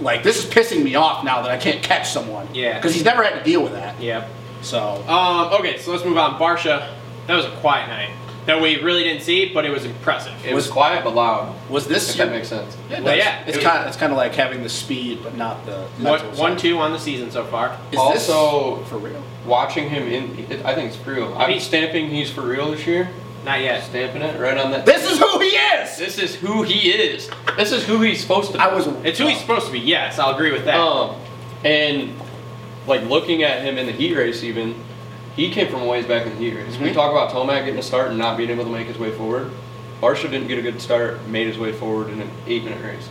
[SPEAKER 5] Like this is pissing me off now that I can't catch someone.
[SPEAKER 3] Yeah.
[SPEAKER 5] Because he's never had to deal with that.
[SPEAKER 3] Yeah.
[SPEAKER 5] So
[SPEAKER 3] Um. Okay, so let's move on. Barsha, that was a quiet night that we really didn't see, but it was impressive.
[SPEAKER 4] It was quiet but loud.
[SPEAKER 5] was
[SPEAKER 4] If
[SPEAKER 5] this
[SPEAKER 4] that
[SPEAKER 5] your-
[SPEAKER 4] makes sense.
[SPEAKER 5] Yeah, it
[SPEAKER 3] Well,
[SPEAKER 5] does.
[SPEAKER 3] yeah,
[SPEAKER 5] It's
[SPEAKER 3] it-
[SPEAKER 5] kind of it's kind of like having the speed, but not the
[SPEAKER 3] One,
[SPEAKER 5] mental
[SPEAKER 3] one
[SPEAKER 5] side.
[SPEAKER 3] two on the season so far.
[SPEAKER 5] Is
[SPEAKER 4] Also-
[SPEAKER 5] this for real?
[SPEAKER 4] Watching him in, it, I think it's for real. I'm
[SPEAKER 3] He-
[SPEAKER 4] stamping he's for real this year.
[SPEAKER 3] Not yet.
[SPEAKER 4] Stamping it right on that.
[SPEAKER 5] This is who he is.
[SPEAKER 4] This is who he is. This is who he's supposed to. be.
[SPEAKER 5] I was.
[SPEAKER 3] It's who he's supposed to be. Yes, I'll agree with that.
[SPEAKER 4] Um, and like looking at him in the heat race, even he came from a ways back in the heat race. We
[SPEAKER 3] Mm-hmm.
[SPEAKER 4] talk about Tomac getting a start and not being able to make his way forward. Barsha didn't get a good start, made his way forward in an eight-minute race,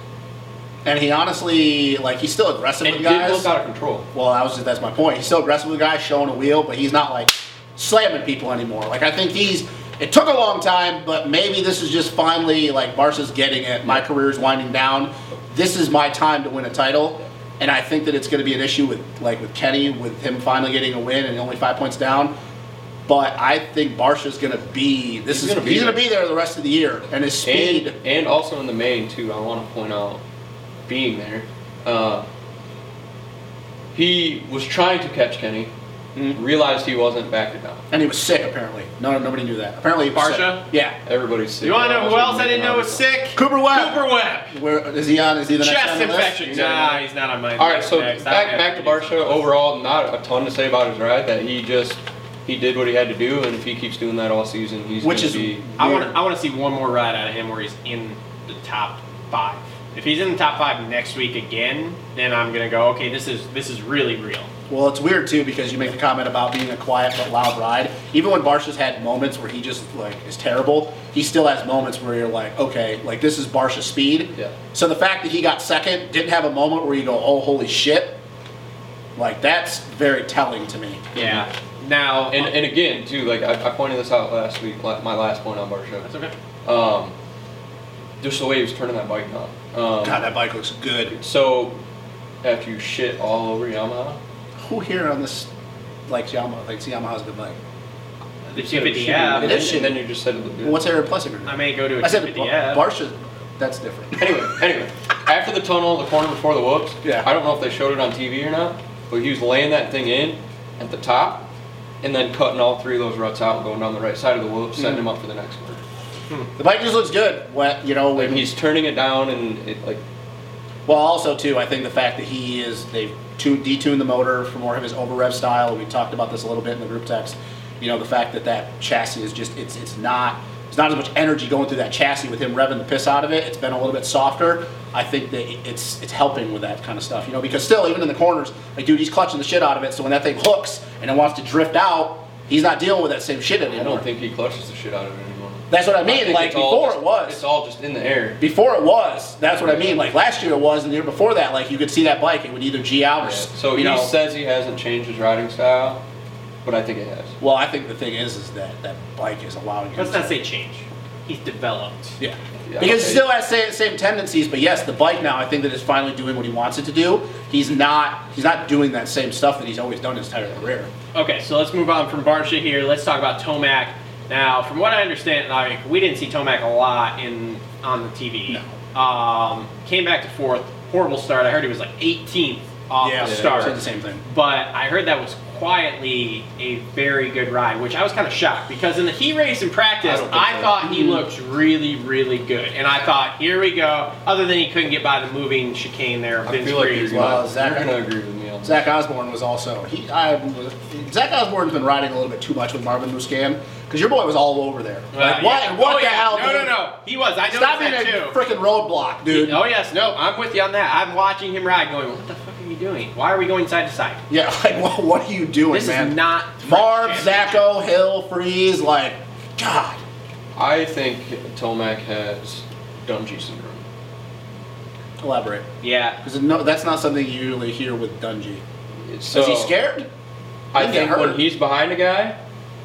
[SPEAKER 5] And he honestly, like, he's still aggressive
[SPEAKER 4] and
[SPEAKER 5] with
[SPEAKER 4] did look
[SPEAKER 5] guys.
[SPEAKER 4] out of control.
[SPEAKER 5] Well, that was that's my point. He's still aggressive with guys, showing a wheel, but he's not like slamming people anymore. Like I think he's. It took a long time, but maybe this is just finally like Barca's getting it. My career is winding down. This is my time to win a title, and I think that it's going to be an issue with like with Kenny, with him finally getting a win and only five points down. But I think Barsha's gonna be this
[SPEAKER 4] He's
[SPEAKER 5] is
[SPEAKER 4] gonna be
[SPEAKER 5] he's gonna
[SPEAKER 4] there.
[SPEAKER 5] be there the rest of the year, and his speed.
[SPEAKER 4] and and also in the main too. I want to point out being there. Uh, he was trying to catch Kenny,
[SPEAKER 3] Mm-hmm.
[SPEAKER 4] realized he wasn't back down.
[SPEAKER 5] And he was sick, apparently. No, nobody knew that. Apparently, he was
[SPEAKER 3] Barsha?
[SPEAKER 5] sick. Yeah.
[SPEAKER 4] Everybody's sick.
[SPEAKER 3] you want to know who else I didn't know was
[SPEAKER 4] Obviously.
[SPEAKER 3] sick?
[SPEAKER 5] Cooper Webb.
[SPEAKER 3] Cooper Webb.
[SPEAKER 5] Where is he on? Is he the next on
[SPEAKER 3] Chest
[SPEAKER 5] the list?
[SPEAKER 3] infection. Nah, he's not on my.
[SPEAKER 4] All right, so
[SPEAKER 3] next. I
[SPEAKER 4] back
[SPEAKER 3] don't
[SPEAKER 4] back
[SPEAKER 3] have
[SPEAKER 4] to Barsha.
[SPEAKER 3] do something.
[SPEAKER 4] Overall, not a ton to say about his ride. That he just he did what he had to do, and if he keeps doing that all season, he's
[SPEAKER 5] Which
[SPEAKER 4] gonna
[SPEAKER 5] is-
[SPEAKER 4] be,
[SPEAKER 3] I want to. I want to see one more ride out of him where he's in the top five. If he's in the top five next week again, then I'm gonna go. Okay, this is this is really real.
[SPEAKER 5] Well, it's weird too because you make the comment about being a quiet but loud ride. Even when Barsha's had moments where he just like is terrible, he still has moments where you're like, okay, like this is Barsha's speed.
[SPEAKER 4] Yeah.
[SPEAKER 5] So the fact that he got second, didn't have a moment where you go, oh holy shit, like that's very telling to me.
[SPEAKER 3] Yeah. Now
[SPEAKER 4] and and again too. Like I, I pointed this out last week. la- My last point on
[SPEAKER 3] that's
[SPEAKER 4] Barsha,
[SPEAKER 3] okay.
[SPEAKER 4] um, just the way he was turning that bike knob. Um,
[SPEAKER 5] God, that bike looks good.
[SPEAKER 4] So after you shit all over Yamaha,
[SPEAKER 5] Who here on this likes Yamaha? Likes Yamaha's good bike.
[SPEAKER 3] The
[SPEAKER 4] you said it
[SPEAKER 3] 250
[SPEAKER 4] was shitty, and,
[SPEAKER 3] F.
[SPEAKER 5] is
[SPEAKER 4] then, and then you just said it looked good.
[SPEAKER 5] What's Aaron Plessinger?
[SPEAKER 3] I may go to a
[SPEAKER 5] I said
[SPEAKER 3] 250 F.
[SPEAKER 5] Barsha. That's different.
[SPEAKER 4] Anyway, anyway, after the tunnel, the corner before the whoops.
[SPEAKER 5] Yeah.
[SPEAKER 4] I don't know if they showed it on TV or not, but he was laying that thing in at the
[SPEAKER 5] Mm.
[SPEAKER 4] top, and then cutting all three of those ruts out and going down the right side of the whoops, setting him up for the next one.
[SPEAKER 5] The bike just looks good. Wet, you know,
[SPEAKER 4] Like
[SPEAKER 5] when
[SPEAKER 4] he's turning it down, and it like
[SPEAKER 5] Well, also too, I think the fact that he is they've tuned, detuned the motor for more of his over rev style. We talked about this a little bit in the group text. You know, the fact that that chassis is just it's it's not there's not as much energy going through that chassis with him revving the piss out of it. It's been a little bit softer. I think that it's it's helping with that kind of stuff. You know, because still even in the corners, like dude, he's clutching the shit out of it. So when that thing hooks and it wants to drift out, he's not dealing with that same shit anymore.
[SPEAKER 4] I don't think he clutches the shit out of it anymore.
[SPEAKER 5] that's what I mean.
[SPEAKER 4] think
[SPEAKER 5] like
[SPEAKER 4] it's all
[SPEAKER 5] before
[SPEAKER 4] just-
[SPEAKER 5] it was.
[SPEAKER 4] It's all just in the air.
[SPEAKER 5] Before it was, that's what I mean. Like last year it was, and the year before that, like you could see that bike, it would either G out or s-
[SPEAKER 4] So
[SPEAKER 5] you
[SPEAKER 4] he
[SPEAKER 5] know.
[SPEAKER 4] says he hasn't changed his riding style, but I think it has.
[SPEAKER 5] well, I think the thing is, is that that bike is allowing him.
[SPEAKER 8] Let's
[SPEAKER 5] to-
[SPEAKER 8] not say change. He's developed.
[SPEAKER 5] yeah.
[SPEAKER 4] Yeah,
[SPEAKER 5] because it
[SPEAKER 4] okay.
[SPEAKER 5] still has same, same tendencies, but yes, the bike now I think that it's finally doing what he wants it to do. He's not he's not doing that same stuff that he's always done his entire career.
[SPEAKER 3] Okay, so let's move on from Barcia here. Let's talk about Tomac. Now, from what I understand, like we didn't see Tomac a lot in on the TV. No. Um, came back to fourth, horrible start. I heard he was like 18th off
[SPEAKER 5] yeah,
[SPEAKER 3] the
[SPEAKER 5] so
[SPEAKER 3] start.
[SPEAKER 5] it's the same thing.
[SPEAKER 3] But I heard that was quietly a very good ride, which I was kind of shocked because in the heat race in practice,
[SPEAKER 4] I don't think
[SPEAKER 3] I,
[SPEAKER 4] so.
[SPEAKER 3] thought he looked really, really good, and I thought, here we go. Other than he couldn't get by the moving chicane there,
[SPEAKER 4] I
[SPEAKER 3] Vince
[SPEAKER 4] feel like
[SPEAKER 3] Freeze.
[SPEAKER 4] you're gonna,
[SPEAKER 5] Well, Zach-
[SPEAKER 4] you're gonna agree with me on that.
[SPEAKER 5] Zach Osborne was also he. I, Zach Osborne's been riding a little bit too much with Marvin Muscan because your boy was all over there.
[SPEAKER 3] Uh,
[SPEAKER 5] like what?
[SPEAKER 3] yeah.
[SPEAKER 5] What
[SPEAKER 3] Oh,
[SPEAKER 5] the
[SPEAKER 3] yeah.
[SPEAKER 5] hell?
[SPEAKER 3] No,
[SPEAKER 5] dude?
[SPEAKER 3] no, no. He was. I noticed
[SPEAKER 5] Stop being
[SPEAKER 3] that
[SPEAKER 5] a
[SPEAKER 3] too.
[SPEAKER 5] freaking roadblock, dude.
[SPEAKER 3] Oh yes, no, I'm with you on that. I'm watching him ride, going, "What the fuck are you doing? Why are we going side to side?"
[SPEAKER 5] Yeah, *laughs* like well, what are you doing,
[SPEAKER 3] This
[SPEAKER 5] man?
[SPEAKER 3] is not
[SPEAKER 5] Marv, Zacho, Hill, Freeze, like God.
[SPEAKER 4] I think Tomac has Dungy syndrome.
[SPEAKER 5] Elaborate,
[SPEAKER 3] Yeah,
[SPEAKER 5] because no, that's not something you usually hear with Dungy.
[SPEAKER 4] It's
[SPEAKER 5] is he
[SPEAKER 4] so-
[SPEAKER 5] scared?
[SPEAKER 4] I
[SPEAKER 5] Didn't get
[SPEAKER 4] think when
[SPEAKER 5] hurt.
[SPEAKER 4] he's behind a guy,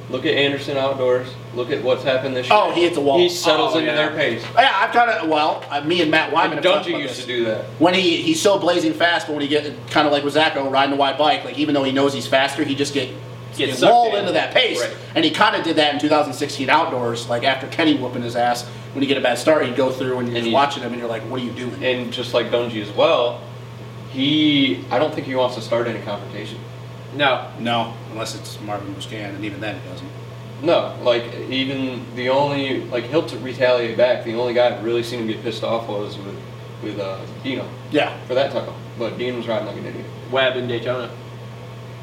[SPEAKER 4] look at Anderson Outdoors. Look at what's happened this year.
[SPEAKER 5] Oh, he hits a wall.
[SPEAKER 4] He settles
[SPEAKER 3] Oh,
[SPEAKER 4] into
[SPEAKER 3] yeah.
[SPEAKER 4] their pace.
[SPEAKER 5] Yeah, I've kind of well, uh, me and Matt Wyman.
[SPEAKER 4] And
[SPEAKER 5] have talked
[SPEAKER 4] Dungy
[SPEAKER 5] about
[SPEAKER 4] used
[SPEAKER 5] this.
[SPEAKER 4] to do that.
[SPEAKER 5] when he he's so blazing fast, but when he get kind of like with Zacho riding a wide bike, like even though he knows he's faster, he just get
[SPEAKER 3] Gets
[SPEAKER 5] get
[SPEAKER 3] sucked
[SPEAKER 5] lulled
[SPEAKER 3] in.
[SPEAKER 5] into that pace.
[SPEAKER 4] Right.
[SPEAKER 5] And he kind of did that in 2016 outdoors, like after Kenny whooping his ass. When you get a bad start, you go through and
[SPEAKER 4] And
[SPEAKER 5] you're just
[SPEAKER 4] he-
[SPEAKER 5] watching him, and you're like, "What are you doing?"
[SPEAKER 4] And just like Dungy as well, he I don't think he wants to start any confrontation.
[SPEAKER 3] no.
[SPEAKER 5] No, unless it's Marvin Muscan, and even then it doesn't.
[SPEAKER 4] No, like even the only like he'll t- retaliate back. The only guy I've really seen him get pissed off was with with uh, Dino
[SPEAKER 5] Yeah.
[SPEAKER 4] for that tackle. But Dino was riding like an idiot.
[SPEAKER 3] Webb in Daytona.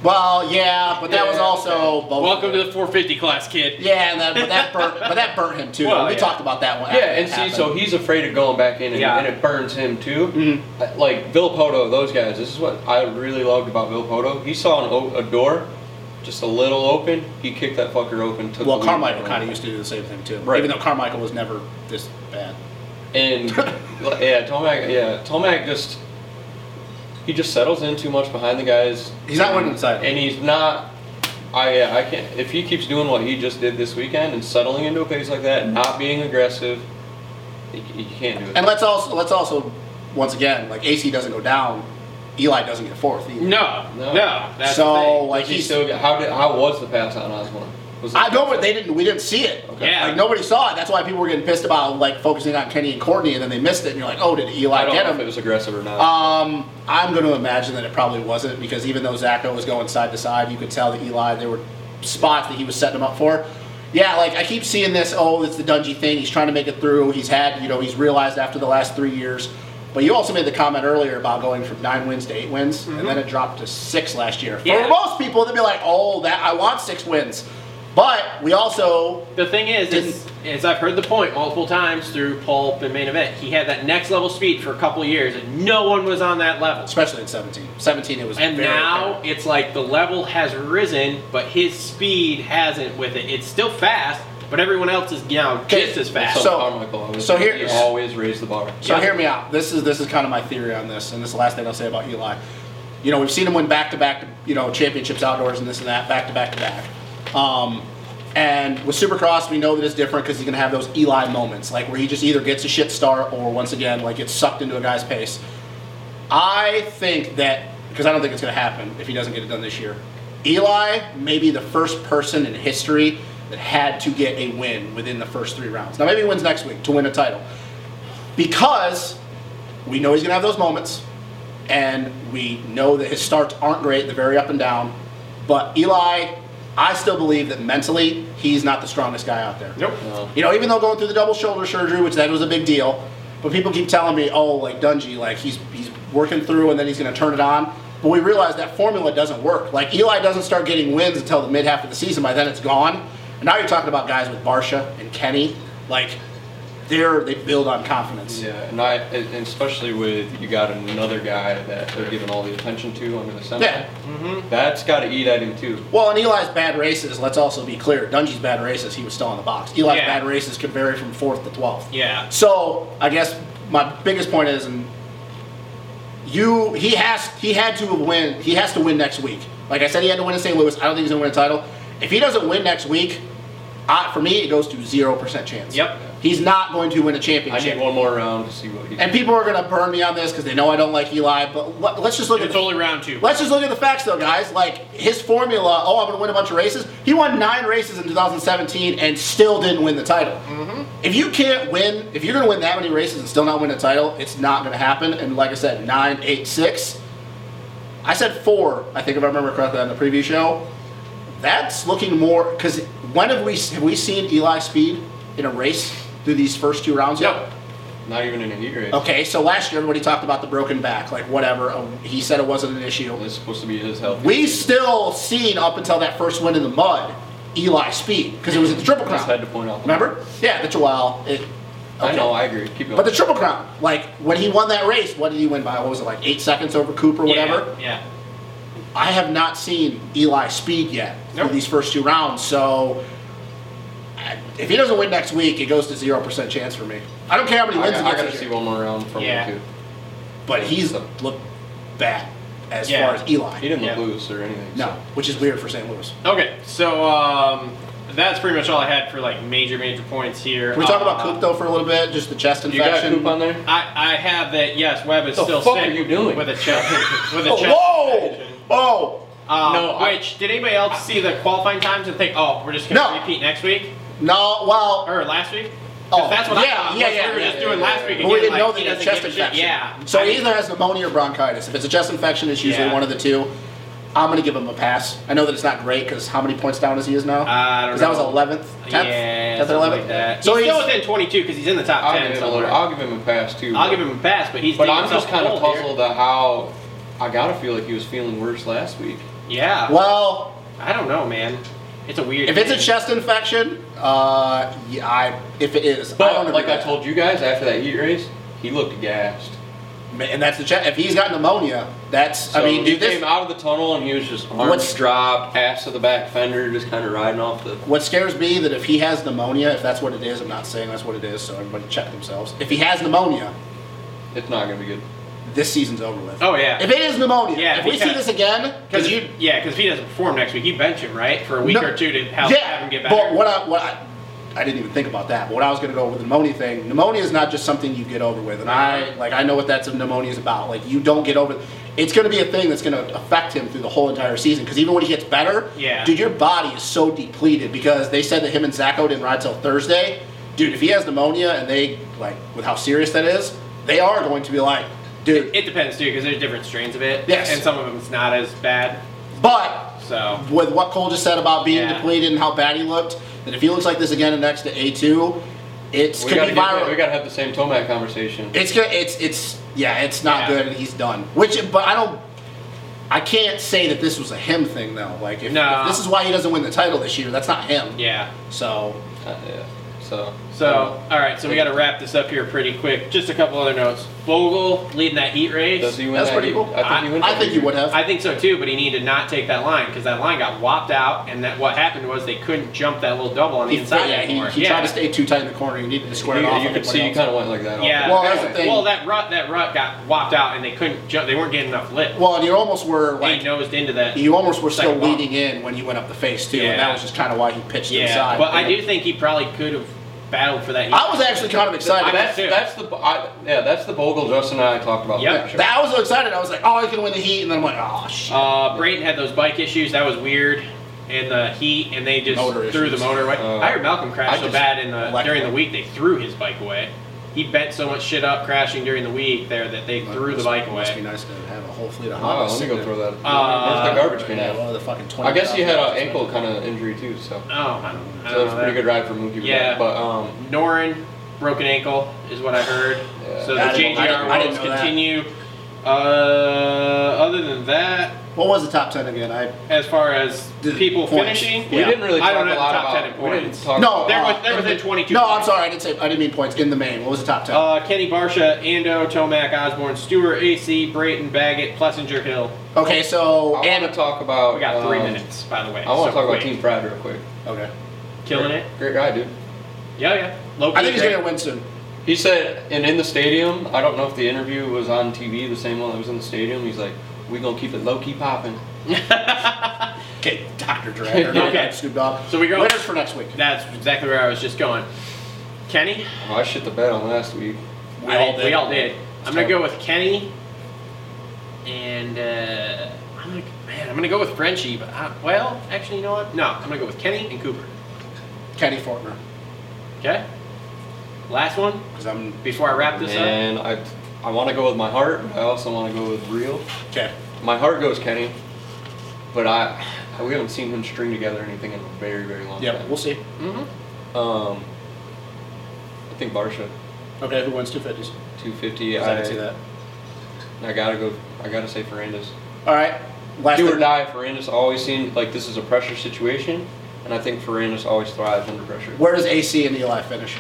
[SPEAKER 5] Well, yeah, but that was
[SPEAKER 4] Yeah,
[SPEAKER 5] also both-
[SPEAKER 3] Welcome to the 450 class, kid.
[SPEAKER 5] Yeah, and that but that burnt, but that burnt him too.
[SPEAKER 3] Well,
[SPEAKER 5] we
[SPEAKER 3] yeah.
[SPEAKER 5] talked about that one.
[SPEAKER 4] Yeah,
[SPEAKER 5] after
[SPEAKER 4] and
[SPEAKER 5] it
[SPEAKER 4] see,
[SPEAKER 5] happened.
[SPEAKER 4] so he's afraid of going back in, and,
[SPEAKER 3] Yeah.
[SPEAKER 4] and it burns him too.
[SPEAKER 5] Mhm.
[SPEAKER 4] Uh, Like Vilpoto, those guys. This is what I really loved about Vilpoto. He saw an o- a door, just a little open. He kicked that fucker open. Took
[SPEAKER 5] well,
[SPEAKER 4] the lead.
[SPEAKER 5] Carmichael kind of used to do the same thing too,
[SPEAKER 4] Right.
[SPEAKER 5] even though Carmichael was never this bad. *laughs*
[SPEAKER 4] And yeah, Tomac. Yeah, Tomac just he just settles in too much behind the guys.
[SPEAKER 5] He's not winning inside.
[SPEAKER 4] And he's not. I yeah, I can't. If he keeps doing what he just did this weekend and settling into a pace like that, not being aggressive, he, he can't do it.
[SPEAKER 5] And let's also let's also once again like AC doesn't go down, Eli doesn't get fourth. Either.
[SPEAKER 3] No, no.
[SPEAKER 4] No.
[SPEAKER 3] that's
[SPEAKER 5] so
[SPEAKER 3] the thing.
[SPEAKER 5] like
[SPEAKER 4] Does he
[SPEAKER 5] he's
[SPEAKER 4] still get, how did how was the pass on Osborne? Was it-
[SPEAKER 5] I know, but they didn't. We didn't see it.
[SPEAKER 4] Okay.
[SPEAKER 3] Yeah.
[SPEAKER 5] Like nobody saw it. That's why people were getting pissed about like focusing on Kenny and Courtney, and then they missed it. And you're like, oh, did Eli
[SPEAKER 4] I don't
[SPEAKER 5] get
[SPEAKER 4] know
[SPEAKER 5] him?
[SPEAKER 4] if it was aggressive or not.
[SPEAKER 5] Um, I'm going to imagine that it probably wasn't because even though Zacho was going side to side, you could tell that Eli there were spots that he was setting him up for. Yeah, like I keep seeing this. Oh, it's the Dungy thing. He's trying to make it through. He's had, you know, he's realized after the last three years. But you also made the comment earlier about going from nine wins to eight wins, and then it dropped to six last year. For
[SPEAKER 3] Mm-hmm. Yeah.
[SPEAKER 5] most people, they'd be like, "Oh, that I want six wins," but we also
[SPEAKER 3] The thing is, is, is I've heard the point multiple times through Pulp and Main Event. He had that next level speed for a couple of years, and no one was on that level.
[SPEAKER 5] especially in 17. 17, it was.
[SPEAKER 3] And
[SPEAKER 5] very
[SPEAKER 3] now it's like the level has risen, but his speed hasn't with it. It's still fast, but everyone else is down
[SPEAKER 5] Okay,
[SPEAKER 3] just as
[SPEAKER 4] so,
[SPEAKER 3] fast.
[SPEAKER 5] so-
[SPEAKER 4] Carmichael always,
[SPEAKER 5] so here-
[SPEAKER 4] he always raised the bar.
[SPEAKER 5] So
[SPEAKER 3] Yeah.
[SPEAKER 5] hear me out. This is this is kind of my theory on this, and this is the last thing I'll say about Eli. You know, we've seen him win back to back, you know, championships outdoors and this and that, back to back to back. Um, and with Supercross, we know that it's different because he's gonna have those Eli moments, like where he just either gets a shit start or once again, like gets sucked into a guy's pace. I think that because I don't think it's going to happen if he doesn't get it done this year. Eli may be the first person in history that had to get a win within the first three rounds. Now maybe he wins next week to win a title because we know he's going to have those moments, and we know that his starts aren't great; they're very up and down. But Eli I still believe that mentally he's not the strongest guy out there.
[SPEAKER 3] Nope.
[SPEAKER 4] No.
[SPEAKER 5] You know, even though going through the double shoulder surgery, which that was a big deal, but people keep telling me, oh, like Dungy, like he's he's working through and then he's going to turn it on. But we realize that formula doesn't work. Like Eli doesn't start getting wins until the mid half of the season. By then it's gone. And now you're talking about guys with Barsha and Kenny, like they're they build on confidence.
[SPEAKER 4] Yeah, and I, and and especially with you got another guy that they're giving all the attention to under the center.
[SPEAKER 5] Yeah. Mm-hmm.
[SPEAKER 4] That's got to eat at him too.
[SPEAKER 5] Well, and Eli's bad races. Let's also be clear. Dungy's bad races. He was still in the box. Eli's
[SPEAKER 3] Yeah.
[SPEAKER 5] bad races could vary from fourth to twelfth.
[SPEAKER 3] Yeah.
[SPEAKER 5] So I guess my biggest point is, and you he has he had to win. He has to win next week. Like I said, he had to win in St. Louis. I don't think he's gonna win a title. If he doesn't win next week, I, for me it goes to zero percent chance.
[SPEAKER 3] Yep.
[SPEAKER 5] He's not going to win a
[SPEAKER 4] I
[SPEAKER 5] championship.
[SPEAKER 4] need one more round to see what he.
[SPEAKER 5] and people are gonna burn me on this because they know I don't like Eli. But let, let's just look at
[SPEAKER 3] It's
[SPEAKER 5] the
[SPEAKER 3] only round two.
[SPEAKER 5] Let's just look at the facts, though, guys. Like his formula, oh, I'm going to win a bunch of races. He won nine races in 2017 and still didn't win the title. If you can't win, if you're going to win that many races and still not win a title, it's not going to happen. And like I said, nine, eight, six. I said four. I think if I remember correctly on the preview show, that's looking more because when have we have we seen Eli Speed in a race through these first two rounds? yet?
[SPEAKER 4] No. Not even in a heat race.
[SPEAKER 5] Okay, so last year everybody talked about the broken back, like whatever. um, He said it wasn't an issue.
[SPEAKER 4] It's supposed to be his health.
[SPEAKER 5] We still seen up until that first win in the mud, Eli Speed because it was at the Triple
[SPEAKER 4] just had
[SPEAKER 5] Crown.
[SPEAKER 4] to point out.
[SPEAKER 5] Remember? Yeah, the well, it.
[SPEAKER 4] I
[SPEAKER 5] okay.
[SPEAKER 4] know. I agree. Keep going.
[SPEAKER 5] But the Triple Crown, like when he won that race, what did he win by? What was it like eight seconds over Cooper, whatever?
[SPEAKER 3] Yeah.
[SPEAKER 5] I have not seen Eli Speed yet
[SPEAKER 3] Nope.
[SPEAKER 5] through these first two rounds, so. I- If he doesn't win next week, it goes to zero percent chance for me. I don't care how many
[SPEAKER 4] I,
[SPEAKER 5] wins
[SPEAKER 4] I
[SPEAKER 5] he gets
[SPEAKER 4] got to
[SPEAKER 5] this
[SPEAKER 4] see
[SPEAKER 5] year,
[SPEAKER 4] one more round from
[SPEAKER 3] Yeah.
[SPEAKER 4] him
[SPEAKER 5] but he's looked bad as
[SPEAKER 3] Yeah.
[SPEAKER 5] far as Eli.
[SPEAKER 4] too. He didn't
[SPEAKER 3] Yeah.
[SPEAKER 4] lose or anything.
[SPEAKER 5] no,
[SPEAKER 4] so.
[SPEAKER 5] which is weird for St. Louis.
[SPEAKER 3] Yeah. Okay, so um, that's pretty much all I had for like major, major points here.
[SPEAKER 5] Can we talk about
[SPEAKER 3] Uh,
[SPEAKER 5] Coop though for a little bit? Just the chest
[SPEAKER 4] You got
[SPEAKER 5] infection.
[SPEAKER 4] Coop on there?
[SPEAKER 3] I, I have that. Yes, Webb is
[SPEAKER 4] The
[SPEAKER 3] still
[SPEAKER 4] fuck
[SPEAKER 3] sick.
[SPEAKER 4] are you doing?
[SPEAKER 3] with a chest? with a
[SPEAKER 5] Oh, *laughs*
[SPEAKER 3] chest.
[SPEAKER 5] whoa! Oh,
[SPEAKER 3] Um,
[SPEAKER 4] No, I-
[SPEAKER 3] which did anybody else see the qualifying times and think, oh, we're just gonna
[SPEAKER 5] No.
[SPEAKER 3] repeat next week
[SPEAKER 5] no. Well,
[SPEAKER 3] or last week? 'Cause
[SPEAKER 5] Oh,
[SPEAKER 3] that's what
[SPEAKER 5] yeah,
[SPEAKER 3] I thought.
[SPEAKER 5] yeah,
[SPEAKER 3] was
[SPEAKER 5] yeah,
[SPEAKER 3] we were
[SPEAKER 5] yeah,
[SPEAKER 3] just
[SPEAKER 5] yeah,
[SPEAKER 3] doing
[SPEAKER 5] yeah,
[SPEAKER 3] last
[SPEAKER 5] yeah.
[SPEAKER 3] week.
[SPEAKER 5] But
[SPEAKER 3] again,
[SPEAKER 5] we didn't
[SPEAKER 3] like,
[SPEAKER 5] know
[SPEAKER 3] he
[SPEAKER 5] that he had
[SPEAKER 3] doesn't
[SPEAKER 5] chest
[SPEAKER 3] give a shit.
[SPEAKER 5] infection.
[SPEAKER 3] Yeah.
[SPEAKER 5] So
[SPEAKER 3] I
[SPEAKER 5] he
[SPEAKER 3] mean,
[SPEAKER 5] either has pneumonia or bronchitis. If it's a chest infection, it's usually
[SPEAKER 3] Yeah.
[SPEAKER 5] one of the two. I'm gonna give him a pass. I know that it's not great because how many points down is he is now?
[SPEAKER 3] I don't
[SPEAKER 5] 'Cause that was
[SPEAKER 3] know.
[SPEAKER 5] 11th, 10th,
[SPEAKER 3] yeah,
[SPEAKER 5] 10th or
[SPEAKER 3] something
[SPEAKER 5] 11th.
[SPEAKER 3] Like that.
[SPEAKER 5] So
[SPEAKER 3] he's,
[SPEAKER 5] he's,
[SPEAKER 3] still within 22 because he's in the top
[SPEAKER 4] I'll
[SPEAKER 3] 10
[SPEAKER 4] give, him a
[SPEAKER 3] somewhere.
[SPEAKER 4] little,
[SPEAKER 3] I'll,
[SPEAKER 4] I'll give him a pass too.
[SPEAKER 3] give him a pass, but he's.
[SPEAKER 4] But
[SPEAKER 3] digging
[SPEAKER 4] I'm just
[SPEAKER 3] himself
[SPEAKER 4] kind
[SPEAKER 3] a
[SPEAKER 4] of
[SPEAKER 3] hole here.
[SPEAKER 4] puzzled at how. I gotta feel like he was feeling worse last week.
[SPEAKER 3] Yeah.
[SPEAKER 5] well,
[SPEAKER 3] I don't know, man. It's a weird.
[SPEAKER 5] if it's a
[SPEAKER 3] thing.
[SPEAKER 5] chest infection, uh, yeah, I, if it is, I don't
[SPEAKER 4] But
[SPEAKER 5] agree
[SPEAKER 4] like
[SPEAKER 5] with
[SPEAKER 4] I told you guys after that heat race, he looked gassed.
[SPEAKER 5] that. and that's the chest. If he's got pneumonia, that's.
[SPEAKER 4] So
[SPEAKER 5] I mean,
[SPEAKER 4] he
[SPEAKER 5] dude, this,
[SPEAKER 4] came out of the tunnel and he was just arms
[SPEAKER 5] What's-
[SPEAKER 4] dropped, ass to the back fender, just kind of riding off the.
[SPEAKER 5] What scares me that if he has pneumonia, if that's what it is, I'm not saying that's what it is, so everybody check themselves. If he has pneumonia,
[SPEAKER 4] It's not gonna be good.
[SPEAKER 5] this season's over with.
[SPEAKER 3] Oh yeah.
[SPEAKER 5] If it is pneumonia,
[SPEAKER 3] Yeah,
[SPEAKER 5] if we see
[SPEAKER 3] because-
[SPEAKER 5] this again,
[SPEAKER 3] Because
[SPEAKER 5] because
[SPEAKER 3] you,
[SPEAKER 5] you
[SPEAKER 3] yeah, because if he doesn't perform next week, you bench him, right, for a week
[SPEAKER 5] No.
[SPEAKER 3] or two to help have him get better.
[SPEAKER 5] But what I what I, I didn't even think about that. But what I was gonna go with the pneumonia thing, pneumonia is not just something you get over with. And I like I know what that's pneumonia is about. Like you don't get over it's gonna be a thing that's gonna affect him through the whole entire season. Because even when he gets better,
[SPEAKER 3] Yeah.
[SPEAKER 5] dude, your body is so depleted because they said that him and Zacho didn't ride till Thursday. Dude, if he has pneumonia and they like with how serious that is, they are going to be like, dude.
[SPEAKER 3] it depends too, because there's different strains of it.
[SPEAKER 5] Yes.
[SPEAKER 3] And some of them's not as bad.
[SPEAKER 5] but
[SPEAKER 3] So
[SPEAKER 5] with what Cole just said about being
[SPEAKER 3] Yeah.
[SPEAKER 5] depleted and how bad he looked, that if he looks like this again in next to A2, it's
[SPEAKER 4] We
[SPEAKER 5] could
[SPEAKER 4] gotta,
[SPEAKER 5] be
[SPEAKER 4] get that-
[SPEAKER 5] viral.
[SPEAKER 4] we gotta have the same Tomac conversation.
[SPEAKER 5] it's good. It's it's yeah. It's not
[SPEAKER 3] Yeah.
[SPEAKER 5] good, and he's done. Which, but I don't. I can't say that this was a him thing though. Like if,
[SPEAKER 3] No.
[SPEAKER 5] if this is why he doesn't win the title this year, that's not him.
[SPEAKER 3] yeah.
[SPEAKER 5] So
[SPEAKER 4] Uh, yeah. So.
[SPEAKER 3] So all right, so we got to wrap this up here pretty quick. Just a couple other notes. Vogel leading that heat race.
[SPEAKER 4] Does he win
[SPEAKER 5] That's
[SPEAKER 4] that
[SPEAKER 5] pretty
[SPEAKER 4] heat?
[SPEAKER 5] cool.
[SPEAKER 4] I think he wins.
[SPEAKER 5] I
[SPEAKER 4] that
[SPEAKER 5] think
[SPEAKER 4] heat
[SPEAKER 5] you would
[SPEAKER 4] race.
[SPEAKER 5] have.
[SPEAKER 3] I think so too, but he needed to not take that line because that line got whopped out, and that what happened was they couldn't jump that little double on the
[SPEAKER 5] He-
[SPEAKER 3] inside
[SPEAKER 5] yeah, he,
[SPEAKER 3] anymore.
[SPEAKER 5] he tried to stay too tight in the corner. He needed to square it off.
[SPEAKER 4] You, you
[SPEAKER 5] on
[SPEAKER 4] could see
[SPEAKER 5] everybody
[SPEAKER 4] he
[SPEAKER 5] else.
[SPEAKER 4] kind of went like that. off
[SPEAKER 3] Yeah.
[SPEAKER 4] the
[SPEAKER 5] Well,
[SPEAKER 4] back.
[SPEAKER 5] that's the thing.
[SPEAKER 3] Well, that rut that rut got whopped out, and they couldn't jump. They weren't getting enough lift.
[SPEAKER 5] Well, and you almost were
[SPEAKER 3] they
[SPEAKER 5] like
[SPEAKER 3] nosed into that.
[SPEAKER 5] you almost were still
[SPEAKER 3] Second bump.
[SPEAKER 5] leading in when you went up the face too, and
[SPEAKER 3] Yeah.
[SPEAKER 5] that was just kind of why he pitched
[SPEAKER 3] yeah,
[SPEAKER 5] inside.
[SPEAKER 3] but I do think he probably could have battled for that. heat
[SPEAKER 5] I was actually kind of excited.
[SPEAKER 3] I-
[SPEAKER 4] That's,
[SPEAKER 3] too.
[SPEAKER 4] that's the I, yeah that's the Bogle Justin and I talked about.
[SPEAKER 3] Yep.
[SPEAKER 4] for sure.
[SPEAKER 5] That- I was so excited. I was like, oh, he's gonna win the heat, and then I'm like, oh shit.
[SPEAKER 3] Uh, Brayton had those bike issues. That was weird. And the heat, and they just
[SPEAKER 5] Motor
[SPEAKER 3] threw the
[SPEAKER 5] issues.
[SPEAKER 3] motor away.
[SPEAKER 4] Oh.
[SPEAKER 3] I heard Malcolm
[SPEAKER 4] I
[SPEAKER 3] crash so
[SPEAKER 4] just-
[SPEAKER 3] bad in the
[SPEAKER 5] like-
[SPEAKER 3] during the week they threw his bike away. he bent so much shit up crashing during the week there that they threw the bike away.
[SPEAKER 5] Must be nice to have a whole fleet of
[SPEAKER 4] Oh,
[SPEAKER 5] Hondas.
[SPEAKER 4] let me
[SPEAKER 5] sitting
[SPEAKER 4] go throw
[SPEAKER 5] there.
[SPEAKER 4] that.
[SPEAKER 3] Uh,
[SPEAKER 4] Where's the garbage can
[SPEAKER 5] Yeah,
[SPEAKER 4] at?
[SPEAKER 5] one of the fucking 20
[SPEAKER 4] I guess he had an ankle kind of injury too, so.
[SPEAKER 3] Oh, I don't, I
[SPEAKER 4] So
[SPEAKER 3] don't
[SPEAKER 4] it's a
[SPEAKER 3] know.
[SPEAKER 4] pretty
[SPEAKER 3] that.
[SPEAKER 4] good ride for Mookie. Bryant,
[SPEAKER 3] Yeah.
[SPEAKER 4] But um,
[SPEAKER 3] Norin, broken ankle is what I heard.
[SPEAKER 4] Yeah.
[SPEAKER 3] So the
[SPEAKER 5] I didn't- I
[SPEAKER 3] JGR
[SPEAKER 5] didn't- I didn't
[SPEAKER 3] roles
[SPEAKER 5] know that.
[SPEAKER 3] continue. Uh, other than that,
[SPEAKER 5] What was the top 10 again? I
[SPEAKER 3] as far as
[SPEAKER 5] The
[SPEAKER 3] people
[SPEAKER 5] points.
[SPEAKER 3] finishing,
[SPEAKER 4] we didn't really
[SPEAKER 3] I
[SPEAKER 4] talk
[SPEAKER 3] don't
[SPEAKER 4] a
[SPEAKER 3] know the
[SPEAKER 4] lot
[SPEAKER 3] top
[SPEAKER 4] about.
[SPEAKER 3] ten in
[SPEAKER 4] we didn't
[SPEAKER 3] points.
[SPEAKER 4] talk
[SPEAKER 5] No,
[SPEAKER 4] about-
[SPEAKER 3] There
[SPEAKER 5] uh,
[SPEAKER 3] was- there was a 22
[SPEAKER 5] No,
[SPEAKER 3] points.
[SPEAKER 5] I'm sorry. I didn't say I didn't mean points in the main. What was the top 10?
[SPEAKER 3] Uh, Kenny Barsha, Ando, Tomac, Osborne, Stewart, AC, Brayton, Baggett, Plessinger, Hill.
[SPEAKER 5] okay, so
[SPEAKER 4] I
[SPEAKER 5] and
[SPEAKER 4] want to talk about.
[SPEAKER 3] We got three
[SPEAKER 4] um,
[SPEAKER 3] minutes, by the way.
[SPEAKER 4] I want to
[SPEAKER 3] so
[SPEAKER 4] talk
[SPEAKER 3] quick.
[SPEAKER 4] about Team Pride real quick.
[SPEAKER 5] okay.
[SPEAKER 3] Killing it.
[SPEAKER 4] Great guy, dude.
[SPEAKER 3] Yeah, yeah. Low
[SPEAKER 5] I think
[SPEAKER 3] key,
[SPEAKER 5] he's
[SPEAKER 3] great.
[SPEAKER 5] gonna win soon.
[SPEAKER 4] He said, and in the stadium, I don't know if the interview was on TV, the same one that was in the stadium. He's like, "We gonna keep it low key popping."
[SPEAKER 5] Okay, Dr. *laughs* Dre.
[SPEAKER 3] Okay.
[SPEAKER 5] okay, Snoop Dogg.
[SPEAKER 3] So we go-
[SPEAKER 5] winners for next week.
[SPEAKER 3] That's exactly where I was just going. Kenny?
[SPEAKER 4] Oh, I shit the bed on last week.
[SPEAKER 5] We
[SPEAKER 3] I
[SPEAKER 5] all
[SPEAKER 3] think
[SPEAKER 5] did.
[SPEAKER 3] We all did. I'm gonna go with Kenny, and uh, I'm gonna man, I'm gonna go with Frenchie. But I, well, actually, you know what? No, I'm gonna go with Kenny and Cooper.
[SPEAKER 5] Kenny Fortner.
[SPEAKER 3] Okay. Last one
[SPEAKER 5] Because I'm
[SPEAKER 3] before I wrap this up.
[SPEAKER 4] And I, I want to go with my heart. But I also want to go with real.
[SPEAKER 5] okay.
[SPEAKER 4] My heart goes Kenny, but I, we haven't seen him string together anything in a very very long
[SPEAKER 5] Yeah,
[SPEAKER 4] time.
[SPEAKER 5] we'll see.
[SPEAKER 4] Um, I think Barsha,
[SPEAKER 5] Okay, who wins two fifties?
[SPEAKER 4] two fifty.
[SPEAKER 5] I didn't see that.
[SPEAKER 4] I gotta go. I gotta say Ferrandis.
[SPEAKER 5] All right. Last
[SPEAKER 4] Do
[SPEAKER 5] thing-
[SPEAKER 4] or die. Ferrandis always seemed like this is a pressure situation, and I think Ferrandis always thrives under pressure.
[SPEAKER 5] Where does AC and Eli finish?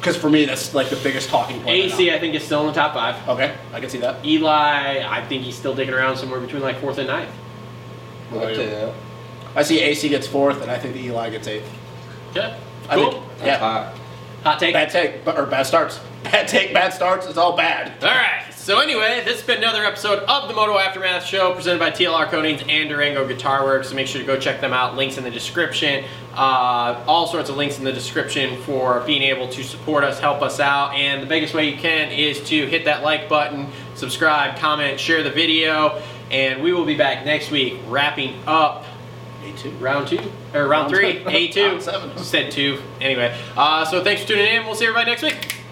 [SPEAKER 5] Because for me, that's like the biggest talking point. right
[SPEAKER 3] AC,
[SPEAKER 5] now.
[SPEAKER 3] I think, is still in the top five.
[SPEAKER 5] Okay, I can see that.
[SPEAKER 3] Eli, I think he's still digging around somewhere between like fourth and ninth.
[SPEAKER 5] What about
[SPEAKER 4] I'd
[SPEAKER 5] you?
[SPEAKER 4] say that.
[SPEAKER 5] I see AC gets fourth, and I think the Eli gets eighth.
[SPEAKER 3] Okay.
[SPEAKER 5] I
[SPEAKER 3] Cool.
[SPEAKER 5] think-
[SPEAKER 4] That's
[SPEAKER 5] yeah.
[SPEAKER 4] hot.
[SPEAKER 3] Hot take.
[SPEAKER 5] Bad take, but- or bad starts. *laughs* Bad take, bad starts. It's all bad.
[SPEAKER 3] All right. So anyway, this has been another episode of the Moto Aftermath Show, presented by TLR Coatings and Durango Guitar Works. So make sure to go check them out. Links in the description. Uh, all sorts of links in the description for being able to support us, help us out, and the biggest way you can is to hit that like button, subscribe, comment, share the video, and we will be back next week wrapping up round two or round,
[SPEAKER 5] Round *laughs*
[SPEAKER 3] three,
[SPEAKER 5] two.
[SPEAKER 3] A two.
[SPEAKER 5] Round seven.
[SPEAKER 3] Said two. Anyway, uh, so thanks for tuning in. We'll see everybody next week.